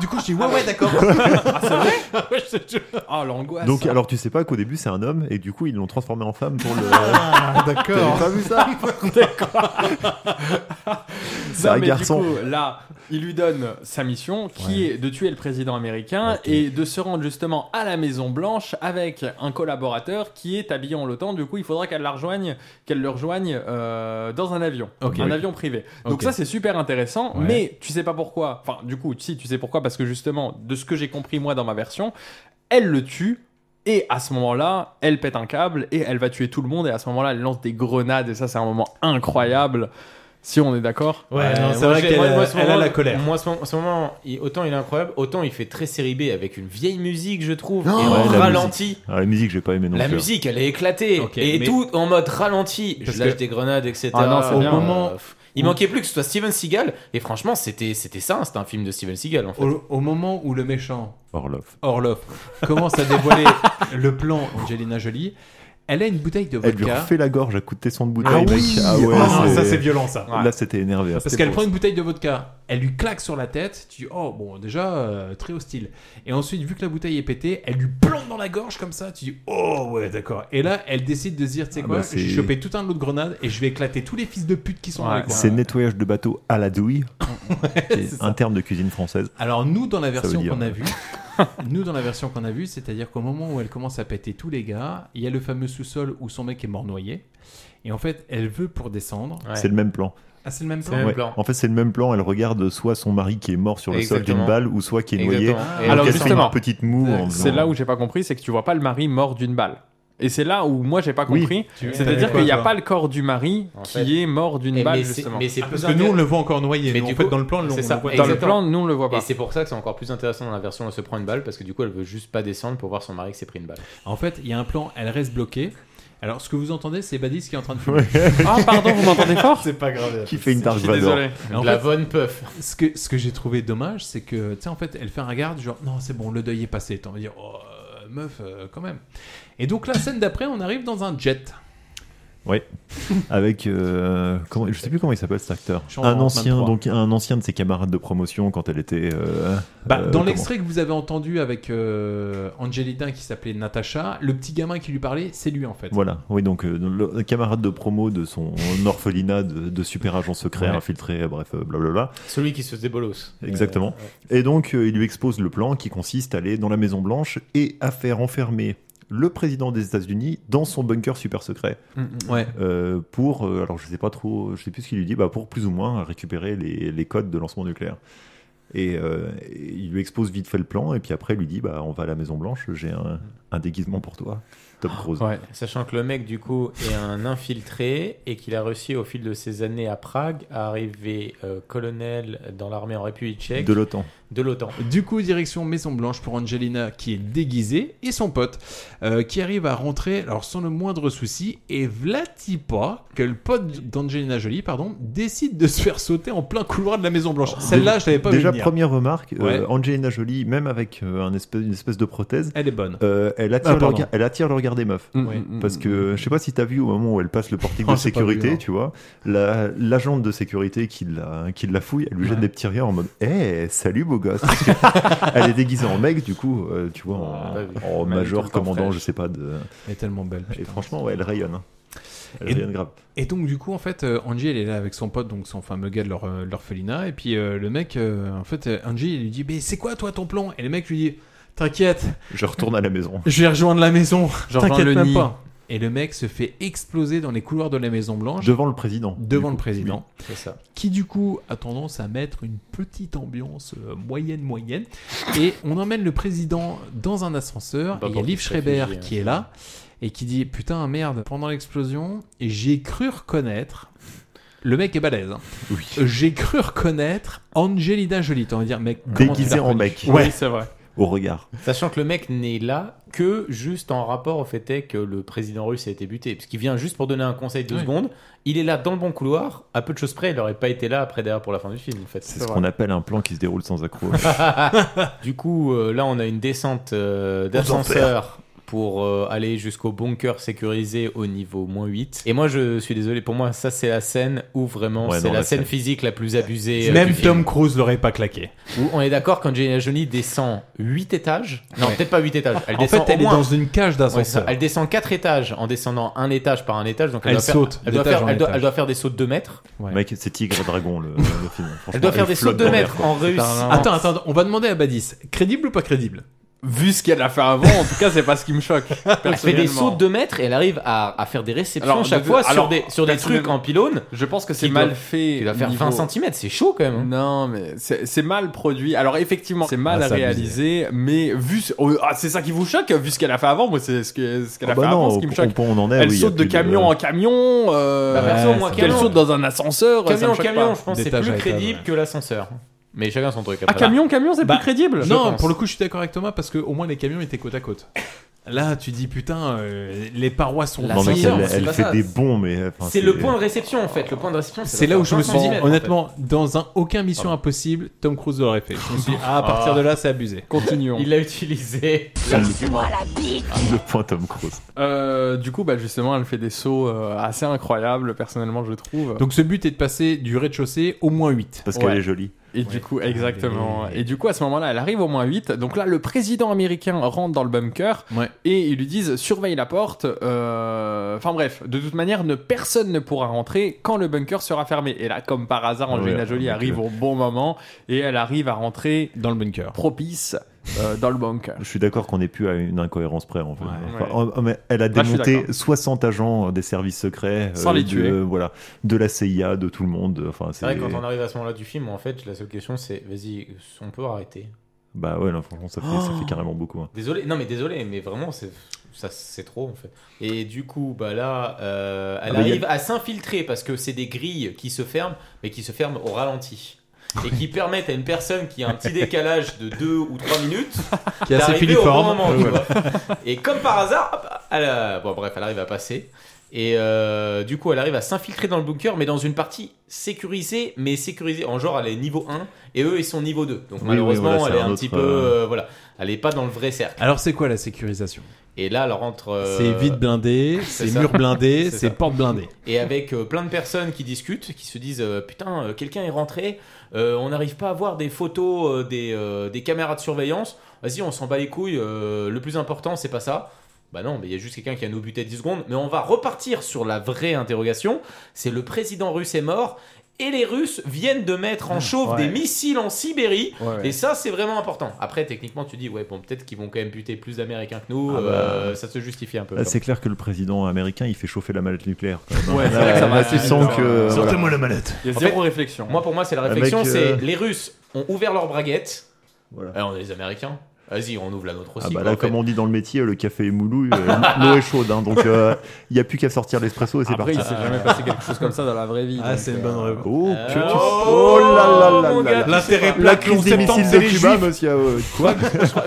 Speaker 2: du coup, je dis Ouais, ouais, d'accord.
Speaker 11: Ah, c'est vrai
Speaker 2: Ouais, je te jure.
Speaker 11: Ah, l'angoisse.
Speaker 9: Donc alors tu sais pas qu'au début c'est un homme et du coup ils l'ont transformé en femme pour le.
Speaker 2: Ah,
Speaker 9: Ah, T'avais pas vu ça
Speaker 11: D'accord.
Speaker 9: C'est
Speaker 11: Non,
Speaker 9: un
Speaker 11: mais
Speaker 9: garçon.
Speaker 11: Du coup, là, il lui donne sa mission qui est de tuer le président américain et de se rendre justement à la Maison Blanche avec un collaborateur qui est habillé en l'OTAN. Du coup, il faudra qu'elle la rejoigne, qu'elle le rejoigne euh, dans un avion,
Speaker 2: Ok.
Speaker 11: un
Speaker 2: Oui.
Speaker 11: avion privé. Donc
Speaker 2: Ok.
Speaker 11: ça, c'est super intéressant,
Speaker 2: Ouais.
Speaker 11: mais tu sais pas pourquoi. Enfin, du coup, si tu sais pourquoi, parce que justement, de ce que j'ai compris moi dans ma version, elle le tue. Et à ce moment-là, elle pète un câble et elle va tuer tout le monde. Et à ce moment-là, elle lance des grenades. Et ça, c'est un moment incroyable. Si on est d'accord.
Speaker 8: Ouais, non, c'est
Speaker 11: moi,
Speaker 8: vrai
Speaker 11: j'ai-
Speaker 8: qu'elle
Speaker 11: moi, moi,
Speaker 8: moi,
Speaker 11: ce Mm.
Speaker 8: ce
Speaker 11: moment-
Speaker 8: moment- Moi, ce moment, ce moment, il- autant il est incroyable, autant il fait très série B avec une vieille musique, je trouve, et en
Speaker 9: la
Speaker 8: ralenti.
Speaker 9: musique. Ah, la musique j'ai pas aimé non
Speaker 8: La
Speaker 11: euh,
Speaker 9: plus.
Speaker 8: musique, elle est éclatée.
Speaker 2: Ok,
Speaker 8: et
Speaker 2: mais-
Speaker 8: tout en mode ralenti.
Speaker 2: Parce
Speaker 8: je lâche
Speaker 2: que-
Speaker 8: des grenades, etc.
Speaker 11: Ah non, c'est
Speaker 8: Euh,
Speaker 11: bien.
Speaker 2: moment
Speaker 8: pff, Il manquait plus que ce soit Steven Seagal. Et franchement, c'était c'était ça. hein. C'était un film de Steven Seagal, en fait.
Speaker 2: Au, au moment où le méchant
Speaker 9: Orloff.
Speaker 2: Orlov commence à dévoiler le plan Angelina Jolie, elle a une bouteille de
Speaker 9: Elle lui
Speaker 2: vodka.
Speaker 9: refait la gorge à coups de son de bouteille.
Speaker 2: Ah
Speaker 9: mec.
Speaker 2: oui
Speaker 9: Ah ouais,
Speaker 2: Ah non, ça, c'est violent, ça.
Speaker 9: Là c'était énervé.
Speaker 2: Parce
Speaker 9: C'était
Speaker 2: qu'elle
Speaker 9: pour-
Speaker 2: prend une bouteille de vodka, elle lui claque sur la tête, tu dis oh bon déjà euh, très hostile. Et ensuite vu que la bouteille est pétée, elle lui plante dans la gorge comme ça, tu dis oh ouais d'accord. Et là elle décide de se dire tu sais
Speaker 9: Ah
Speaker 2: quoi,
Speaker 9: bah, c'est-
Speaker 2: j'ai chopé tout un lot de grenades et je vais éclater tous les fils de pute qui sont
Speaker 11: Ouais,
Speaker 2: avec moi.
Speaker 9: C'est nettoyage de bateau à la douille.
Speaker 2: c'est
Speaker 9: C'est
Speaker 2: ça.
Speaker 9: un terme de cuisine française.
Speaker 2: Alors nous dans la
Speaker 9: veut
Speaker 2: version
Speaker 9: dire-
Speaker 2: qu'on a vue, nous dans la version qu'on a vue, c'est-à-dire qu'au moment où elle commence à péter tous les gars, il y a le fameux sous-sol où son mec est mort noyé. Et en fait elle veut pour descendre.
Speaker 9: C'est le même plan.
Speaker 2: Ah c'est le même plan.
Speaker 8: le même
Speaker 9: Ouais.
Speaker 8: plan.
Speaker 9: En fait, c'est le même plan. Elle regarde soit son mari qui est mort sur le sol
Speaker 8: Exactement.
Speaker 9: d'une balle, ou soit qui est noyé.
Speaker 8: Exactement. Et
Speaker 9: Alors,
Speaker 11: alors,
Speaker 9: elle fait
Speaker 11: justement,
Speaker 9: une petite moue. en
Speaker 11: C'est
Speaker 9: faisant-
Speaker 11: là où j'ai pas compris, c'est que tu vois pas le mari mort d'une balle. Et c'est là où moi j'ai pas
Speaker 9: Oui.
Speaker 11: compris.
Speaker 2: Tu- t'avais
Speaker 11: C'est-à-dire
Speaker 2: quoi,
Speaker 11: qu'il n'y a
Speaker 2: toi
Speaker 11: pas le corps du mari
Speaker 8: En
Speaker 11: qui
Speaker 8: fait.
Speaker 11: est mort d'une
Speaker 8: Et
Speaker 11: balle
Speaker 8: Eh, mais c'est-
Speaker 11: justement.
Speaker 8: mais c'est plus
Speaker 2: Ah, Parce que nous on
Speaker 8: intér-
Speaker 2: le voit encore noyé, mais,
Speaker 8: du
Speaker 2: en fait
Speaker 8: coup,
Speaker 2: dans le plan on
Speaker 8: c'est
Speaker 2: le
Speaker 8: ça.
Speaker 2: voit
Speaker 11: Dans le
Speaker 8: Exactement.
Speaker 11: plan, nous on le voit
Speaker 8: Et
Speaker 11: pas.
Speaker 8: c'est pour ça que c'est encore plus intéressant dans la version où elle se prend une balle parce que du coup elle veut juste pas descendre pour voir son mari qui s'est pris une balle.
Speaker 2: En fait, il y a un plan, elle reste bloquée. Alors, ce que vous entendez, c'est Badis qui est en train de fumer.
Speaker 11: Ah pardon, vous m'entendez fort
Speaker 2: c'est pas grave.
Speaker 9: Qui fait une
Speaker 11: Je
Speaker 9: Dark
Speaker 11: suis
Speaker 9: Vador.
Speaker 11: désolé.
Speaker 2: En
Speaker 8: la
Speaker 2: fait,
Speaker 8: bonne puff.
Speaker 2: ce que, ce que j'ai trouvé dommage, c'est que, tu sais, en fait, elle fait un regard, genre, non, c'est bon, le deuil est passé. T'as envie de dire, oh, euh, meuf, euh, quand même. Et donc, la scène d'après, on arrive dans un jet.
Speaker 9: Ouais. Avec. euh, comment, je sais plus comment il s'appelle cet acteur.
Speaker 2: Sean
Speaker 9: Un
Speaker 2: Hoffman
Speaker 9: ancien,
Speaker 2: 3.
Speaker 9: donc un ancien de ses camarades de promotion quand elle était. euh,
Speaker 2: Bah,
Speaker 9: euh,
Speaker 2: dans
Speaker 9: comment-
Speaker 2: l'extrait que vous avez entendu avec euh, Angelina qui s'appelait Natacha, le petit gamin qui lui parlait, c'est lui en fait.
Speaker 9: Voilà, oui, donc euh, le camarade de promo de son orphelinat de, de super agent secret
Speaker 8: Ouais.
Speaker 9: infiltré, euh, bref, euh, blablabla.
Speaker 8: Celui qui se débolosse.
Speaker 9: Euh, Exactement. Et donc, euh, il lui expose le plan qui consiste à aller dans la Maison Blanche et à faire enfermer le président des États-Unis dans son bunker super secret.
Speaker 11: Mm, mm, ouais.
Speaker 9: Euh, pour, euh, alors je sais pas trop, je sais plus ce qu'il lui dit, bah pour plus ou moins récupérer les, les codes de lancement nucléaire. Et euh, et il lui expose vite fait le plan, et puis après, il lui dit bah on va à la Maison Blanche, j'ai un, un déguisement pour toi, Tom
Speaker 11: Ah,
Speaker 9: Cruise.
Speaker 8: Sachant que le mec, du coup, est un infiltré et qu'il a réussi au fil de ses années à Prague à arriver euh, colonel dans l'armée en République tchèque.
Speaker 9: De l'OTAN.
Speaker 8: De l'OTAN.
Speaker 2: Du coup, direction Maison Blanche pour Angelina qui est déguisée et son pote euh, qui arrive à rentrer alors sans le moindre souci et Vlatipa, que le pote d'Angelina Jolie, pardon, décide de se faire sauter en plein couloir de la Maison Blanche. Celle-là, je l'avais pas vu
Speaker 9: Oh. Déjà,
Speaker 2: venir.
Speaker 9: première remarque, euh,
Speaker 2: Ouais.
Speaker 9: Angelina Jolie, même avec euh, un espèce, une espèce de prothèse, euh,
Speaker 2: elle est bonne. Ah,
Speaker 9: elle, attire le
Speaker 2: pardon.
Speaker 9: regard, elle attire le regard des meufs.
Speaker 2: Mm, Ouais. mm,
Speaker 9: Parce que je sais pas si t'as vu au moment où elle passe le portique
Speaker 2: Ah,
Speaker 9: de
Speaker 2: j'ai pas vu,
Speaker 9: sécurité,
Speaker 2: non.
Speaker 9: tu vois, la- l'agente de sécurité qui la, qui la fouille, elle lui jette des petits regards en mode Hé, salut beau gosse Parce que Elle est déguisée en mec, du coup, euh, tu vois, en, en
Speaker 2: Ah, Elle est tout
Speaker 9: major,
Speaker 2: le temps
Speaker 9: commandant,
Speaker 2: fraîche.
Speaker 9: je sais pas. De...
Speaker 2: Elle est tellement belle.
Speaker 9: Et franchement, ouais, elle rayonne. hein. Elle
Speaker 2: Et-
Speaker 9: rayonne grave.
Speaker 2: Et donc du coup en fait euh, Angie elle est là avec son pote donc son fameux gars de leur, euh, de l'orphelinat et puis euh, le mec euh, en fait euh, Angie il lui dit mais c'est quoi toi ton plan et le mec lui dit t'inquiète
Speaker 9: Je retourne à la maison.
Speaker 2: je vais rejoindre la maison
Speaker 9: Je rejoins
Speaker 2: t'inquiète
Speaker 9: le
Speaker 2: même
Speaker 9: nid.
Speaker 2: pas et le mec se fait exploser dans les couloirs de la Maison Blanche
Speaker 9: Devant le président.
Speaker 2: devant
Speaker 9: Du
Speaker 2: le
Speaker 9: coup,
Speaker 2: président
Speaker 9: oui, c'est ça.
Speaker 2: qui du coup a tendance à mettre une petite ambiance euh, moyenne moyenne et on emmène le président dans un ascenseur
Speaker 8: Bah,
Speaker 2: et il y a
Speaker 8: pour
Speaker 2: Liv
Speaker 8: qu'il se
Speaker 2: Schreiber
Speaker 8: réfugie, hein.
Speaker 2: qui est là et qui dit putain merde pendant l'explosion j'ai cru reconnaître le mec est balèze. hein. J'ai cru reconnaître Angelina Jolie. T'as envie de dire, mec, comment tu
Speaker 9: Déguisé
Speaker 2: l'as
Speaker 9: en
Speaker 2: reconnue
Speaker 9: mec.
Speaker 2: Ouais,
Speaker 9: Au regard.
Speaker 8: Sachant que le mec n'est là que juste en rapport au fait est que le président russe a été buté. Parce qu'il vient juste pour donner un conseil de
Speaker 2: Oui.
Speaker 8: secondes. Il est là dans le bon couloir. À peu de choses près, il n'aurait pas été là après derrière pour la fin du film. En fait.
Speaker 9: C'est ce qu'on appelle un plan qui se déroule sans accroc.
Speaker 8: du coup, euh, là, on a une descente euh, d'ascenseur pour euh, aller jusqu'au bunker sécurisé au niveau moins 8. Et moi, je suis désolé, pour moi, ça, c'est la scène où vraiment,
Speaker 2: Ouais,
Speaker 8: c'est
Speaker 2: non,
Speaker 8: la,
Speaker 2: la
Speaker 8: scène,
Speaker 2: scène.
Speaker 8: physique la plus abusée. euh,
Speaker 2: Même
Speaker 8: du
Speaker 2: Tom
Speaker 8: film.
Speaker 2: Cruise l'aurait pas claqué.
Speaker 8: Où on est d'accord qu'Angelina Jolie descend 8 étages. Non,
Speaker 2: Ouais.
Speaker 8: peut-être pas 8 étages. Elle
Speaker 2: En
Speaker 8: descend
Speaker 2: fait, elle
Speaker 8: au
Speaker 2: est
Speaker 8: moins-
Speaker 2: dans une cage d'ascenseur.
Speaker 8: Ouais, ça. elle descend 4 étages en descendant un étage par un étage. Donc elle,
Speaker 2: Elle
Speaker 8: doit faire-
Speaker 2: saute
Speaker 8: elle doit
Speaker 2: d'étage
Speaker 8: faire-
Speaker 2: en
Speaker 8: elle doit-
Speaker 2: étage.
Speaker 8: elle doit faire des sauts de 2 mètres.
Speaker 9: Mec, c'est Tigre et Dragon le, le film.
Speaker 8: Elle doit
Speaker 9: Franchement,
Speaker 8: faire des sauts
Speaker 9: flotte
Speaker 8: de
Speaker 9: dans
Speaker 8: mètres
Speaker 9: l'air, quoi.
Speaker 8: en réussite.
Speaker 2: Attends, attends, on va demander à Badis. Crédible ou pas crédible
Speaker 11: Vu ce qu'elle a fait avant, en tout cas, c'est pas ce qui me choque.
Speaker 8: Elle fait des sauts de 2 mètres et elle arrive à, à faire des réceptions
Speaker 11: Alors,
Speaker 8: chaque
Speaker 11: de-
Speaker 8: fois sur
Speaker 11: alors,
Speaker 8: des, sur des trucs
Speaker 11: personnellement,
Speaker 8: en pylône.
Speaker 11: Je pense que c'est
Speaker 8: qui
Speaker 11: mal
Speaker 8: doit-
Speaker 11: fait.
Speaker 8: qui doit faire 20 centimètres, c'est chaud quand même.
Speaker 11: Non, mais c'est c'est mal produit. Alors effectivement, c'est mal
Speaker 8: Ah, c'est
Speaker 11: réalisé, mais vu ce- oh, ah, c'est ça qui vous choque, vu ce qu'elle a fait avant. Moi, c'est ce que- ce qu'elle
Speaker 9: Ah
Speaker 11: a fait
Speaker 9: bah
Speaker 11: avant,
Speaker 9: non,
Speaker 11: ce qui me
Speaker 9: au-
Speaker 11: choque.
Speaker 9: au point où on en est,
Speaker 11: elle
Speaker 9: oui, il y a
Speaker 11: saute de
Speaker 9: plus de-
Speaker 11: camion en camion. euh,
Speaker 8: Bah, perso, moi,
Speaker 11: qu'elle
Speaker 8: camion.
Speaker 11: saute dans un ascenseur. ça
Speaker 8: Camion
Speaker 11: me
Speaker 8: en
Speaker 11: choque
Speaker 8: camion,
Speaker 11: pas.
Speaker 8: je pense que c'est
Speaker 11: D'étage
Speaker 8: plus
Speaker 11: à étage,
Speaker 8: crédible
Speaker 11: ouais.
Speaker 8: que l'ascenseur. Mais chacun son truc.
Speaker 11: Ah,
Speaker 8: après.
Speaker 11: camion, camion, c'est
Speaker 2: Bah,
Speaker 11: plus crédible. je
Speaker 2: Non,
Speaker 11: pense.
Speaker 2: pour le coup, je suis d'accord avec Thomas parce que au moins les camions étaient côte à côte. Là, tu dis putain, euh, les parois sont
Speaker 9: Non, mais
Speaker 2: solides.
Speaker 9: elle, elle fait des bons, mais. enfin,
Speaker 8: C'est le point de réception en fait. Le point de réception, ça
Speaker 2: C'est
Speaker 8: doit
Speaker 2: là où je
Speaker 8: faire
Speaker 2: me
Speaker 8: 20
Speaker 2: suis dit,
Speaker 8: centimètres, en fait.
Speaker 2: honnêtement, dans un aucun Mission Impossible, Tom Cruise l'aurait fait. Je me suis dit, ah, à partir
Speaker 8: Ah.
Speaker 2: de là, c'est abusé.
Speaker 11: Continuons. Ah,
Speaker 8: Il l'a utilisé.
Speaker 11: Laisse-moi
Speaker 8: la bite.
Speaker 9: Le point Tom Cruise.
Speaker 11: Euh, du coup, bah, justement, elle fait des sauts euh, assez incroyables, personnellement, je trouve.
Speaker 2: Donc ce but est de passer du rez-de-chaussée au moins 8.
Speaker 9: Parce
Speaker 11: Ouais.
Speaker 9: jolie.
Speaker 11: Et du coup, exactement. Et du coup, à ce moment-là, elle arrive au moins 8. Donc là, le président américain rentre dans le bunker et ils lui disent surveille la porte. Euh, Enfin bref, de toute manière, ne, personne ne pourra rentrer quand le bunker sera fermé. Et là, comme par hasard,
Speaker 2: Ah ouais,
Speaker 11: Angelina Jolie
Speaker 2: donc,
Speaker 11: arrive
Speaker 2: euh,
Speaker 11: au bon moment et elle arrive à rentrer
Speaker 2: dans le bunker.
Speaker 11: Propice euh, dans le bunker.
Speaker 9: Je suis d'accord qu'on n'est plus à une incohérence près. En fait. Enfin,
Speaker 11: Ouais.
Speaker 9: oh, oh, mais elle a
Speaker 11: Là, je suis
Speaker 9: démonté
Speaker 11: d'accord.
Speaker 9: 60 agents des services secrets. euh,
Speaker 11: Sans les
Speaker 9: de-
Speaker 11: tuer.
Speaker 9: Voilà, de la CIA, de tout le monde. Enfin,
Speaker 8: C'est vrai que quand on arrive à ce moment-là du film, en fait, la seule question c'est vas-y, on peut arrêter.
Speaker 9: Bah ouais, non, franchement, ça fait, ça
Speaker 8: Oh
Speaker 9: fait carrément beaucoup. hein.
Speaker 8: Désolé, non mais désolé, mais vraiment c'est ça c'est trop en fait. Et du coup, bah là, euh, elle
Speaker 9: Ah, mais il y a-
Speaker 8: arrive à s'infiltrer parce que c'est des grilles qui se ferment, mais qui se ferment au ralenti. Et qui permettent à une personne qui a un petit décalage de 2 ou 3 minutes
Speaker 2: Qui est assez
Speaker 8: d'arriver au
Speaker 2: filiforme.
Speaker 8: bon moment, tu
Speaker 2: Euh, voilà.
Speaker 8: vois. Et comme par hasard, hop, elle, euh, bon bref, elle arrive à passer. Et euh, du coup, elle arrive à s'infiltrer dans le bunker, mais dans une partie sécurisée, mais sécurisée. En genre, elle est niveau 1 et eux, ils sont niveau 2. Donc
Speaker 9: Oui,
Speaker 8: malheureusement,
Speaker 9: oui, voilà,
Speaker 8: elle
Speaker 9: c'est
Speaker 8: est un,
Speaker 9: un
Speaker 8: petit
Speaker 9: autre,
Speaker 8: peu.
Speaker 9: euh,
Speaker 8: euh, voilà, elle est pas dans le vrai cercle.
Speaker 2: Alors c'est quoi la sécurisation
Speaker 8: Et là, elle rentre. euh,
Speaker 2: C'est vide blindé,
Speaker 8: c'est
Speaker 2: c'est
Speaker 8: ça.
Speaker 2: mur blindé,
Speaker 8: C'est
Speaker 2: c'est
Speaker 8: ça.
Speaker 2: porte blindée.
Speaker 8: Et avec euh, plein de personnes qui discutent, qui se disent euh, Putain, euh, quelqu'un est rentré, euh, on n'arrive pas à voir des photos euh, des, euh, des caméras de surveillance. Vas-y, on s'en bat les couilles, euh, le plus important, c'est pas ça. Bah non, mais il y a juste quelqu'un qui a nous buté 10 secondes. Mais on va repartir sur la vraie interrogation c'est le président russe est mort. Et les Russes viennent de mettre en chauve
Speaker 2: ouais.
Speaker 8: des missiles en Sibérie.
Speaker 2: Ouais, ouais.
Speaker 8: Et ça, c'est vraiment important. Après, techniquement, tu dis, ouais, bon, peut-être qu'ils vont quand même buter plus d'Américains que nous.
Speaker 9: Ah bah.
Speaker 8: euh, ça se justifie un peu.
Speaker 9: Là,
Speaker 8: quand
Speaker 9: Ah, c'est clair que le président américain, il fait chauffer la mallette nucléaire. quand même.
Speaker 8: Ouais, c'est
Speaker 9: Là,
Speaker 8: vrai que ça
Speaker 9: là,
Speaker 8: va.
Speaker 9: tu sens que. voilà.
Speaker 11: Il y a zéro réflexion.
Speaker 8: Moi, pour moi, c'est la
Speaker 9: Le mec,
Speaker 8: réflexion c'est
Speaker 9: euh,
Speaker 8: les Russes ont ouvert leurs braguettes. Alors, on est les Américains. Vas-y, on ouvre la nôtre aussi.
Speaker 9: Ah bah
Speaker 8: quoi,
Speaker 9: là,
Speaker 8: en fait.
Speaker 9: comme on dit dans le métier, le café est moulu, euh, l'eau est chaude, hein, donc euh, il n'y a plus qu'à sortir l'espresso et c'est
Speaker 11: Après,
Speaker 9: parti.
Speaker 11: il s'est jamais passé quelque chose comme ça dans la vraie vie.
Speaker 2: Ah, c'est une bonne réponse.
Speaker 9: Oh,
Speaker 11: Euh,
Speaker 9: que tu-
Speaker 11: oh,
Speaker 9: Oh là là là
Speaker 11: mon
Speaker 9: là
Speaker 11: gars,
Speaker 9: là.
Speaker 11: tu sais
Speaker 2: L'intérêt
Speaker 11: pas.
Speaker 9: La crise des missiles de Cuba, monsieur. euh, Quoi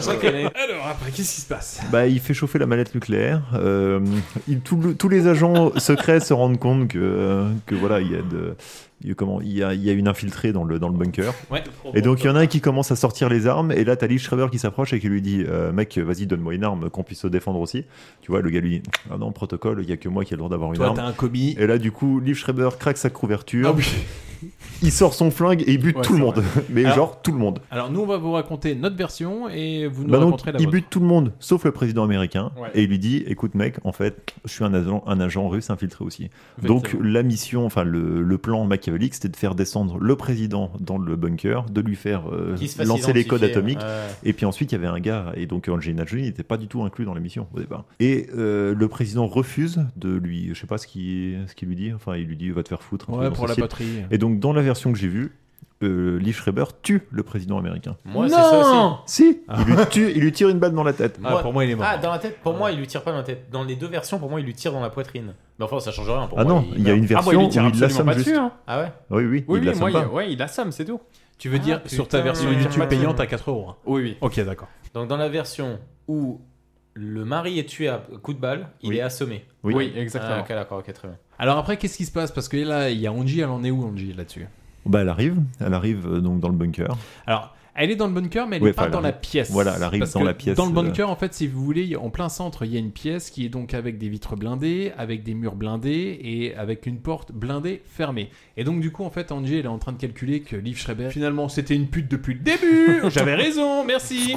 Speaker 2: Alors après, qu'est-ce qui se passe
Speaker 9: Bah, il fait chauffer la mallette nucléaire. euh, il- tout le- tous les agents secrets se rendent compte que, euh, que voilà, il y a de, il y a comment, il y a, il y a une infiltrée dans le dans le bunker.
Speaker 8: Ouais.
Speaker 9: Et donc il y en a un qui commence à sortir les armes. Et là, t'as Lee Schreiber qui s'approche et qui lui dit, euh, mec, vas-y, donne-moi une arme, qu'on puisse se défendre aussi. Tu vois, le gars lui dit, ah non, protocole, il y a que moi qui ai le droit d'avoir une
Speaker 2: Toi,
Speaker 9: arme.
Speaker 2: t'as un commis.
Speaker 9: Et là, du coup, Lee Schreiber craque sa couverture.
Speaker 2: Ah oui.
Speaker 9: Il sort son flingue et il bute
Speaker 2: Ouais,
Speaker 9: tout le
Speaker 2: c'est
Speaker 9: monde.
Speaker 2: vrai.
Speaker 9: Mais
Speaker 2: Alors-
Speaker 9: genre tout le monde.
Speaker 2: Alors nous, on va vous raconter notre version et vous nous
Speaker 9: Bah donc,
Speaker 2: raconterez la
Speaker 9: il
Speaker 2: vôtre.
Speaker 9: bute tout le monde, sauf le président américain,
Speaker 2: Ouais.
Speaker 9: et il lui dit "Écoute, mec, en fait, je suis un agent, un agent russe infiltré aussi. Donc la mission, enfin le, le plan machiavélique, c'était de faire descendre le président dans le bunker, de lui faire euh,
Speaker 8: Qu'il se fasse
Speaker 9: lancer les codes
Speaker 8: identifier,
Speaker 9: atomiques,
Speaker 8: ouais.
Speaker 9: et puis ensuite il y avait un gars, et donc Angelina Jolie n'était pas du tout inclus dans la mission au départ. Et euh, le président refuse de lui, je sais pas ce qu'il ce qu'il lui dit, enfin il lui dit "Va te faire foutre." un truc
Speaker 2: Ouais,
Speaker 9: dans
Speaker 2: pour
Speaker 9: ce
Speaker 2: la
Speaker 9: style.
Speaker 2: patrie.
Speaker 9: Et donc dans la version que j'ai vue. euh, Lee Schreiber tue le président américain.
Speaker 8: Moi, c'est ça aussi.
Speaker 9: Si, il, lui tue- il lui tire une balle dans la tête.
Speaker 8: Moi- Ah, dans la tête Pour moi, il lui tire pas dans la tête. Dans les deux versions, pour moi, il lui tire dans la poitrine. Mais enfin, ça change rien pour
Speaker 9: Ah
Speaker 8: moi.
Speaker 9: non, il y a
Speaker 8: meurt.
Speaker 9: une version
Speaker 11: moi, il lui tire
Speaker 9: où il
Speaker 11: absolument
Speaker 9: l'assomme
Speaker 11: pas
Speaker 9: juste.
Speaker 11: dessus, hein.
Speaker 8: Ah ouais
Speaker 9: Oui, oui,
Speaker 11: Oui,
Speaker 9: il
Speaker 11: oui,
Speaker 9: l'assomme
Speaker 11: moi, il-
Speaker 9: pas.
Speaker 11: ouais, il assomme, c'est tout.
Speaker 2: Tu veux
Speaker 8: Ah,
Speaker 11: Ah,
Speaker 2: dire sur ta version YouTube payante à 4 euros hein.
Speaker 11: Oui, oui.
Speaker 2: Ok, d'accord.
Speaker 8: Donc, dans la version où le mari est tué à coup de balle, il
Speaker 2: Oui.
Speaker 8: est assommé.
Speaker 2: Oui. Oui, exactement.
Speaker 8: Ah, ok, d'accord, ok, très bien.
Speaker 2: Alors après, qu'est-ce qui se passe Parce que là, il y a Onji, elle en est où Onji là-dessus
Speaker 9: Bah, elle arrive, elle arrive euh, donc dans le bunker.
Speaker 2: Alors, elle est dans le bunker, mais elle
Speaker 9: Ouais,
Speaker 2: n'est pas
Speaker 9: enfin, elle
Speaker 2: dans la
Speaker 9: arrive-
Speaker 2: pièce.
Speaker 9: voilà, elle arrive
Speaker 2: Parce
Speaker 9: dans
Speaker 2: que
Speaker 9: la pièce,
Speaker 2: Dans le
Speaker 9: euh,
Speaker 2: bunker, en fait, si vous voulez, en plein centre, il y a une pièce qui est donc avec des vitres blindées, avec des murs blindés et avec une porte blindée fermée. Et donc, du coup, en fait, Angie, elle est en train de calculer que Liv Schreiber, finalement, c'était une pute depuis le début. J'avais raison, merci.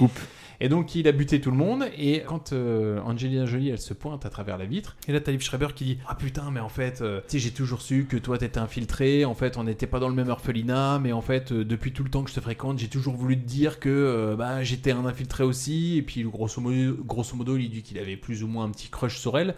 Speaker 2: Et donc il a buté tout le monde et quand euh, Angelina Jolie elle se pointe à travers la vitre et là t'as Liv Schreiber qui dit ah putain mais en fait euh, tu sais j'ai toujours su que toi t'étais infiltré en fait on n'était pas dans le même orphelinat mais en fait euh, depuis tout le temps que je te fréquente j'ai toujours voulu te dire que euh, bah j'étais un infiltré aussi et puis grosso modo, grosso modo il dit qu'il avait plus ou moins un petit crush sur elle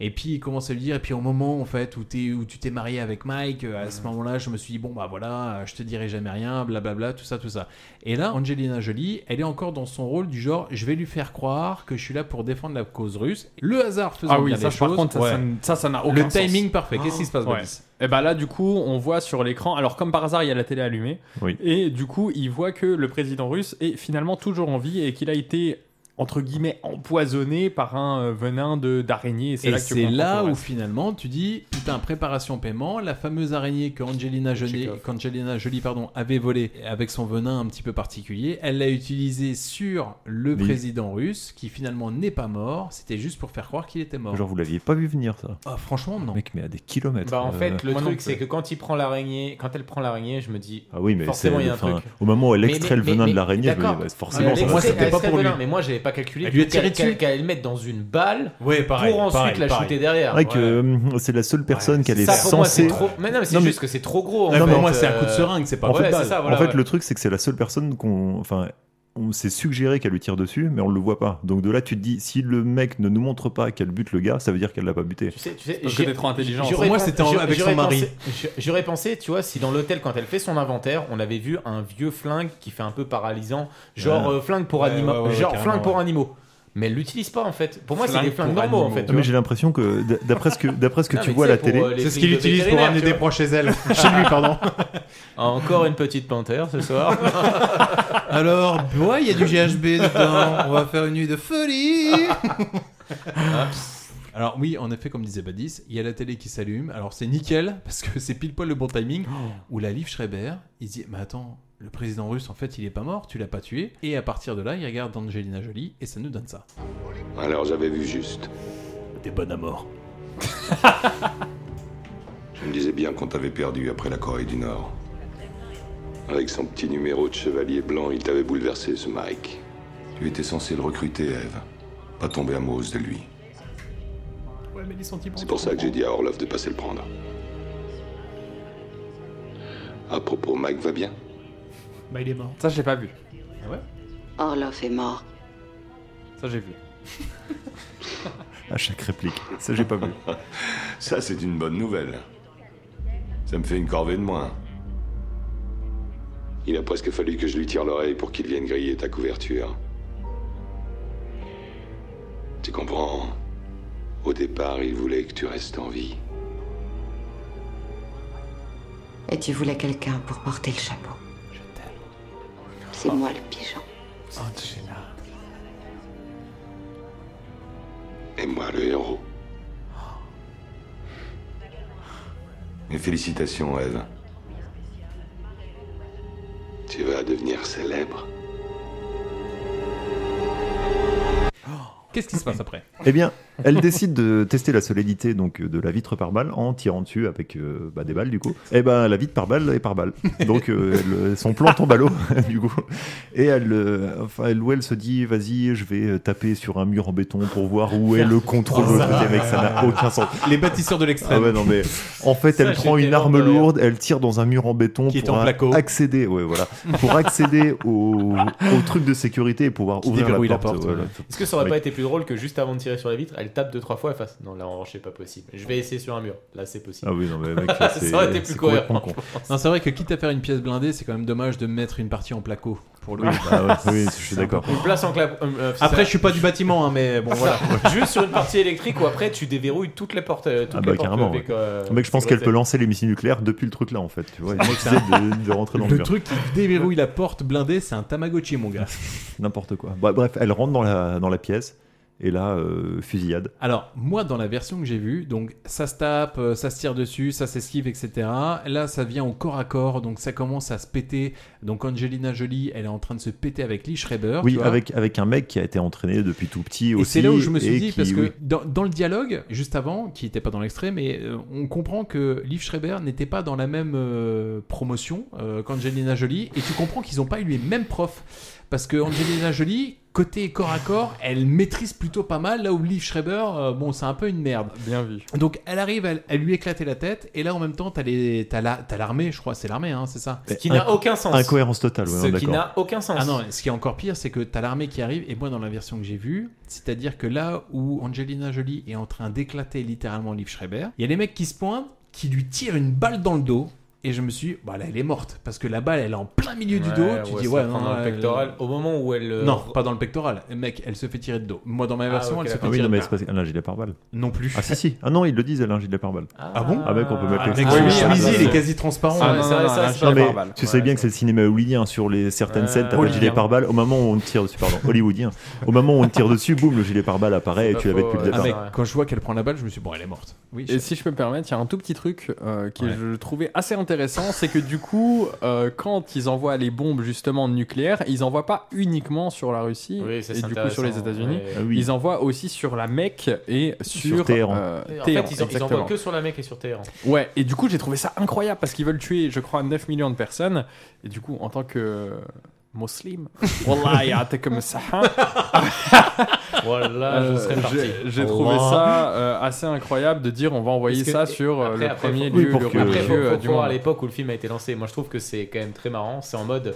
Speaker 2: et puis il commence à lui dire, et puis au moment en fait où, t'es- où tu t'es marié avec Mike, euh, à ce moment-là, je me suis dit, bon bah voilà, euh, je te dirai jamais rien, blablabla, tout ça, tout ça. Et là, Angelina Jolie, elle est encore dans son rôle du genre, je vais lui faire croire que je suis là pour défendre la cause russe. Le hasard faisant
Speaker 11: Ah oui,
Speaker 2: bien
Speaker 11: ça,
Speaker 2: les
Speaker 11: par
Speaker 2: choses.
Speaker 11: contre, ça,
Speaker 2: Ouais.
Speaker 11: ça n- ça, ça n'a aucun
Speaker 2: Le
Speaker 11: sens.
Speaker 2: timing parfait. Qu'est-ce qui se passe,
Speaker 11: Ouais.
Speaker 2: Baptiste
Speaker 11: Et bah là, du coup, on voit sur l'écran. Alors, comme par hasard, il y a la télé allumée.
Speaker 9: Oui.
Speaker 11: Et du coup, il voit que le président russe est finalement toujours en vie et qu'il a été entre guillemets empoisonné par un euh, venin de d'araignée. Et c'est
Speaker 2: Et
Speaker 11: là, que tu
Speaker 2: c'est
Speaker 11: comprends
Speaker 2: là
Speaker 11: tout le
Speaker 2: où
Speaker 11: reste.
Speaker 2: finalement tu dis putain préparation paiement la fameuse araignée que Angelina Jolie, qu'Angelina Jolie pardon avait volée avec son venin un petit peu particulier elle l'a utilisée sur le
Speaker 9: Oui.
Speaker 2: président russe qui finalement n'est pas mort c'était juste pour faire croire qu'il était
Speaker 8: Oh.
Speaker 2: mort
Speaker 9: Genre, vous l'aviez pas vu venir, ça
Speaker 2: Ah, franchement, non.
Speaker 9: Mec, mais à des kilomètres.
Speaker 8: Bah, en
Speaker 9: euh,
Speaker 8: fait, le
Speaker 9: moi non
Speaker 8: truc,
Speaker 9: plus.
Speaker 8: c'est que quand il prend l'araignée, quand elle prend l'araignée, je me dis.
Speaker 9: Ah oui, mais
Speaker 8: forcément,
Speaker 9: c'est-
Speaker 8: il y a un
Speaker 9: enfin,
Speaker 8: truc.
Speaker 9: au moment où elle
Speaker 8: Mais-
Speaker 9: extrait le
Speaker 8: mais-
Speaker 9: venin de
Speaker 8: mais-
Speaker 9: l'araignée, je me dis,
Speaker 8: d'accord.
Speaker 9: bah, forcément,
Speaker 8: Elle
Speaker 9: ça va-
Speaker 8: extrait-
Speaker 9: c'était
Speaker 8: elle
Speaker 9: pas
Speaker 8: extrait
Speaker 9: pour
Speaker 8: le
Speaker 9: lui.
Speaker 8: venin, Mais moi, j'avais pas calculé
Speaker 9: Elle lui a
Speaker 8: qu'elle-
Speaker 9: tiré
Speaker 8: qu'elle-
Speaker 9: dessus.
Speaker 8: qu'elle le mette dans une balle
Speaker 2: pareil,
Speaker 8: pour ensuite
Speaker 2: pareil,
Speaker 8: la
Speaker 2: pareil.
Speaker 8: shooter derrière. Ouais.
Speaker 9: Ouais, que euh, c'est la seule personne qu'elle est
Speaker 8: Ça, pour moi, c'est
Speaker 9: censée.
Speaker 8: trop- Mais non, mais c'est juste que c'est trop gros, en
Speaker 9: Non,
Speaker 8: fait,
Speaker 9: mais-
Speaker 8: pour moi, c'est un coup de seringue, c'est pas un coup de
Speaker 9: fait,
Speaker 8: balle. voilà,
Speaker 9: en fait,
Speaker 8: ouais.
Speaker 9: le truc, c'est que c'est la seule personne qu'on. Enfin, on s'est suggéré qu'elle lui tire dessus, mais on le voit pas. Donc de là, tu te dis, si le mec ne nous montre pas qu'elle bute le gars, ça veut dire qu'elle l'a pas buté.
Speaker 8: Tu sais, tu sais,
Speaker 11: parce
Speaker 8: j'ai-
Speaker 11: que t'es trop intelligent. Pour
Speaker 8: j'aurais
Speaker 11: moi,
Speaker 8: pen-
Speaker 11: c'était en-
Speaker 8: j'a-
Speaker 11: avec
Speaker 8: j'aurais
Speaker 11: son mari.
Speaker 8: pensé- j'a- J'aurais pensé, tu vois, si dans l'hôtel, quand elle fait son inventaire, on avait vu un vieux flingue qui fait un peu paralysant, genre
Speaker 9: Ouais.
Speaker 8: euh, flingue pour
Speaker 9: Ouais,
Speaker 8: animaux.
Speaker 9: ouais, ouais, ouais,
Speaker 8: genre
Speaker 9: carrément,
Speaker 8: flingue pour animaux. Mais elle l'utilise pas en fait. Pour moi, c'est
Speaker 9: Flingue
Speaker 8: des flingues
Speaker 9: pour
Speaker 8: normaux Oh, en
Speaker 9: animaux.
Speaker 8: fait. tu
Speaker 9: Mais
Speaker 8: vois.
Speaker 9: j'ai l'impression que d- d'après ce que d'après ce que
Speaker 8: Non,
Speaker 9: tu
Speaker 8: mais
Speaker 9: vois à
Speaker 8: tu sais,
Speaker 9: la
Speaker 8: pour,
Speaker 9: télé,
Speaker 8: euh, les C'est ce qu'il flics de utilise pour vétérinaire, ramener tu des vois. proches chez elle. Chez lui, pardon. Encore une petite panthère ce soir.
Speaker 2: Alors, ouais, il y a du GHB dedans. On va faire une nuit de folie. Alors oui, en effet, comme disait Badis, il y a la télé qui s'allume. Hum, Alors c'est nickel, parce que c'est pile poil le bon timing,
Speaker 11: Oh.
Speaker 2: où la Liv Schreiber, il se dit, mais attends, le président russe, en fait, il est pas mort, tu l'as pas tué. Et à partir de là, il regarde Angelina Jolie, et ça nous donne ça.
Speaker 15: Alors j'avais vu juste.
Speaker 2: Des bonnes à mort.
Speaker 15: Je me disais bien qu'on t'avait perdu après la Corée du Nord. Avec son petit numéro de chevalier blanc, il t'avait bouleversé, ce Mike. Tu étais censé le recruter, Eve. Pas tomber amoureuse de lui.
Speaker 2: Ouais, mais les sentiments.
Speaker 15: C'est pour ça que j'ai dit à Orlov de passer le prendre. À propos, Mike va bien
Speaker 2: Bah, il est mort.
Speaker 11: Ça, je l'ai pas vu.
Speaker 2: Ah ouais
Speaker 5: Orlov est mort.
Speaker 11: Ça, j'ai vu.
Speaker 9: À chaque réplique. Ça, j'ai pas vu.
Speaker 15: Ça, c'est une bonne nouvelle. Ça me fait une corvée de moins. Il a presque fallu que je lui tire l'oreille pour qu'il vienne griller ta couverture. Tu comprends Au départ, il voulait que tu restes en vie.
Speaker 5: Et tu voulais quelqu'un pour porter le chapeau. Je t'aime. C'est moi le pigeon.
Speaker 15: Et moi, le héros. Mes félicitations, Eve. Tu vas devenir célèbre.
Speaker 2: Qu'est-ce qui se passe après
Speaker 9: Eh bien, elle décide de tester la solidité donc de la vitre par balle en tirant dessus avec euh, bah, des balles du coup. Et ben la vitre par balle est par balle. Donc euh, elle- son plan tombe à l'eau du coup. Et elle, euh, enfin, elle, où elle se dit vas-y, je vais euh, taper sur un mur en béton pour voir où est le contrôle de l'autre côté, mec, ça n'a aucun sens.
Speaker 2: Les bâtisseurs de l'extrême.
Speaker 9: Ah ouais, non, mais en fait,
Speaker 2: Ça,
Speaker 9: elle prend
Speaker 2: j'étais
Speaker 9: une
Speaker 2: mort
Speaker 9: arme
Speaker 2: de rire.
Speaker 9: lourde, elle tire dans un mur en béton
Speaker 2: Qui est
Speaker 9: pour
Speaker 2: en placo.
Speaker 9: accéder, ouais, voilà, pour accéder au, au truc de sécurité et pouvoir
Speaker 2: Qui
Speaker 9: ouvrir
Speaker 2: déverrouille
Speaker 9: la
Speaker 2: la
Speaker 9: porte.
Speaker 2: porte,
Speaker 9: voilà.
Speaker 2: ouais.
Speaker 8: Est-ce que ça aurait
Speaker 9: Ouais.
Speaker 8: pas été plus drôle que juste avant de tirer sur la vitre, elle tape deux trois fois et fasse Non, là en revanche, c'est pas possible. Je vais essayer sur un mur. Là, c'est possible.
Speaker 9: Ah oui, non, mais mec, ça, c'est-
Speaker 8: aurait été plus
Speaker 9: c'est
Speaker 8: cohérent.
Speaker 9: complètement con.
Speaker 2: Non, c'est vrai que quitte à faire une pièce blindée, c'est quand même dommage de mettre une partie en placo pour le.
Speaker 9: Ah ouais, oui, je suis
Speaker 2: C'est un
Speaker 9: d'accord.
Speaker 2: peu-
Speaker 8: Une place en clap. euh, euh, c'est
Speaker 2: Après,
Speaker 8: ça.
Speaker 2: je suis pas du bâtiment, hein, mais bon, voilà.
Speaker 8: Juste sur une partie électrique où après tu déverrouilles toutes les portes. euh, toutes
Speaker 9: Ah
Speaker 8: les
Speaker 9: bah
Speaker 8: portes
Speaker 9: carrément.
Speaker 8: avec,
Speaker 9: ouais.
Speaker 8: euh,
Speaker 9: mec, je pense qu'elle peut
Speaker 8: sécurité.
Speaker 9: lancer les missiles nucléaires depuis le truc là en fait. Tu vois, il
Speaker 2: Mec,
Speaker 9: suffisait
Speaker 2: c'est un-
Speaker 9: de, de rentrer dans le,
Speaker 2: Le
Speaker 9: mur.
Speaker 2: truc qui déverrouille la porte blindée, c'est un Tamagotchi, mon gars.
Speaker 9: N'importe quoi. Bah, bref, elle rentre dans la, dans la pièce et là, euh, fusillade.
Speaker 2: Alors, moi, dans la version que j'ai vue, donc ça se tape, euh, ça se tire dessus, ça s'esquive, etc. Là, ça vient au corps à corps, donc ça commence à se péter. Donc, Angelina Jolie, elle est en train de se péter avec Lee Schreiber. tu
Speaker 9: Oui,
Speaker 2: vois.
Speaker 9: avec, avec un mec qui a été entraîné depuis tout petit
Speaker 2: Et
Speaker 9: aussi.
Speaker 2: c'est là où je me suis
Speaker 9: et
Speaker 2: dit,
Speaker 9: qui-
Speaker 2: parce que
Speaker 9: oui.
Speaker 2: dans, dans le dialogue, juste avant, qui n'était pas dans l'extrait, mais euh, on comprend que Liv Schreiber n'était pas dans la même euh, promotion euh, qu'Angelina Jolie, et tu comprends qu'ils n'ont pas eu les mêmes profs. Parce que Angelina Jolie, côté corps à corps, elle maîtrise plutôt pas mal, là où Liv Schreiber, euh, bon, c'est un peu une merde.
Speaker 11: Bien vu.
Speaker 2: Donc elle arrive à, à lui éclater la tête, et là en même temps, t'as les- t'as la- t'as l'armée, je crois, c'est l'armée, hein, c'est ça
Speaker 8: Ce qui n'a aucun sens.
Speaker 9: Incohérence totale, ouais,
Speaker 8: Ce
Speaker 9: on est
Speaker 8: qui
Speaker 9: d'accord.
Speaker 8: n'a aucun sens.
Speaker 2: Ah non, ce qui est encore pire, c'est que t'as l'armée qui arrive, et moi dans la version que j'ai vue, c'est-à-dire que là où Angelina Jolie est en train d'éclater littéralement Liv Schreiber, il y a les mecs qui se pointent, qui lui tirent une balle dans le dos, et je me suis dit, bah là elle est morte, parce que la balle elle est en plein milieu du dos, tu dis
Speaker 8: ça
Speaker 2: ouais,
Speaker 8: prend
Speaker 2: non,
Speaker 8: dans
Speaker 2: non,
Speaker 8: le
Speaker 2: elle-
Speaker 8: pectoral. Au moment où elle. euh,
Speaker 2: Non, pas dans le pectoral, mec, elle se fait tirer de dos. Moi dans ma
Speaker 8: Ah,
Speaker 2: version,
Speaker 8: ok,
Speaker 2: elle se
Speaker 9: Ah
Speaker 2: fait
Speaker 9: oui,
Speaker 2: tirer
Speaker 9: non,
Speaker 2: de
Speaker 9: mais
Speaker 2: dos.
Speaker 9: c'est parce- elle a un gilet pare-balles.
Speaker 2: Non plus.
Speaker 9: Ah si, si. Ah non, ils le disent, elle a un gilet pare-balles.
Speaker 2: Ah bon
Speaker 9: Ah mec, on peut mettre
Speaker 2: Ah,
Speaker 9: les
Speaker 2: mec,
Speaker 9: photos.
Speaker 2: son chemise, il est quasi transparent.
Speaker 11: Ah,
Speaker 2: ouais.
Speaker 11: non, non,
Speaker 2: C'est vrai,
Speaker 11: non,
Speaker 2: ça,
Speaker 11: là,
Speaker 2: c'est
Speaker 11: je
Speaker 9: Non,
Speaker 11: l'ai
Speaker 9: mais
Speaker 11: pas, balle.
Speaker 9: tu sais bien que c'est le cinéma hollywoodien sur les certaines scènes, t'as pas le gilet
Speaker 11: hollywoodien.
Speaker 9: pare-balles. Au moment où on te tire dessus, pardon, hollywoodien. Au moment où on te tire dessus, boum, le gilet pare-balles apparaît et
Speaker 8: pas
Speaker 9: tu l'avais
Speaker 8: faux,
Speaker 9: depuis le
Speaker 8: ouais.
Speaker 9: départ.
Speaker 2: Ah, mec, quand je vois qu'elle prend la balle, je me suis dit, bon, elle est morte. Oui,
Speaker 11: Et si je peux me permettre, il y a un tout petit truc euh, que
Speaker 2: Ouais.
Speaker 11: je trouvais assez intéressant, c'est que du coup, euh, quand ils envoient les bombes justement nucléaires, ils envoient pas uniquement sur la Russie
Speaker 8: Oui, ça,
Speaker 11: et
Speaker 8: c'est
Speaker 11: du coup sur les
Speaker 8: intéressant,
Speaker 11: États-Unis,
Speaker 8: ouais.
Speaker 9: Ah oui.
Speaker 11: ils envoient aussi sur la Mecque et sur,
Speaker 9: Sur Téhéran.
Speaker 11: euh,
Speaker 8: En fait,
Speaker 11: Téhéran,
Speaker 8: ils, en- ils
Speaker 11: exactement.
Speaker 8: envoient que sur la mec et sur Téhéran.
Speaker 11: Ouais, et du coup, j'ai trouvé ça incroyable parce qu'ils veulent tuer, je crois, 9 millions de personnes. Et du coup, en tant que euh, muslim, wallahi, t'es comme ça. hein.
Speaker 8: Voilà, je serais parti.
Speaker 11: Ah, j'ai- J'ai trouvé
Speaker 8: Allah.
Speaker 11: ça euh, assez incroyable de dire on va envoyer
Speaker 8: Parce que-
Speaker 11: ça sur euh,
Speaker 8: après-
Speaker 11: le
Speaker 8: après,
Speaker 11: premier
Speaker 8: faut-
Speaker 11: lieu
Speaker 8: oui,
Speaker 11: le
Speaker 8: pour que-
Speaker 11: religieux
Speaker 8: après, faut-
Speaker 11: euh,
Speaker 8: faut
Speaker 11: du
Speaker 8: voir
Speaker 11: monde.
Speaker 8: à l'époque où le film a été lancé. Moi, je trouve que c'est quand même très marrant. C'est en mode.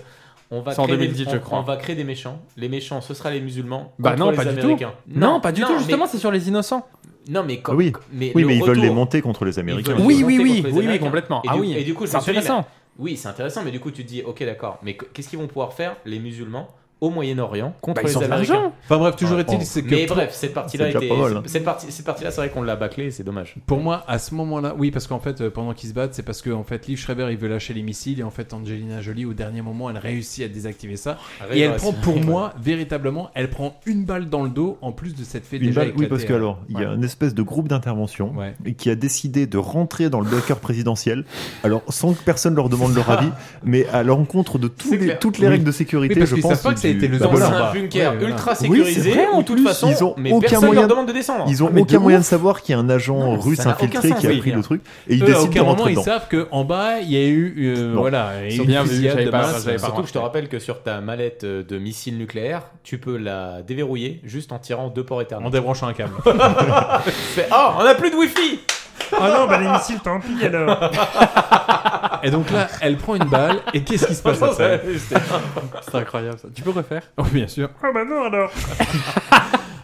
Speaker 8: On va,
Speaker 11: C'est en
Speaker 8: créer
Speaker 11: 2010,
Speaker 8: des, on,
Speaker 11: je crois.
Speaker 8: on va créer des méchants. Les méchants, ce sera les musulmans.
Speaker 11: Bah
Speaker 8: contre
Speaker 11: non,
Speaker 8: les
Speaker 11: pas du tout.
Speaker 8: Américains.
Speaker 11: Non, pas du
Speaker 8: non,
Speaker 11: tout.
Speaker 8: mais-
Speaker 11: Justement, c'est sur les innocents.
Speaker 8: Non, mais quand.
Speaker 9: Oui,
Speaker 8: mais,
Speaker 9: oui,
Speaker 8: le
Speaker 9: mais ils veulent
Speaker 8: retour-
Speaker 9: les monter contre les Américains.
Speaker 8: Ils veulent
Speaker 11: Oui, oui,
Speaker 8: les monter
Speaker 11: oui,
Speaker 8: contre les
Speaker 11: oui, oui,
Speaker 8: Américains.
Speaker 11: complètement.
Speaker 8: Et
Speaker 11: Ah
Speaker 8: du,
Speaker 11: oui,
Speaker 8: et du coup, je
Speaker 11: c'est
Speaker 8: me suis dit,
Speaker 11: intéressant.
Speaker 8: mais- oui, c'est intéressant, mais du coup, tu te dis, ok, d'accord, mais que- qu'est-ce qu'ils vont pouvoir faire, les musulmans, au Moyen-Orient contre
Speaker 11: Bah, ils
Speaker 8: les
Speaker 11: ont de l'argent.
Speaker 8: Américains.
Speaker 11: Enfin, bref, toujours est-il, c'est que
Speaker 8: Mais
Speaker 11: pour-
Speaker 8: bref, cette partie-là
Speaker 11: C'est déjà
Speaker 8: était-
Speaker 11: pas mal, hein.
Speaker 8: cette partie, cette partie-là, c'est vrai qu'on l'a bâclée, c'est dommage.
Speaker 2: Pour moi, à ce moment-là, oui, parce qu'en fait, euh, pendant qu'ils se battent, c'est parce que en fait, Liv Schreiber, il veut lâcher les missiles, et en fait, Angelina Jolie, au dernier moment, elle réussit à désactiver ça,
Speaker 8: Arrête,
Speaker 2: et elle
Speaker 8: arrête,
Speaker 2: prend,
Speaker 8: c'est
Speaker 2: pour
Speaker 8: horrible.
Speaker 2: moi, véritablement, elle prend une balle dans le dos, en plus de cette fée
Speaker 9: Une
Speaker 2: déjà
Speaker 9: balle- oui,
Speaker 2: éclatée,
Speaker 9: parce que
Speaker 8: euh,
Speaker 2: hein.
Speaker 9: alors, il y a
Speaker 2: Ouais.
Speaker 9: une espèce de groupe d'intervention qui a décidé de rentrer dans le bunker présidentiel, alors sans que personne leur demande leur avis, mais à l'encontre de tous les- toutes les
Speaker 2: Oui.
Speaker 9: règles de sécurité.
Speaker 2: Oui, parce
Speaker 9: je
Speaker 2: qu'ils
Speaker 9: pense
Speaker 2: savent pas que ça a été le
Speaker 9: Bah,
Speaker 8: Dans
Speaker 9: voilà.
Speaker 8: un bunker
Speaker 2: Ouais, voilà.
Speaker 8: ultra
Speaker 9: Oui,
Speaker 8: sécurisé,
Speaker 9: c'est vrai,
Speaker 8: en
Speaker 9: en
Speaker 8: toute
Speaker 9: plus,
Speaker 8: façon,
Speaker 9: ils ont
Speaker 8: mais
Speaker 9: aucun
Speaker 8: personne
Speaker 9: moyen-
Speaker 8: leur demande de descendre.
Speaker 9: Ils ont
Speaker 8: Ah, mais
Speaker 9: aucun
Speaker 8: de
Speaker 9: moyen
Speaker 8: ouf.
Speaker 9: de savoir qu'il y a un agent
Speaker 8: Non, mais
Speaker 9: russe
Speaker 8: ça n'a aucun
Speaker 9: infiltré
Speaker 8: sens,
Speaker 9: qui a
Speaker 8: oui.
Speaker 9: pris le truc et il
Speaker 2: Eux, à
Speaker 9: décide de
Speaker 2: aucun moment,
Speaker 9: rentrer
Speaker 2: ils
Speaker 9: dedans.
Speaker 2: savent qu'en bas, il y a eu, euh,
Speaker 9: Non.
Speaker 2: voilà,
Speaker 8: Ils
Speaker 2: une
Speaker 8: sont bien vus,
Speaker 2: fusillade
Speaker 8: j'avais
Speaker 2: de
Speaker 8: pas-
Speaker 2: masse,
Speaker 8: j'avais pas
Speaker 2: surtout
Speaker 8: Surtout que je te rappelle que sur ta mallette euh, de missiles nucléaires, tu peux la déverrouiller juste en tirant deux ports éternels.
Speaker 2: En débranchant un câble.
Speaker 8: Fais, oh, on a plus de wifi
Speaker 2: Ah non, bah les missiles, tant pis alors Et donc là, elle prend une balle, et qu'est-ce qui se passe après
Speaker 11: C'est incroyable ça. Tu peux refaire
Speaker 2: Oh, bien sûr.
Speaker 11: Ah bah non alors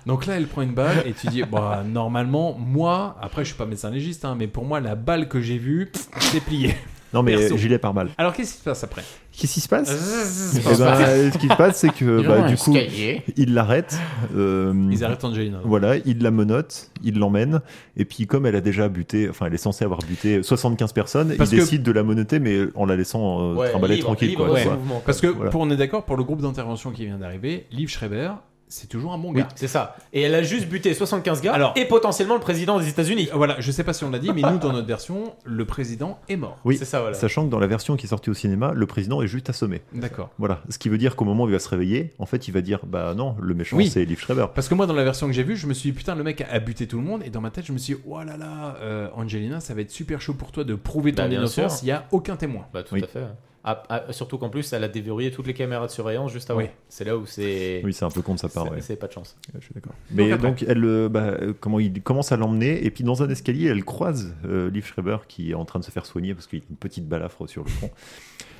Speaker 2: Donc là, elle prend une balle et tu dis, bah, normalement, moi, après, je suis pas médecin légiste, hein, mais pour moi, la balle que j'ai vue, pff, c'est plié.
Speaker 9: Non, mais
Speaker 2: Perso.
Speaker 9: gilet par balle.
Speaker 2: Alors, qu'est-ce qui se passe après
Speaker 9: Qu'est-ce qui se passe
Speaker 2: Zzz,
Speaker 9: Eh ben, ce qui se passe, c'est que
Speaker 2: Ils
Speaker 9: bah,
Speaker 2: ont un
Speaker 9: du coup,
Speaker 2: escalier.
Speaker 9: ils l'arrêtent. euh,
Speaker 2: Ils arrêtent Angelina.
Speaker 9: Voilà, ils la menottent, ils l'emmènent. Et puis, comme elle a déjà buté, enfin, elle est censée avoir buté 75 personnes,
Speaker 2: Parce
Speaker 9: ils
Speaker 2: que-
Speaker 9: décident de la menotter, mais en la laissant euh,
Speaker 2: Ouais,
Speaker 9: trimballer
Speaker 2: libre,
Speaker 9: tranquille.
Speaker 2: libre
Speaker 9: quoi,
Speaker 2: de
Speaker 9: tu
Speaker 2: ses
Speaker 9: vois.
Speaker 2: mouvements, Parce que,
Speaker 9: Voilà.
Speaker 2: pour on est d'accord, pour le groupe d'intervention qui vient d'arriver, Liv Schreiber, c'est toujours un bon
Speaker 8: Oui,
Speaker 2: gars.
Speaker 8: c'est ça. Et elle a juste buté 75 gars et potentiellement le président des États-Unis.
Speaker 2: Euh, Voilà, je sais pas si on l'a dit, mais nous, dans notre version, le président est mort.
Speaker 9: Oui, sachant que dans la version qui est sortie au cinéma, le président est juste assommé.
Speaker 2: D'accord.
Speaker 9: Voilà, ce qui veut dire qu'au moment où il va se réveiller, en fait, il va dire Bah non, le méchant,
Speaker 2: Oui.
Speaker 9: c'est Liv Schreiber.
Speaker 2: Parce que moi, dans la version que j'ai vue, je me suis dit, putain, le mec a buté tout le monde. Et dans ma tête, je me suis dit, oh là là, euh, Angelina, ça va être super chaud pour toi de prouver ton
Speaker 8: Bah, bien
Speaker 2: innocence.
Speaker 8: sûr.
Speaker 2: Il n'y a aucun témoin.
Speaker 8: Bah, tout à fait. Ah, ah, surtout qu'en plus, elle a déverrouillé toutes les caméras de surveillance juste avant.
Speaker 2: Oui.
Speaker 8: C'est là où c'est.
Speaker 9: Oui, c'est un peu con de sa part,
Speaker 8: C'est
Speaker 9: ouais.
Speaker 8: c'est pas de chance.
Speaker 9: je suis d'accord. Mais donc, elle, euh, bah, euh, comment il commence à l'emmener, et puis dans un escalier, elle croise euh, Liv Schreiber qui est en train de se faire soigner parce qu'il a une petite balafre sur le front.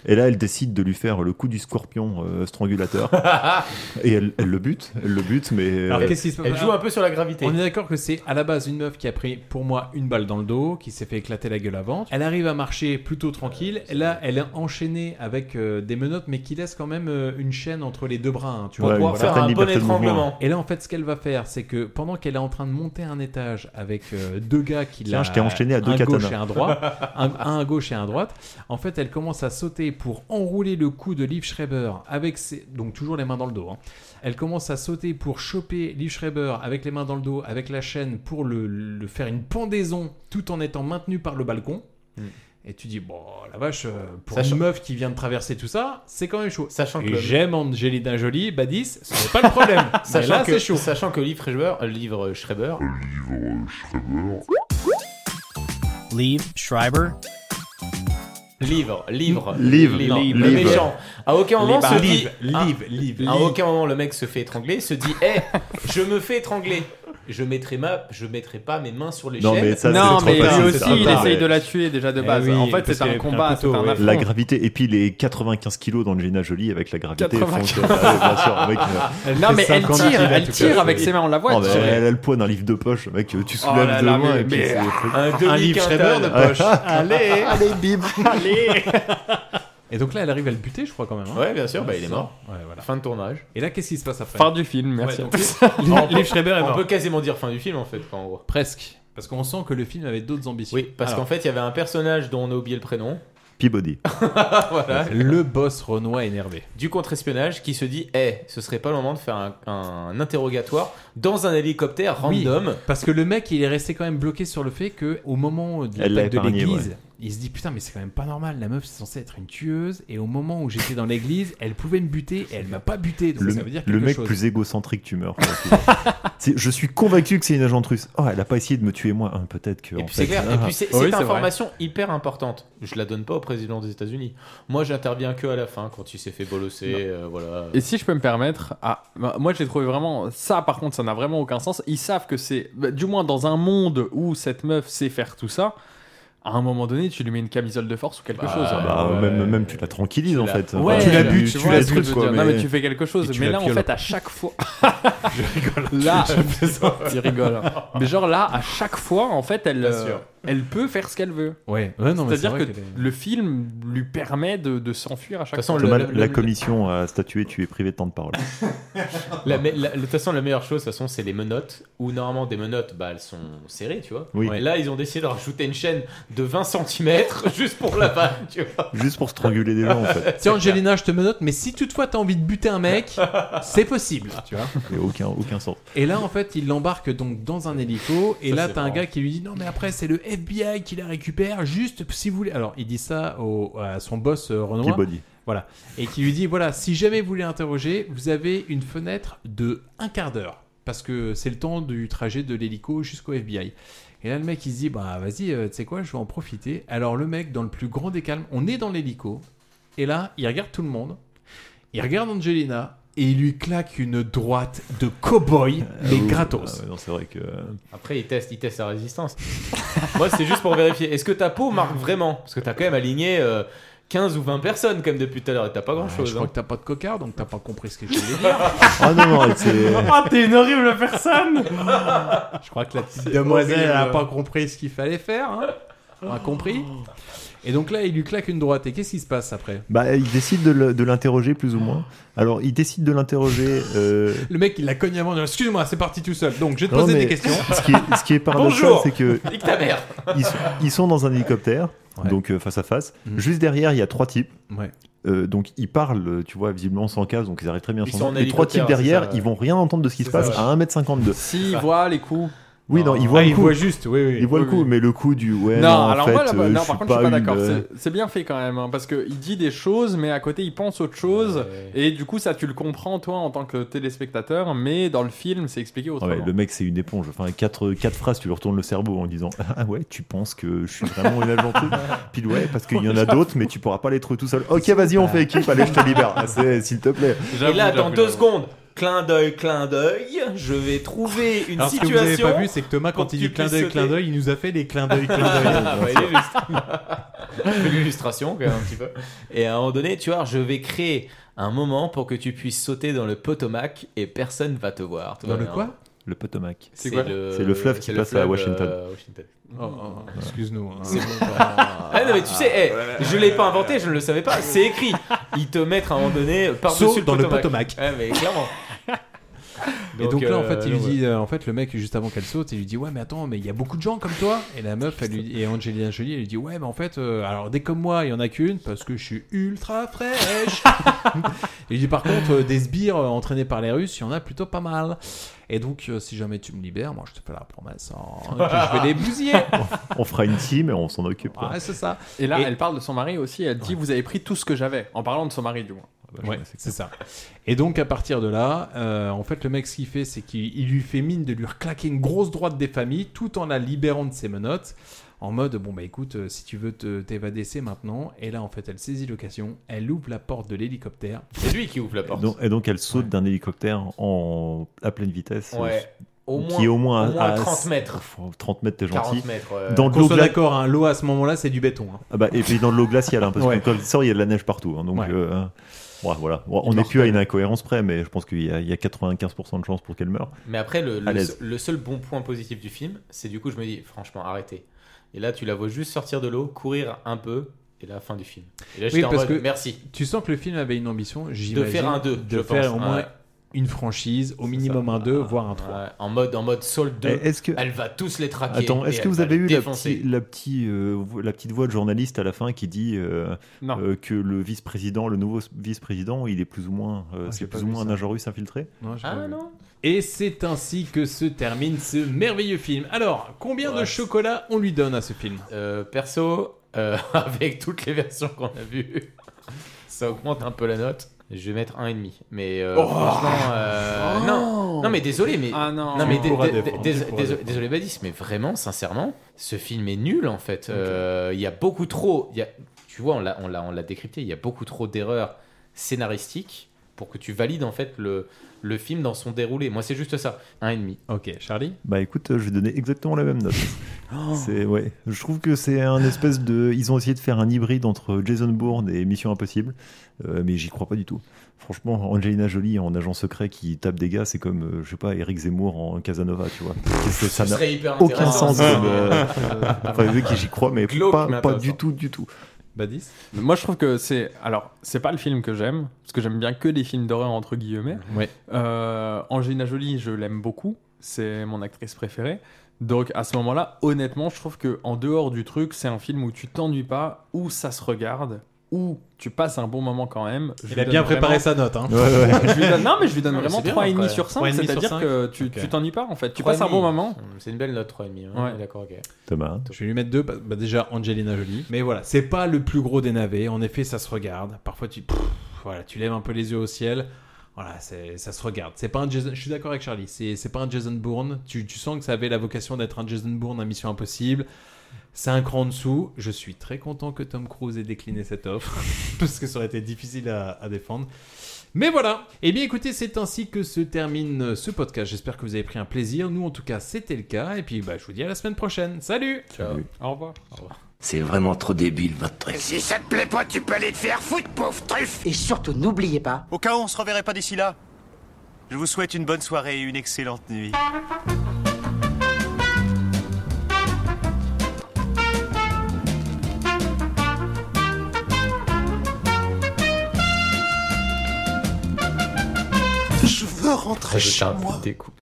Speaker 9: Et là, elle décide de lui faire le coup du scorpion euh, strangulateur. et elle, elle le bute, elle le bute, mais. euh,
Speaker 2: Alors, qu'est-ce qui se passe
Speaker 8: Euh, elle joue un peu sur la gravité.
Speaker 2: On est d'accord que c'est à la base une meuf qui a pris, pour moi, une balle dans le dos, qui s'est fait éclater la gueule avant. Elle arrive à marcher plutôt tranquille.
Speaker 8: Euh,
Speaker 2: là, elle est enchaînée avec euh, des menottes, mais qui laisse quand même euh, une chaîne entre les deux bras. hein, tu
Speaker 8: Pour
Speaker 2: vois.
Speaker 8: pouvoir faire Certaines un bon libertés de mouvement. étranglement.
Speaker 2: Et là, en fait, ce qu'elle va faire, c'est que pendant qu'elle est en train de monter un étage avec euh, deux gars qui
Speaker 9: Tiens,
Speaker 2: la-
Speaker 9: je t'ai enchaîné à deux
Speaker 2: un gauche
Speaker 9: katanas.
Speaker 2: et un droit, un, un à gauche et un à droite. En fait, elle commence à sauter pour enrouler le cou de Liv Schreiber avec ses... Donc toujours les mains dans le dos. hein. Elle commence à sauter pour choper Liv Schreiber avec les mains dans le dos, avec la chaîne, pour le, le faire une pendaison tout en étant maintenu par le balcon.
Speaker 8: Mm.
Speaker 2: Et tu dis, bon, la vache, euh, pour
Speaker 8: Sachant-
Speaker 2: une meuf qui vient de traverser tout ça, c'est quand même chaud.
Speaker 8: Sachant
Speaker 2: Et
Speaker 8: que-
Speaker 2: j'aime Angelina Jolie, Badis, ce n'est pas le problème. Mais
Speaker 8: Sachant
Speaker 2: là,
Speaker 8: que-
Speaker 2: c'est chaud.
Speaker 8: Sachant que Liv Schreiber. euh, Livre Schreiber.
Speaker 13: Livre Schreiber. Liv Schreiber.
Speaker 8: Livre, livre,
Speaker 13: Livre,
Speaker 8: non,
Speaker 13: livre,
Speaker 8: le
Speaker 13: livre.
Speaker 8: méchant. À aucun moment,
Speaker 13: Livre,
Speaker 8: se
Speaker 13: livre,
Speaker 8: dit,
Speaker 13: livre,
Speaker 8: Ah,
Speaker 13: livre,
Speaker 8: À
Speaker 13: livre.
Speaker 8: aucun moment, le mec se fait étrangler, se dit, eh, je me fais étrangler. Je mettrai ma, je mettrai pas mes mains sur les
Speaker 9: Non,
Speaker 8: chaînes.
Speaker 9: mais ça,
Speaker 11: Non,
Speaker 9: c'est
Speaker 11: mais
Speaker 9: trop
Speaker 11: lui
Speaker 9: facile,
Speaker 11: aussi,
Speaker 9: ça.
Speaker 11: il
Speaker 9: Ah,
Speaker 11: essaye
Speaker 9: mais-
Speaker 11: de la tuer déjà de
Speaker 9: Eh
Speaker 11: base.
Speaker 9: oui,
Speaker 11: En fait,
Speaker 9: parce
Speaker 11: c'est
Speaker 9: qu'il
Speaker 11: un
Speaker 9: y a
Speaker 11: combat,
Speaker 9: couteau,
Speaker 11: c'est un
Speaker 9: ouais.
Speaker 11: affront.
Speaker 9: La gravité, et puis les 95 kilos d'Angelina Jolie avec la gravité.
Speaker 11: 95.
Speaker 9: franchement, ouais, bien sûr, le mec,
Speaker 11: Elle-
Speaker 9: euh,
Speaker 11: non,
Speaker 9: fait
Speaker 11: mais elle
Speaker 9: 50
Speaker 11: tire,
Speaker 9: kilos,
Speaker 11: elle
Speaker 9: tu
Speaker 11: tire
Speaker 9: vois.
Speaker 11: avec ses mains, on la voit
Speaker 9: Oh, mais
Speaker 11: tirer.
Speaker 9: Elle a le poids d'un livre de poche, mec, tu
Speaker 11: Oh là
Speaker 9: soulèves de
Speaker 11: là,
Speaker 9: loin
Speaker 11: mais-
Speaker 9: et puis
Speaker 11: mais-
Speaker 9: c'est-
Speaker 11: un demi
Speaker 2: Schreiber de poche.
Speaker 8: Allez, allez,
Speaker 9: bim.
Speaker 8: Allez.
Speaker 2: Ah. Et donc là, elle arrive à le buter, je crois quand même. hein.
Speaker 8: Ouais, bien sûr, bah,
Speaker 2: c'est
Speaker 8: il est
Speaker 2: ça.
Speaker 8: mort.
Speaker 2: Ouais, voilà.
Speaker 8: Fin de tournage.
Speaker 2: Et là, qu'est-ce qui se passe après
Speaker 11: Fin du film, merci.
Speaker 2: Ouais, donc, Liv- Liv Schreiber est
Speaker 8: on
Speaker 2: mort.
Speaker 8: peut quasiment dire fin du film en fait, quoi, en gros.
Speaker 2: Presque. Parce qu'on sent que le film avait d'autres ambitions.
Speaker 8: Oui, parce qu'en fait, il y avait un personnage dont on a oublié le prénom.
Speaker 9: Peabody.
Speaker 8: Voilà.
Speaker 2: Le boss Renoir énervé.
Speaker 8: du contre-espionnage qui se dit Eh, ce serait pas le moment de faire un, un interrogatoire dans un hélicoptère
Speaker 2: Oui,
Speaker 8: random.
Speaker 2: parce que le mec, il est resté quand même bloqué sur le fait que au moment de
Speaker 8: Elle l'a
Speaker 2: l'attaque de
Speaker 8: épargné,
Speaker 2: l'église,
Speaker 8: ouais.
Speaker 2: il se dit putain mais c'est quand même pas normal. La meuf c'est censée être une tueuse et au moment où j'étais dans l'église, elle pouvait me buter et elle m'a pas buté. Donc
Speaker 9: le,
Speaker 2: ça veut dire
Speaker 9: le
Speaker 2: quelque
Speaker 9: mec
Speaker 2: chose.
Speaker 9: plus égocentrique tu meurs. C'est- je suis convaincu que c'est une agente russe. Oh, elle a pas essayé de me tuer moi. Hein, Peut-être que.
Speaker 8: Et
Speaker 9: en
Speaker 8: puis c'est
Speaker 9: fait-
Speaker 8: clair, et puis c'est
Speaker 9: Ah.
Speaker 8: cette information hyper importante. Je la donne pas au président des États-Unis. Moi, j'interviens que à la fin quand il s'est fait bolosser. euh, voilà.
Speaker 11: Et si je peux me permettre, ah, bah, moi j'ai trouvé vraiment ça. Par contre, ça n'a vraiment aucun sens. Ils savent que c'est, bah, du moins dans un monde où cette meuf sait faire tout ça, à un moment donné, tu lui mets une camisole de force ou quelque chose. hein.
Speaker 9: Ah, bah, même, même tu la tranquillises en fait.
Speaker 11: Ouais,
Speaker 9: tu la
Speaker 11: tu-
Speaker 9: butes,
Speaker 11: tu
Speaker 9: tu,
Speaker 11: vois
Speaker 9: la
Speaker 11: ce que je
Speaker 9: truc
Speaker 11: veux
Speaker 9: quoi.
Speaker 11: dire. Non, mais tu fais quelque chose.
Speaker 9: et tu
Speaker 11: Mais
Speaker 9: la
Speaker 11: là, en
Speaker 9: pioles.
Speaker 11: fait, à chaque fois. je rigole. Là,
Speaker 9: je plaisante.
Speaker 11: tu rigoles. hein. Mais genre là, à chaque fois, en fait, elle.
Speaker 8: Bien
Speaker 11: euh,
Speaker 8: sûr.
Speaker 11: elle peut faire ce qu'elle veut.
Speaker 2: Ouais. Ouais, non, mais
Speaker 11: C'est-à-dire
Speaker 2: c'est
Speaker 11: que
Speaker 2: vrai qu'elle
Speaker 11: le film lui permet de, de s'enfuir à chaque fois.
Speaker 9: Thomas, la commission a statué tu es privé de temps de parole.
Speaker 8: La me- la- De toute façon, la meilleure chose, de toute façon, c'est les menottes. Où normalement, des menottes, bah, elles sont serrées, tu vois.
Speaker 9: Oui.
Speaker 8: Et là, ils ont décidé de rajouter une chaîne de 20 cm juste pour la vanne, tu vois.
Speaker 9: Juste pour stranguler des gens en fait.
Speaker 2: Tiens, Angelina, je te menote, mais si toutefois t'as envie de buter un mec, c'est possible, tu vois.
Speaker 9: Mais aucun, aucun sens.
Speaker 2: Et là, en fait, il l'embarque donc dans un hélico. Et
Speaker 9: Ça,
Speaker 2: là,
Speaker 9: c'est
Speaker 2: t'as un
Speaker 9: marrant.
Speaker 2: gars qui lui dit Non, mais après, c'est le FBI qui la récupère, juste si vous voulez. Alors, il dit ça au, à son boss euh, Renoir.
Speaker 9: Peabody.
Speaker 2: Voilà. Et qui lui dit Voilà, si jamais vous voulez interroger, vous avez une fenêtre de un quart d'heure. Parce que c'est le temps du trajet de l'hélico jusqu'au FBI. Et là, le mec, il se dit Bah, vas-y, euh, tu sais quoi, je vais en profiter. Alors, le mec, dans le plus grand des calmes, on est dans l'hélico. Et là, il regarde tout le monde. Il regarde Angelina. Et il lui claque une droite de cow-boy, mais
Speaker 9: Euh, oui,
Speaker 2: gratos.
Speaker 9: Ah ouais, non, c'est vrai que.
Speaker 8: Après, ils testent, ils testent sa résistance. Moi, c'est juste pour vérifier. Est-ce que ta peau marque vraiment Parce que t'as quand même aligné euh, 15 ou 20 personnes, comme depuis tout à l'heure, et t'as pas grand-chose.
Speaker 2: je crois
Speaker 8: hein.
Speaker 2: que t'as pas de cocard, donc t'as pas compris ce que je voulais dire.
Speaker 8: Ah non, non, c'est-
Speaker 2: Ah, t'es une horrible personne Je crois que la petite
Speaker 14: C'est
Speaker 2: demoiselle, elle a
Speaker 14: horrible.
Speaker 2: pas compris ce qu'il fallait faire. hein. On a compris. Et donc là, il lui claque une droite. Et qu'est-ce qui se passe après
Speaker 9: Bah, il décide de le- de l'interroger plus ou moins. Alors, il décide de l'interroger. euh,
Speaker 2: Le mec, il la cogne avant. Excuse-moi, c'est parti tout seul. Donc, je vais te
Speaker 9: Non,
Speaker 2: poser
Speaker 9: mais
Speaker 2: des questions.
Speaker 9: Ce qui est, ce qui est paradoxal,
Speaker 2: Bonjour.
Speaker 9: c'est que
Speaker 2: Nique ta mère.
Speaker 9: Ils, sont, ils sont dans un hélicoptère, donc euh, face à face. Juste derrière, il y a trois types.
Speaker 2: Ouais.
Speaker 9: Euh, donc ils parlent, tu vois, visiblement sans casque, donc ils arrivent très bien.
Speaker 11: Ils
Speaker 9: sans
Speaker 11: sont en
Speaker 9: casque. Les trois types
Speaker 11: hélicoptère, c'est
Speaker 9: derrière,
Speaker 11: ça, ouais.
Speaker 9: ils vont rien entendre de ce qui se
Speaker 11: C'est
Speaker 9: passe
Speaker 11: ça, ouais.
Speaker 9: à 1m52.
Speaker 11: S'il voit les coups.
Speaker 9: Oui, non, ils voient
Speaker 11: Ah,
Speaker 9: le
Speaker 11: il
Speaker 9: coup.
Speaker 11: voit juste, oui, oui.
Speaker 9: Ils voient
Speaker 11: Oui,
Speaker 9: le coup,
Speaker 11: oui.
Speaker 9: mais le coup du ouais.
Speaker 11: non,
Speaker 9: Non, en
Speaker 11: alors
Speaker 9: fait,
Speaker 11: moi, là, non,
Speaker 9: euh, je
Speaker 11: par
Speaker 9: suis
Speaker 11: contre, je suis pas d'accord.
Speaker 9: une, euh,
Speaker 11: C'est- C'est bien fait quand même, hein, parce qu'il dit des choses, mais à côté, il pense autre chose. Et du coup, ça, tu le comprends, toi, en tant que téléspectateur, mais dans le film, c'est expliqué autrement.
Speaker 9: Ouais, le mec, c'est une éponge. Enfin, quatre, quatre phrases, tu lui retournes le cerveau en disant Ah ouais, tu penses que je suis vraiment une agentée Pile ouais, parce qu'il y en a d'autres, mais tu pourras pas les trouver tout seul. Ok, vas-y, on fait équipe, allez, je te libère. Ah, c'est- S'il te plaît.
Speaker 8: Et là, dans deux secondes, clin d'œil, clin d'œil, je vais trouver une
Speaker 2: Alors, ce que vous
Speaker 8: situation.
Speaker 2: avez pas vu, c'est que Thomas,
Speaker 8: pour
Speaker 2: quand il
Speaker 8: tu
Speaker 2: dit clin
Speaker 8: puisses
Speaker 2: d'œil,
Speaker 8: sauter.
Speaker 2: clin d'œil, il nous a fait des clins d'œil, clin d'œil.
Speaker 8: Ah, bah, il est juste. Je fais l'illustration, quand même, un petit peu. Et à un moment donné, tu vois, je vais créer un moment pour que tu puisses sauter dans le Potomac et personne va te voir. Tout
Speaker 9: Dans
Speaker 8: va
Speaker 9: le
Speaker 8: bien.
Speaker 9: quoi Le Potomac.
Speaker 8: C'est
Speaker 9: C'est
Speaker 8: quoi
Speaker 9: quoi C'est le fleuve qui
Speaker 8: c'est le
Speaker 9: passe
Speaker 8: fleuve,
Speaker 9: à Washington.
Speaker 8: euh, Washington.
Speaker 2: Oh, oh, excuse-nous, hein.
Speaker 8: C'est bon, bah. Ah, non, mais tu sais, eh, je l'ai pas inventé, je ne le savais pas. C'est écrit. Ils te mettent à un moment donné par-dessus
Speaker 2: Saut
Speaker 8: le
Speaker 2: dans le
Speaker 8: Potomac. Ouais, mais clairement.
Speaker 2: et donc là, en
Speaker 8: euh,
Speaker 2: fait, il lui
Speaker 8: donc,
Speaker 2: dit, euh, en fait, le mec, juste avant qu'elle saute, il lui dit, ouais, mais attends, mais il y a beaucoup de gens comme toi. Et la meuf, elle lui, et Angelina Jolie, elle lui dit, ouais, mais en fait, euh, alors dès comme moi, il y en a qu'une parce que je suis ultra fraîche. il dit, par contre, euh, des sbires euh, entraînés par les Russes, il y en a plutôt pas mal. Et donc, euh, si jamais tu me libères, moi, je te fais la promesse hein, que je vais les bousiller.
Speaker 9: on fera une team et on s'en occupe.
Speaker 8: Ah,
Speaker 2: Ouais, c'est ça.
Speaker 11: Et là,
Speaker 2: Et-
Speaker 11: elle parle de son mari aussi. Elle dit Vous avez pris tout ce que j'avais, en parlant de son mari, du moins.
Speaker 2: Ouais, c'est ça. Et donc à partir de là, euh, en fait, le mec ce qu'il fait, c'est qu'il il lui fait mine de lui claquer une grosse droite des familles, tout en la libérant de ses menottes, en mode bon bah écoute, euh, si tu veux te- t'évader, c'est maintenant. Et là, en fait, elle saisit l'occasion, elle ouvre la porte de l'hélicoptère.
Speaker 8: C'est lui qui ouvre la porte.
Speaker 9: Et donc, et donc, elle saute d'un hélicoptère en, à pleine vitesse. euh,
Speaker 8: Ouais. Au moins-
Speaker 9: qui est au moins, à-
Speaker 8: au moins
Speaker 9: à
Speaker 8: 30 mètres.
Speaker 9: 30 mètres, t'es
Speaker 8: 40
Speaker 9: gentil.
Speaker 8: mètres, ouais.
Speaker 9: Dans de
Speaker 2: Qu'on
Speaker 9: l'eau
Speaker 2: soit
Speaker 9: gla-
Speaker 2: d'accord, hein, l'eau à ce moment-là, c'est du béton. hein.
Speaker 9: Ah bah, et puis dans de l'eau glaciale, hein, parce
Speaker 2: Ouais.
Speaker 9: que quand il sort, il y a de la neige partout. hein, donc, euh, ouais, voilà. Ouais, on n'est plus à une incohérence près, mais je pense qu'il y, a- il y a 95% de chances pour qu'elle meure.
Speaker 8: Mais après, le, le
Speaker 9: À l'aise.
Speaker 8: se- le seul bon point positif du film, c'est du coup, je me dis, franchement, arrêtez. Et là, tu la vois juste sortir de l'eau, courir un peu, et la fin du film. Et là, j'étais en mode, merci.
Speaker 2: Tu sens que le film avait une ambition, j'imagine,
Speaker 8: faire un deux,
Speaker 2: de
Speaker 8: je
Speaker 2: faire
Speaker 8: pense,
Speaker 2: au moins
Speaker 8: ouais.
Speaker 2: une franchise, au minimum un 2, voire un 3.
Speaker 8: Ouais, en mode, en mode Soul 2,
Speaker 9: Et est-ce que-
Speaker 8: elle va tous les traquer.
Speaker 9: Attends,
Speaker 8: et
Speaker 9: est-ce que
Speaker 8: elle
Speaker 9: vous
Speaker 8: va
Speaker 9: avez
Speaker 8: les
Speaker 9: eu la,
Speaker 8: défoncer.
Speaker 9: petit- la, petit, euh, vo- la petite voix de journaliste à la fin qui dit euh,
Speaker 8: Non.
Speaker 9: euh, que le vice-président, le nouveau s- vice-président, il est plus ou moins, euh, c'est
Speaker 2: Ah, j'ai pas
Speaker 9: plus ou
Speaker 2: vu
Speaker 9: moins
Speaker 2: ça.
Speaker 9: un agent russe infiltré
Speaker 2: Non, j'ai
Speaker 8: Ah,
Speaker 2: pas vu.
Speaker 8: non.
Speaker 2: Et c'est ainsi que se termine ce merveilleux film. Alors, combien de chocolat on lui donne à ce film
Speaker 8: Euh, perso, euh, avec toutes les versions qu'on a vues, ça augmente un peu la note. Je vais mettre un et demi, mais euh,
Speaker 11: Oh
Speaker 8: franchement, euh,
Speaker 11: Oh
Speaker 8: non, non mais désolé, mais
Speaker 11: Ah non.
Speaker 8: mais
Speaker 11: Tu
Speaker 8: dé-
Speaker 11: pourras
Speaker 8: dé-
Speaker 11: défendre,
Speaker 8: dé-
Speaker 11: tu
Speaker 8: dé-
Speaker 11: pourras
Speaker 8: dé-
Speaker 11: défendre.
Speaker 8: désolé Badis, mais vraiment, sincèrement, ce film est nul en fait. Euh, Il y a beaucoup trop, il y a, tu vois, on l'a, on l'a, on l'a décrypté. Il y a beaucoup trop d'erreurs scénaristiques pour que tu valides en fait le, le film dans son déroulé. Moi, c'est juste ça. Un et demi.
Speaker 2: Ok, Charlie
Speaker 9: Bah écoute, euh, je vais donner exactement la même note. C'est ouais. Je trouve que c'est un espèce de. Ils ont essayé de faire un hybride entre Jason Bourne et Mission Impossible, euh, mais j'y crois pas du tout. Franchement, Angelina Jolie en agent secret qui tape des gars, c'est comme euh, je sais pas Eric Zemmour en Casanova, tu vois. C'est- Ça
Speaker 8: Ce
Speaker 9: n'a
Speaker 8: serait hyper
Speaker 9: aucun
Speaker 8: intéressant,
Speaker 9: sens.
Speaker 8: ça.
Speaker 9: comme, euh, Enfin, vu que j'y crois, mais
Speaker 8: Glauque,
Speaker 9: pas,
Speaker 8: mais
Speaker 9: pas
Speaker 8: intéressant.
Speaker 9: du tout, du tout.
Speaker 2: Badis
Speaker 11: Mais Moi, je trouve que c'est. Alors, c'est pas le film que j'aime, parce que j'aime bien que les films d'horreur, entre guillemets.
Speaker 2: Ouais.
Speaker 11: Euh, Angelina Jolie, je l'aime beaucoup. C'est mon actrice préférée. Donc, à ce moment-là, honnêtement, je trouve que en dehors du truc, c'est un film où tu t'ennuies pas, où ça se regarde, où tu passes un bon moment quand même. Je
Speaker 2: Il
Speaker 11: lui
Speaker 2: a bien
Speaker 11: donne
Speaker 2: préparé
Speaker 11: vraiment-
Speaker 2: sa note, hein.
Speaker 11: Je lui donne- Bah, Non, mais je lui donne
Speaker 2: Non, mais
Speaker 11: vraiment
Speaker 2: c'est bien,
Speaker 11: 3,5
Speaker 2: après.
Speaker 11: sur 5.
Speaker 2: 3,5 sur
Speaker 11: C'est-à-dire
Speaker 2: cinq.
Speaker 11: que tu tu
Speaker 2: Ok.
Speaker 11: t'ennuies pas, en fait. Tu
Speaker 8: Trois
Speaker 11: passes un
Speaker 8: et demi.
Speaker 11: bon moment.
Speaker 8: C'est une belle note 3,5. Hein.
Speaker 11: Ouais.
Speaker 8: D'accord, ok.
Speaker 9: Thomas.
Speaker 2: Je vais lui mettre deux. bah- bah déjà, Angelina Jolie. Mais voilà, c'est pas le plus gros des navets. En effet, ça se regarde. Parfois, tu, pff, voilà, tu lèves un peu les yeux au ciel. Voilà, c'est- ça se regarde. C'est pas un Jason. Je suis d'accord avec Charlie. C'est c'est pas un Jason Bourne. Tu, tu sens que ça avait la vocation d'être un Jason Bourne, un Mission Impossible. C'est un cran en dessous. Je suis très content que Tom Cruise ait décliné cette offre parce que ça aurait été difficile à, à défendre. Mais voilà. Eh bien, écoutez, c'est ainsi que se termine ce podcast. J'espère que vous avez pris un plaisir. Nous, en tout cas, c'était le cas. Et puis, bah, je vous dis à la semaine prochaine. Salut.
Speaker 8: Ciao.
Speaker 11: Au revoir.
Speaker 15: C'est vraiment trop débile, votre truc.
Speaker 12: Si ça te plaît pas, tu peux aller te faire foutre, pauvre truffe
Speaker 16: Et surtout, n'oubliez pas.
Speaker 13: Au cas où on se reverrait pas d'ici là, je vous souhaite une bonne soirée et une excellente nuit.
Speaker 8: Mm.
Speaker 12: Je veux rentrer
Speaker 8: Ça, je t'ai- t'ai coupé.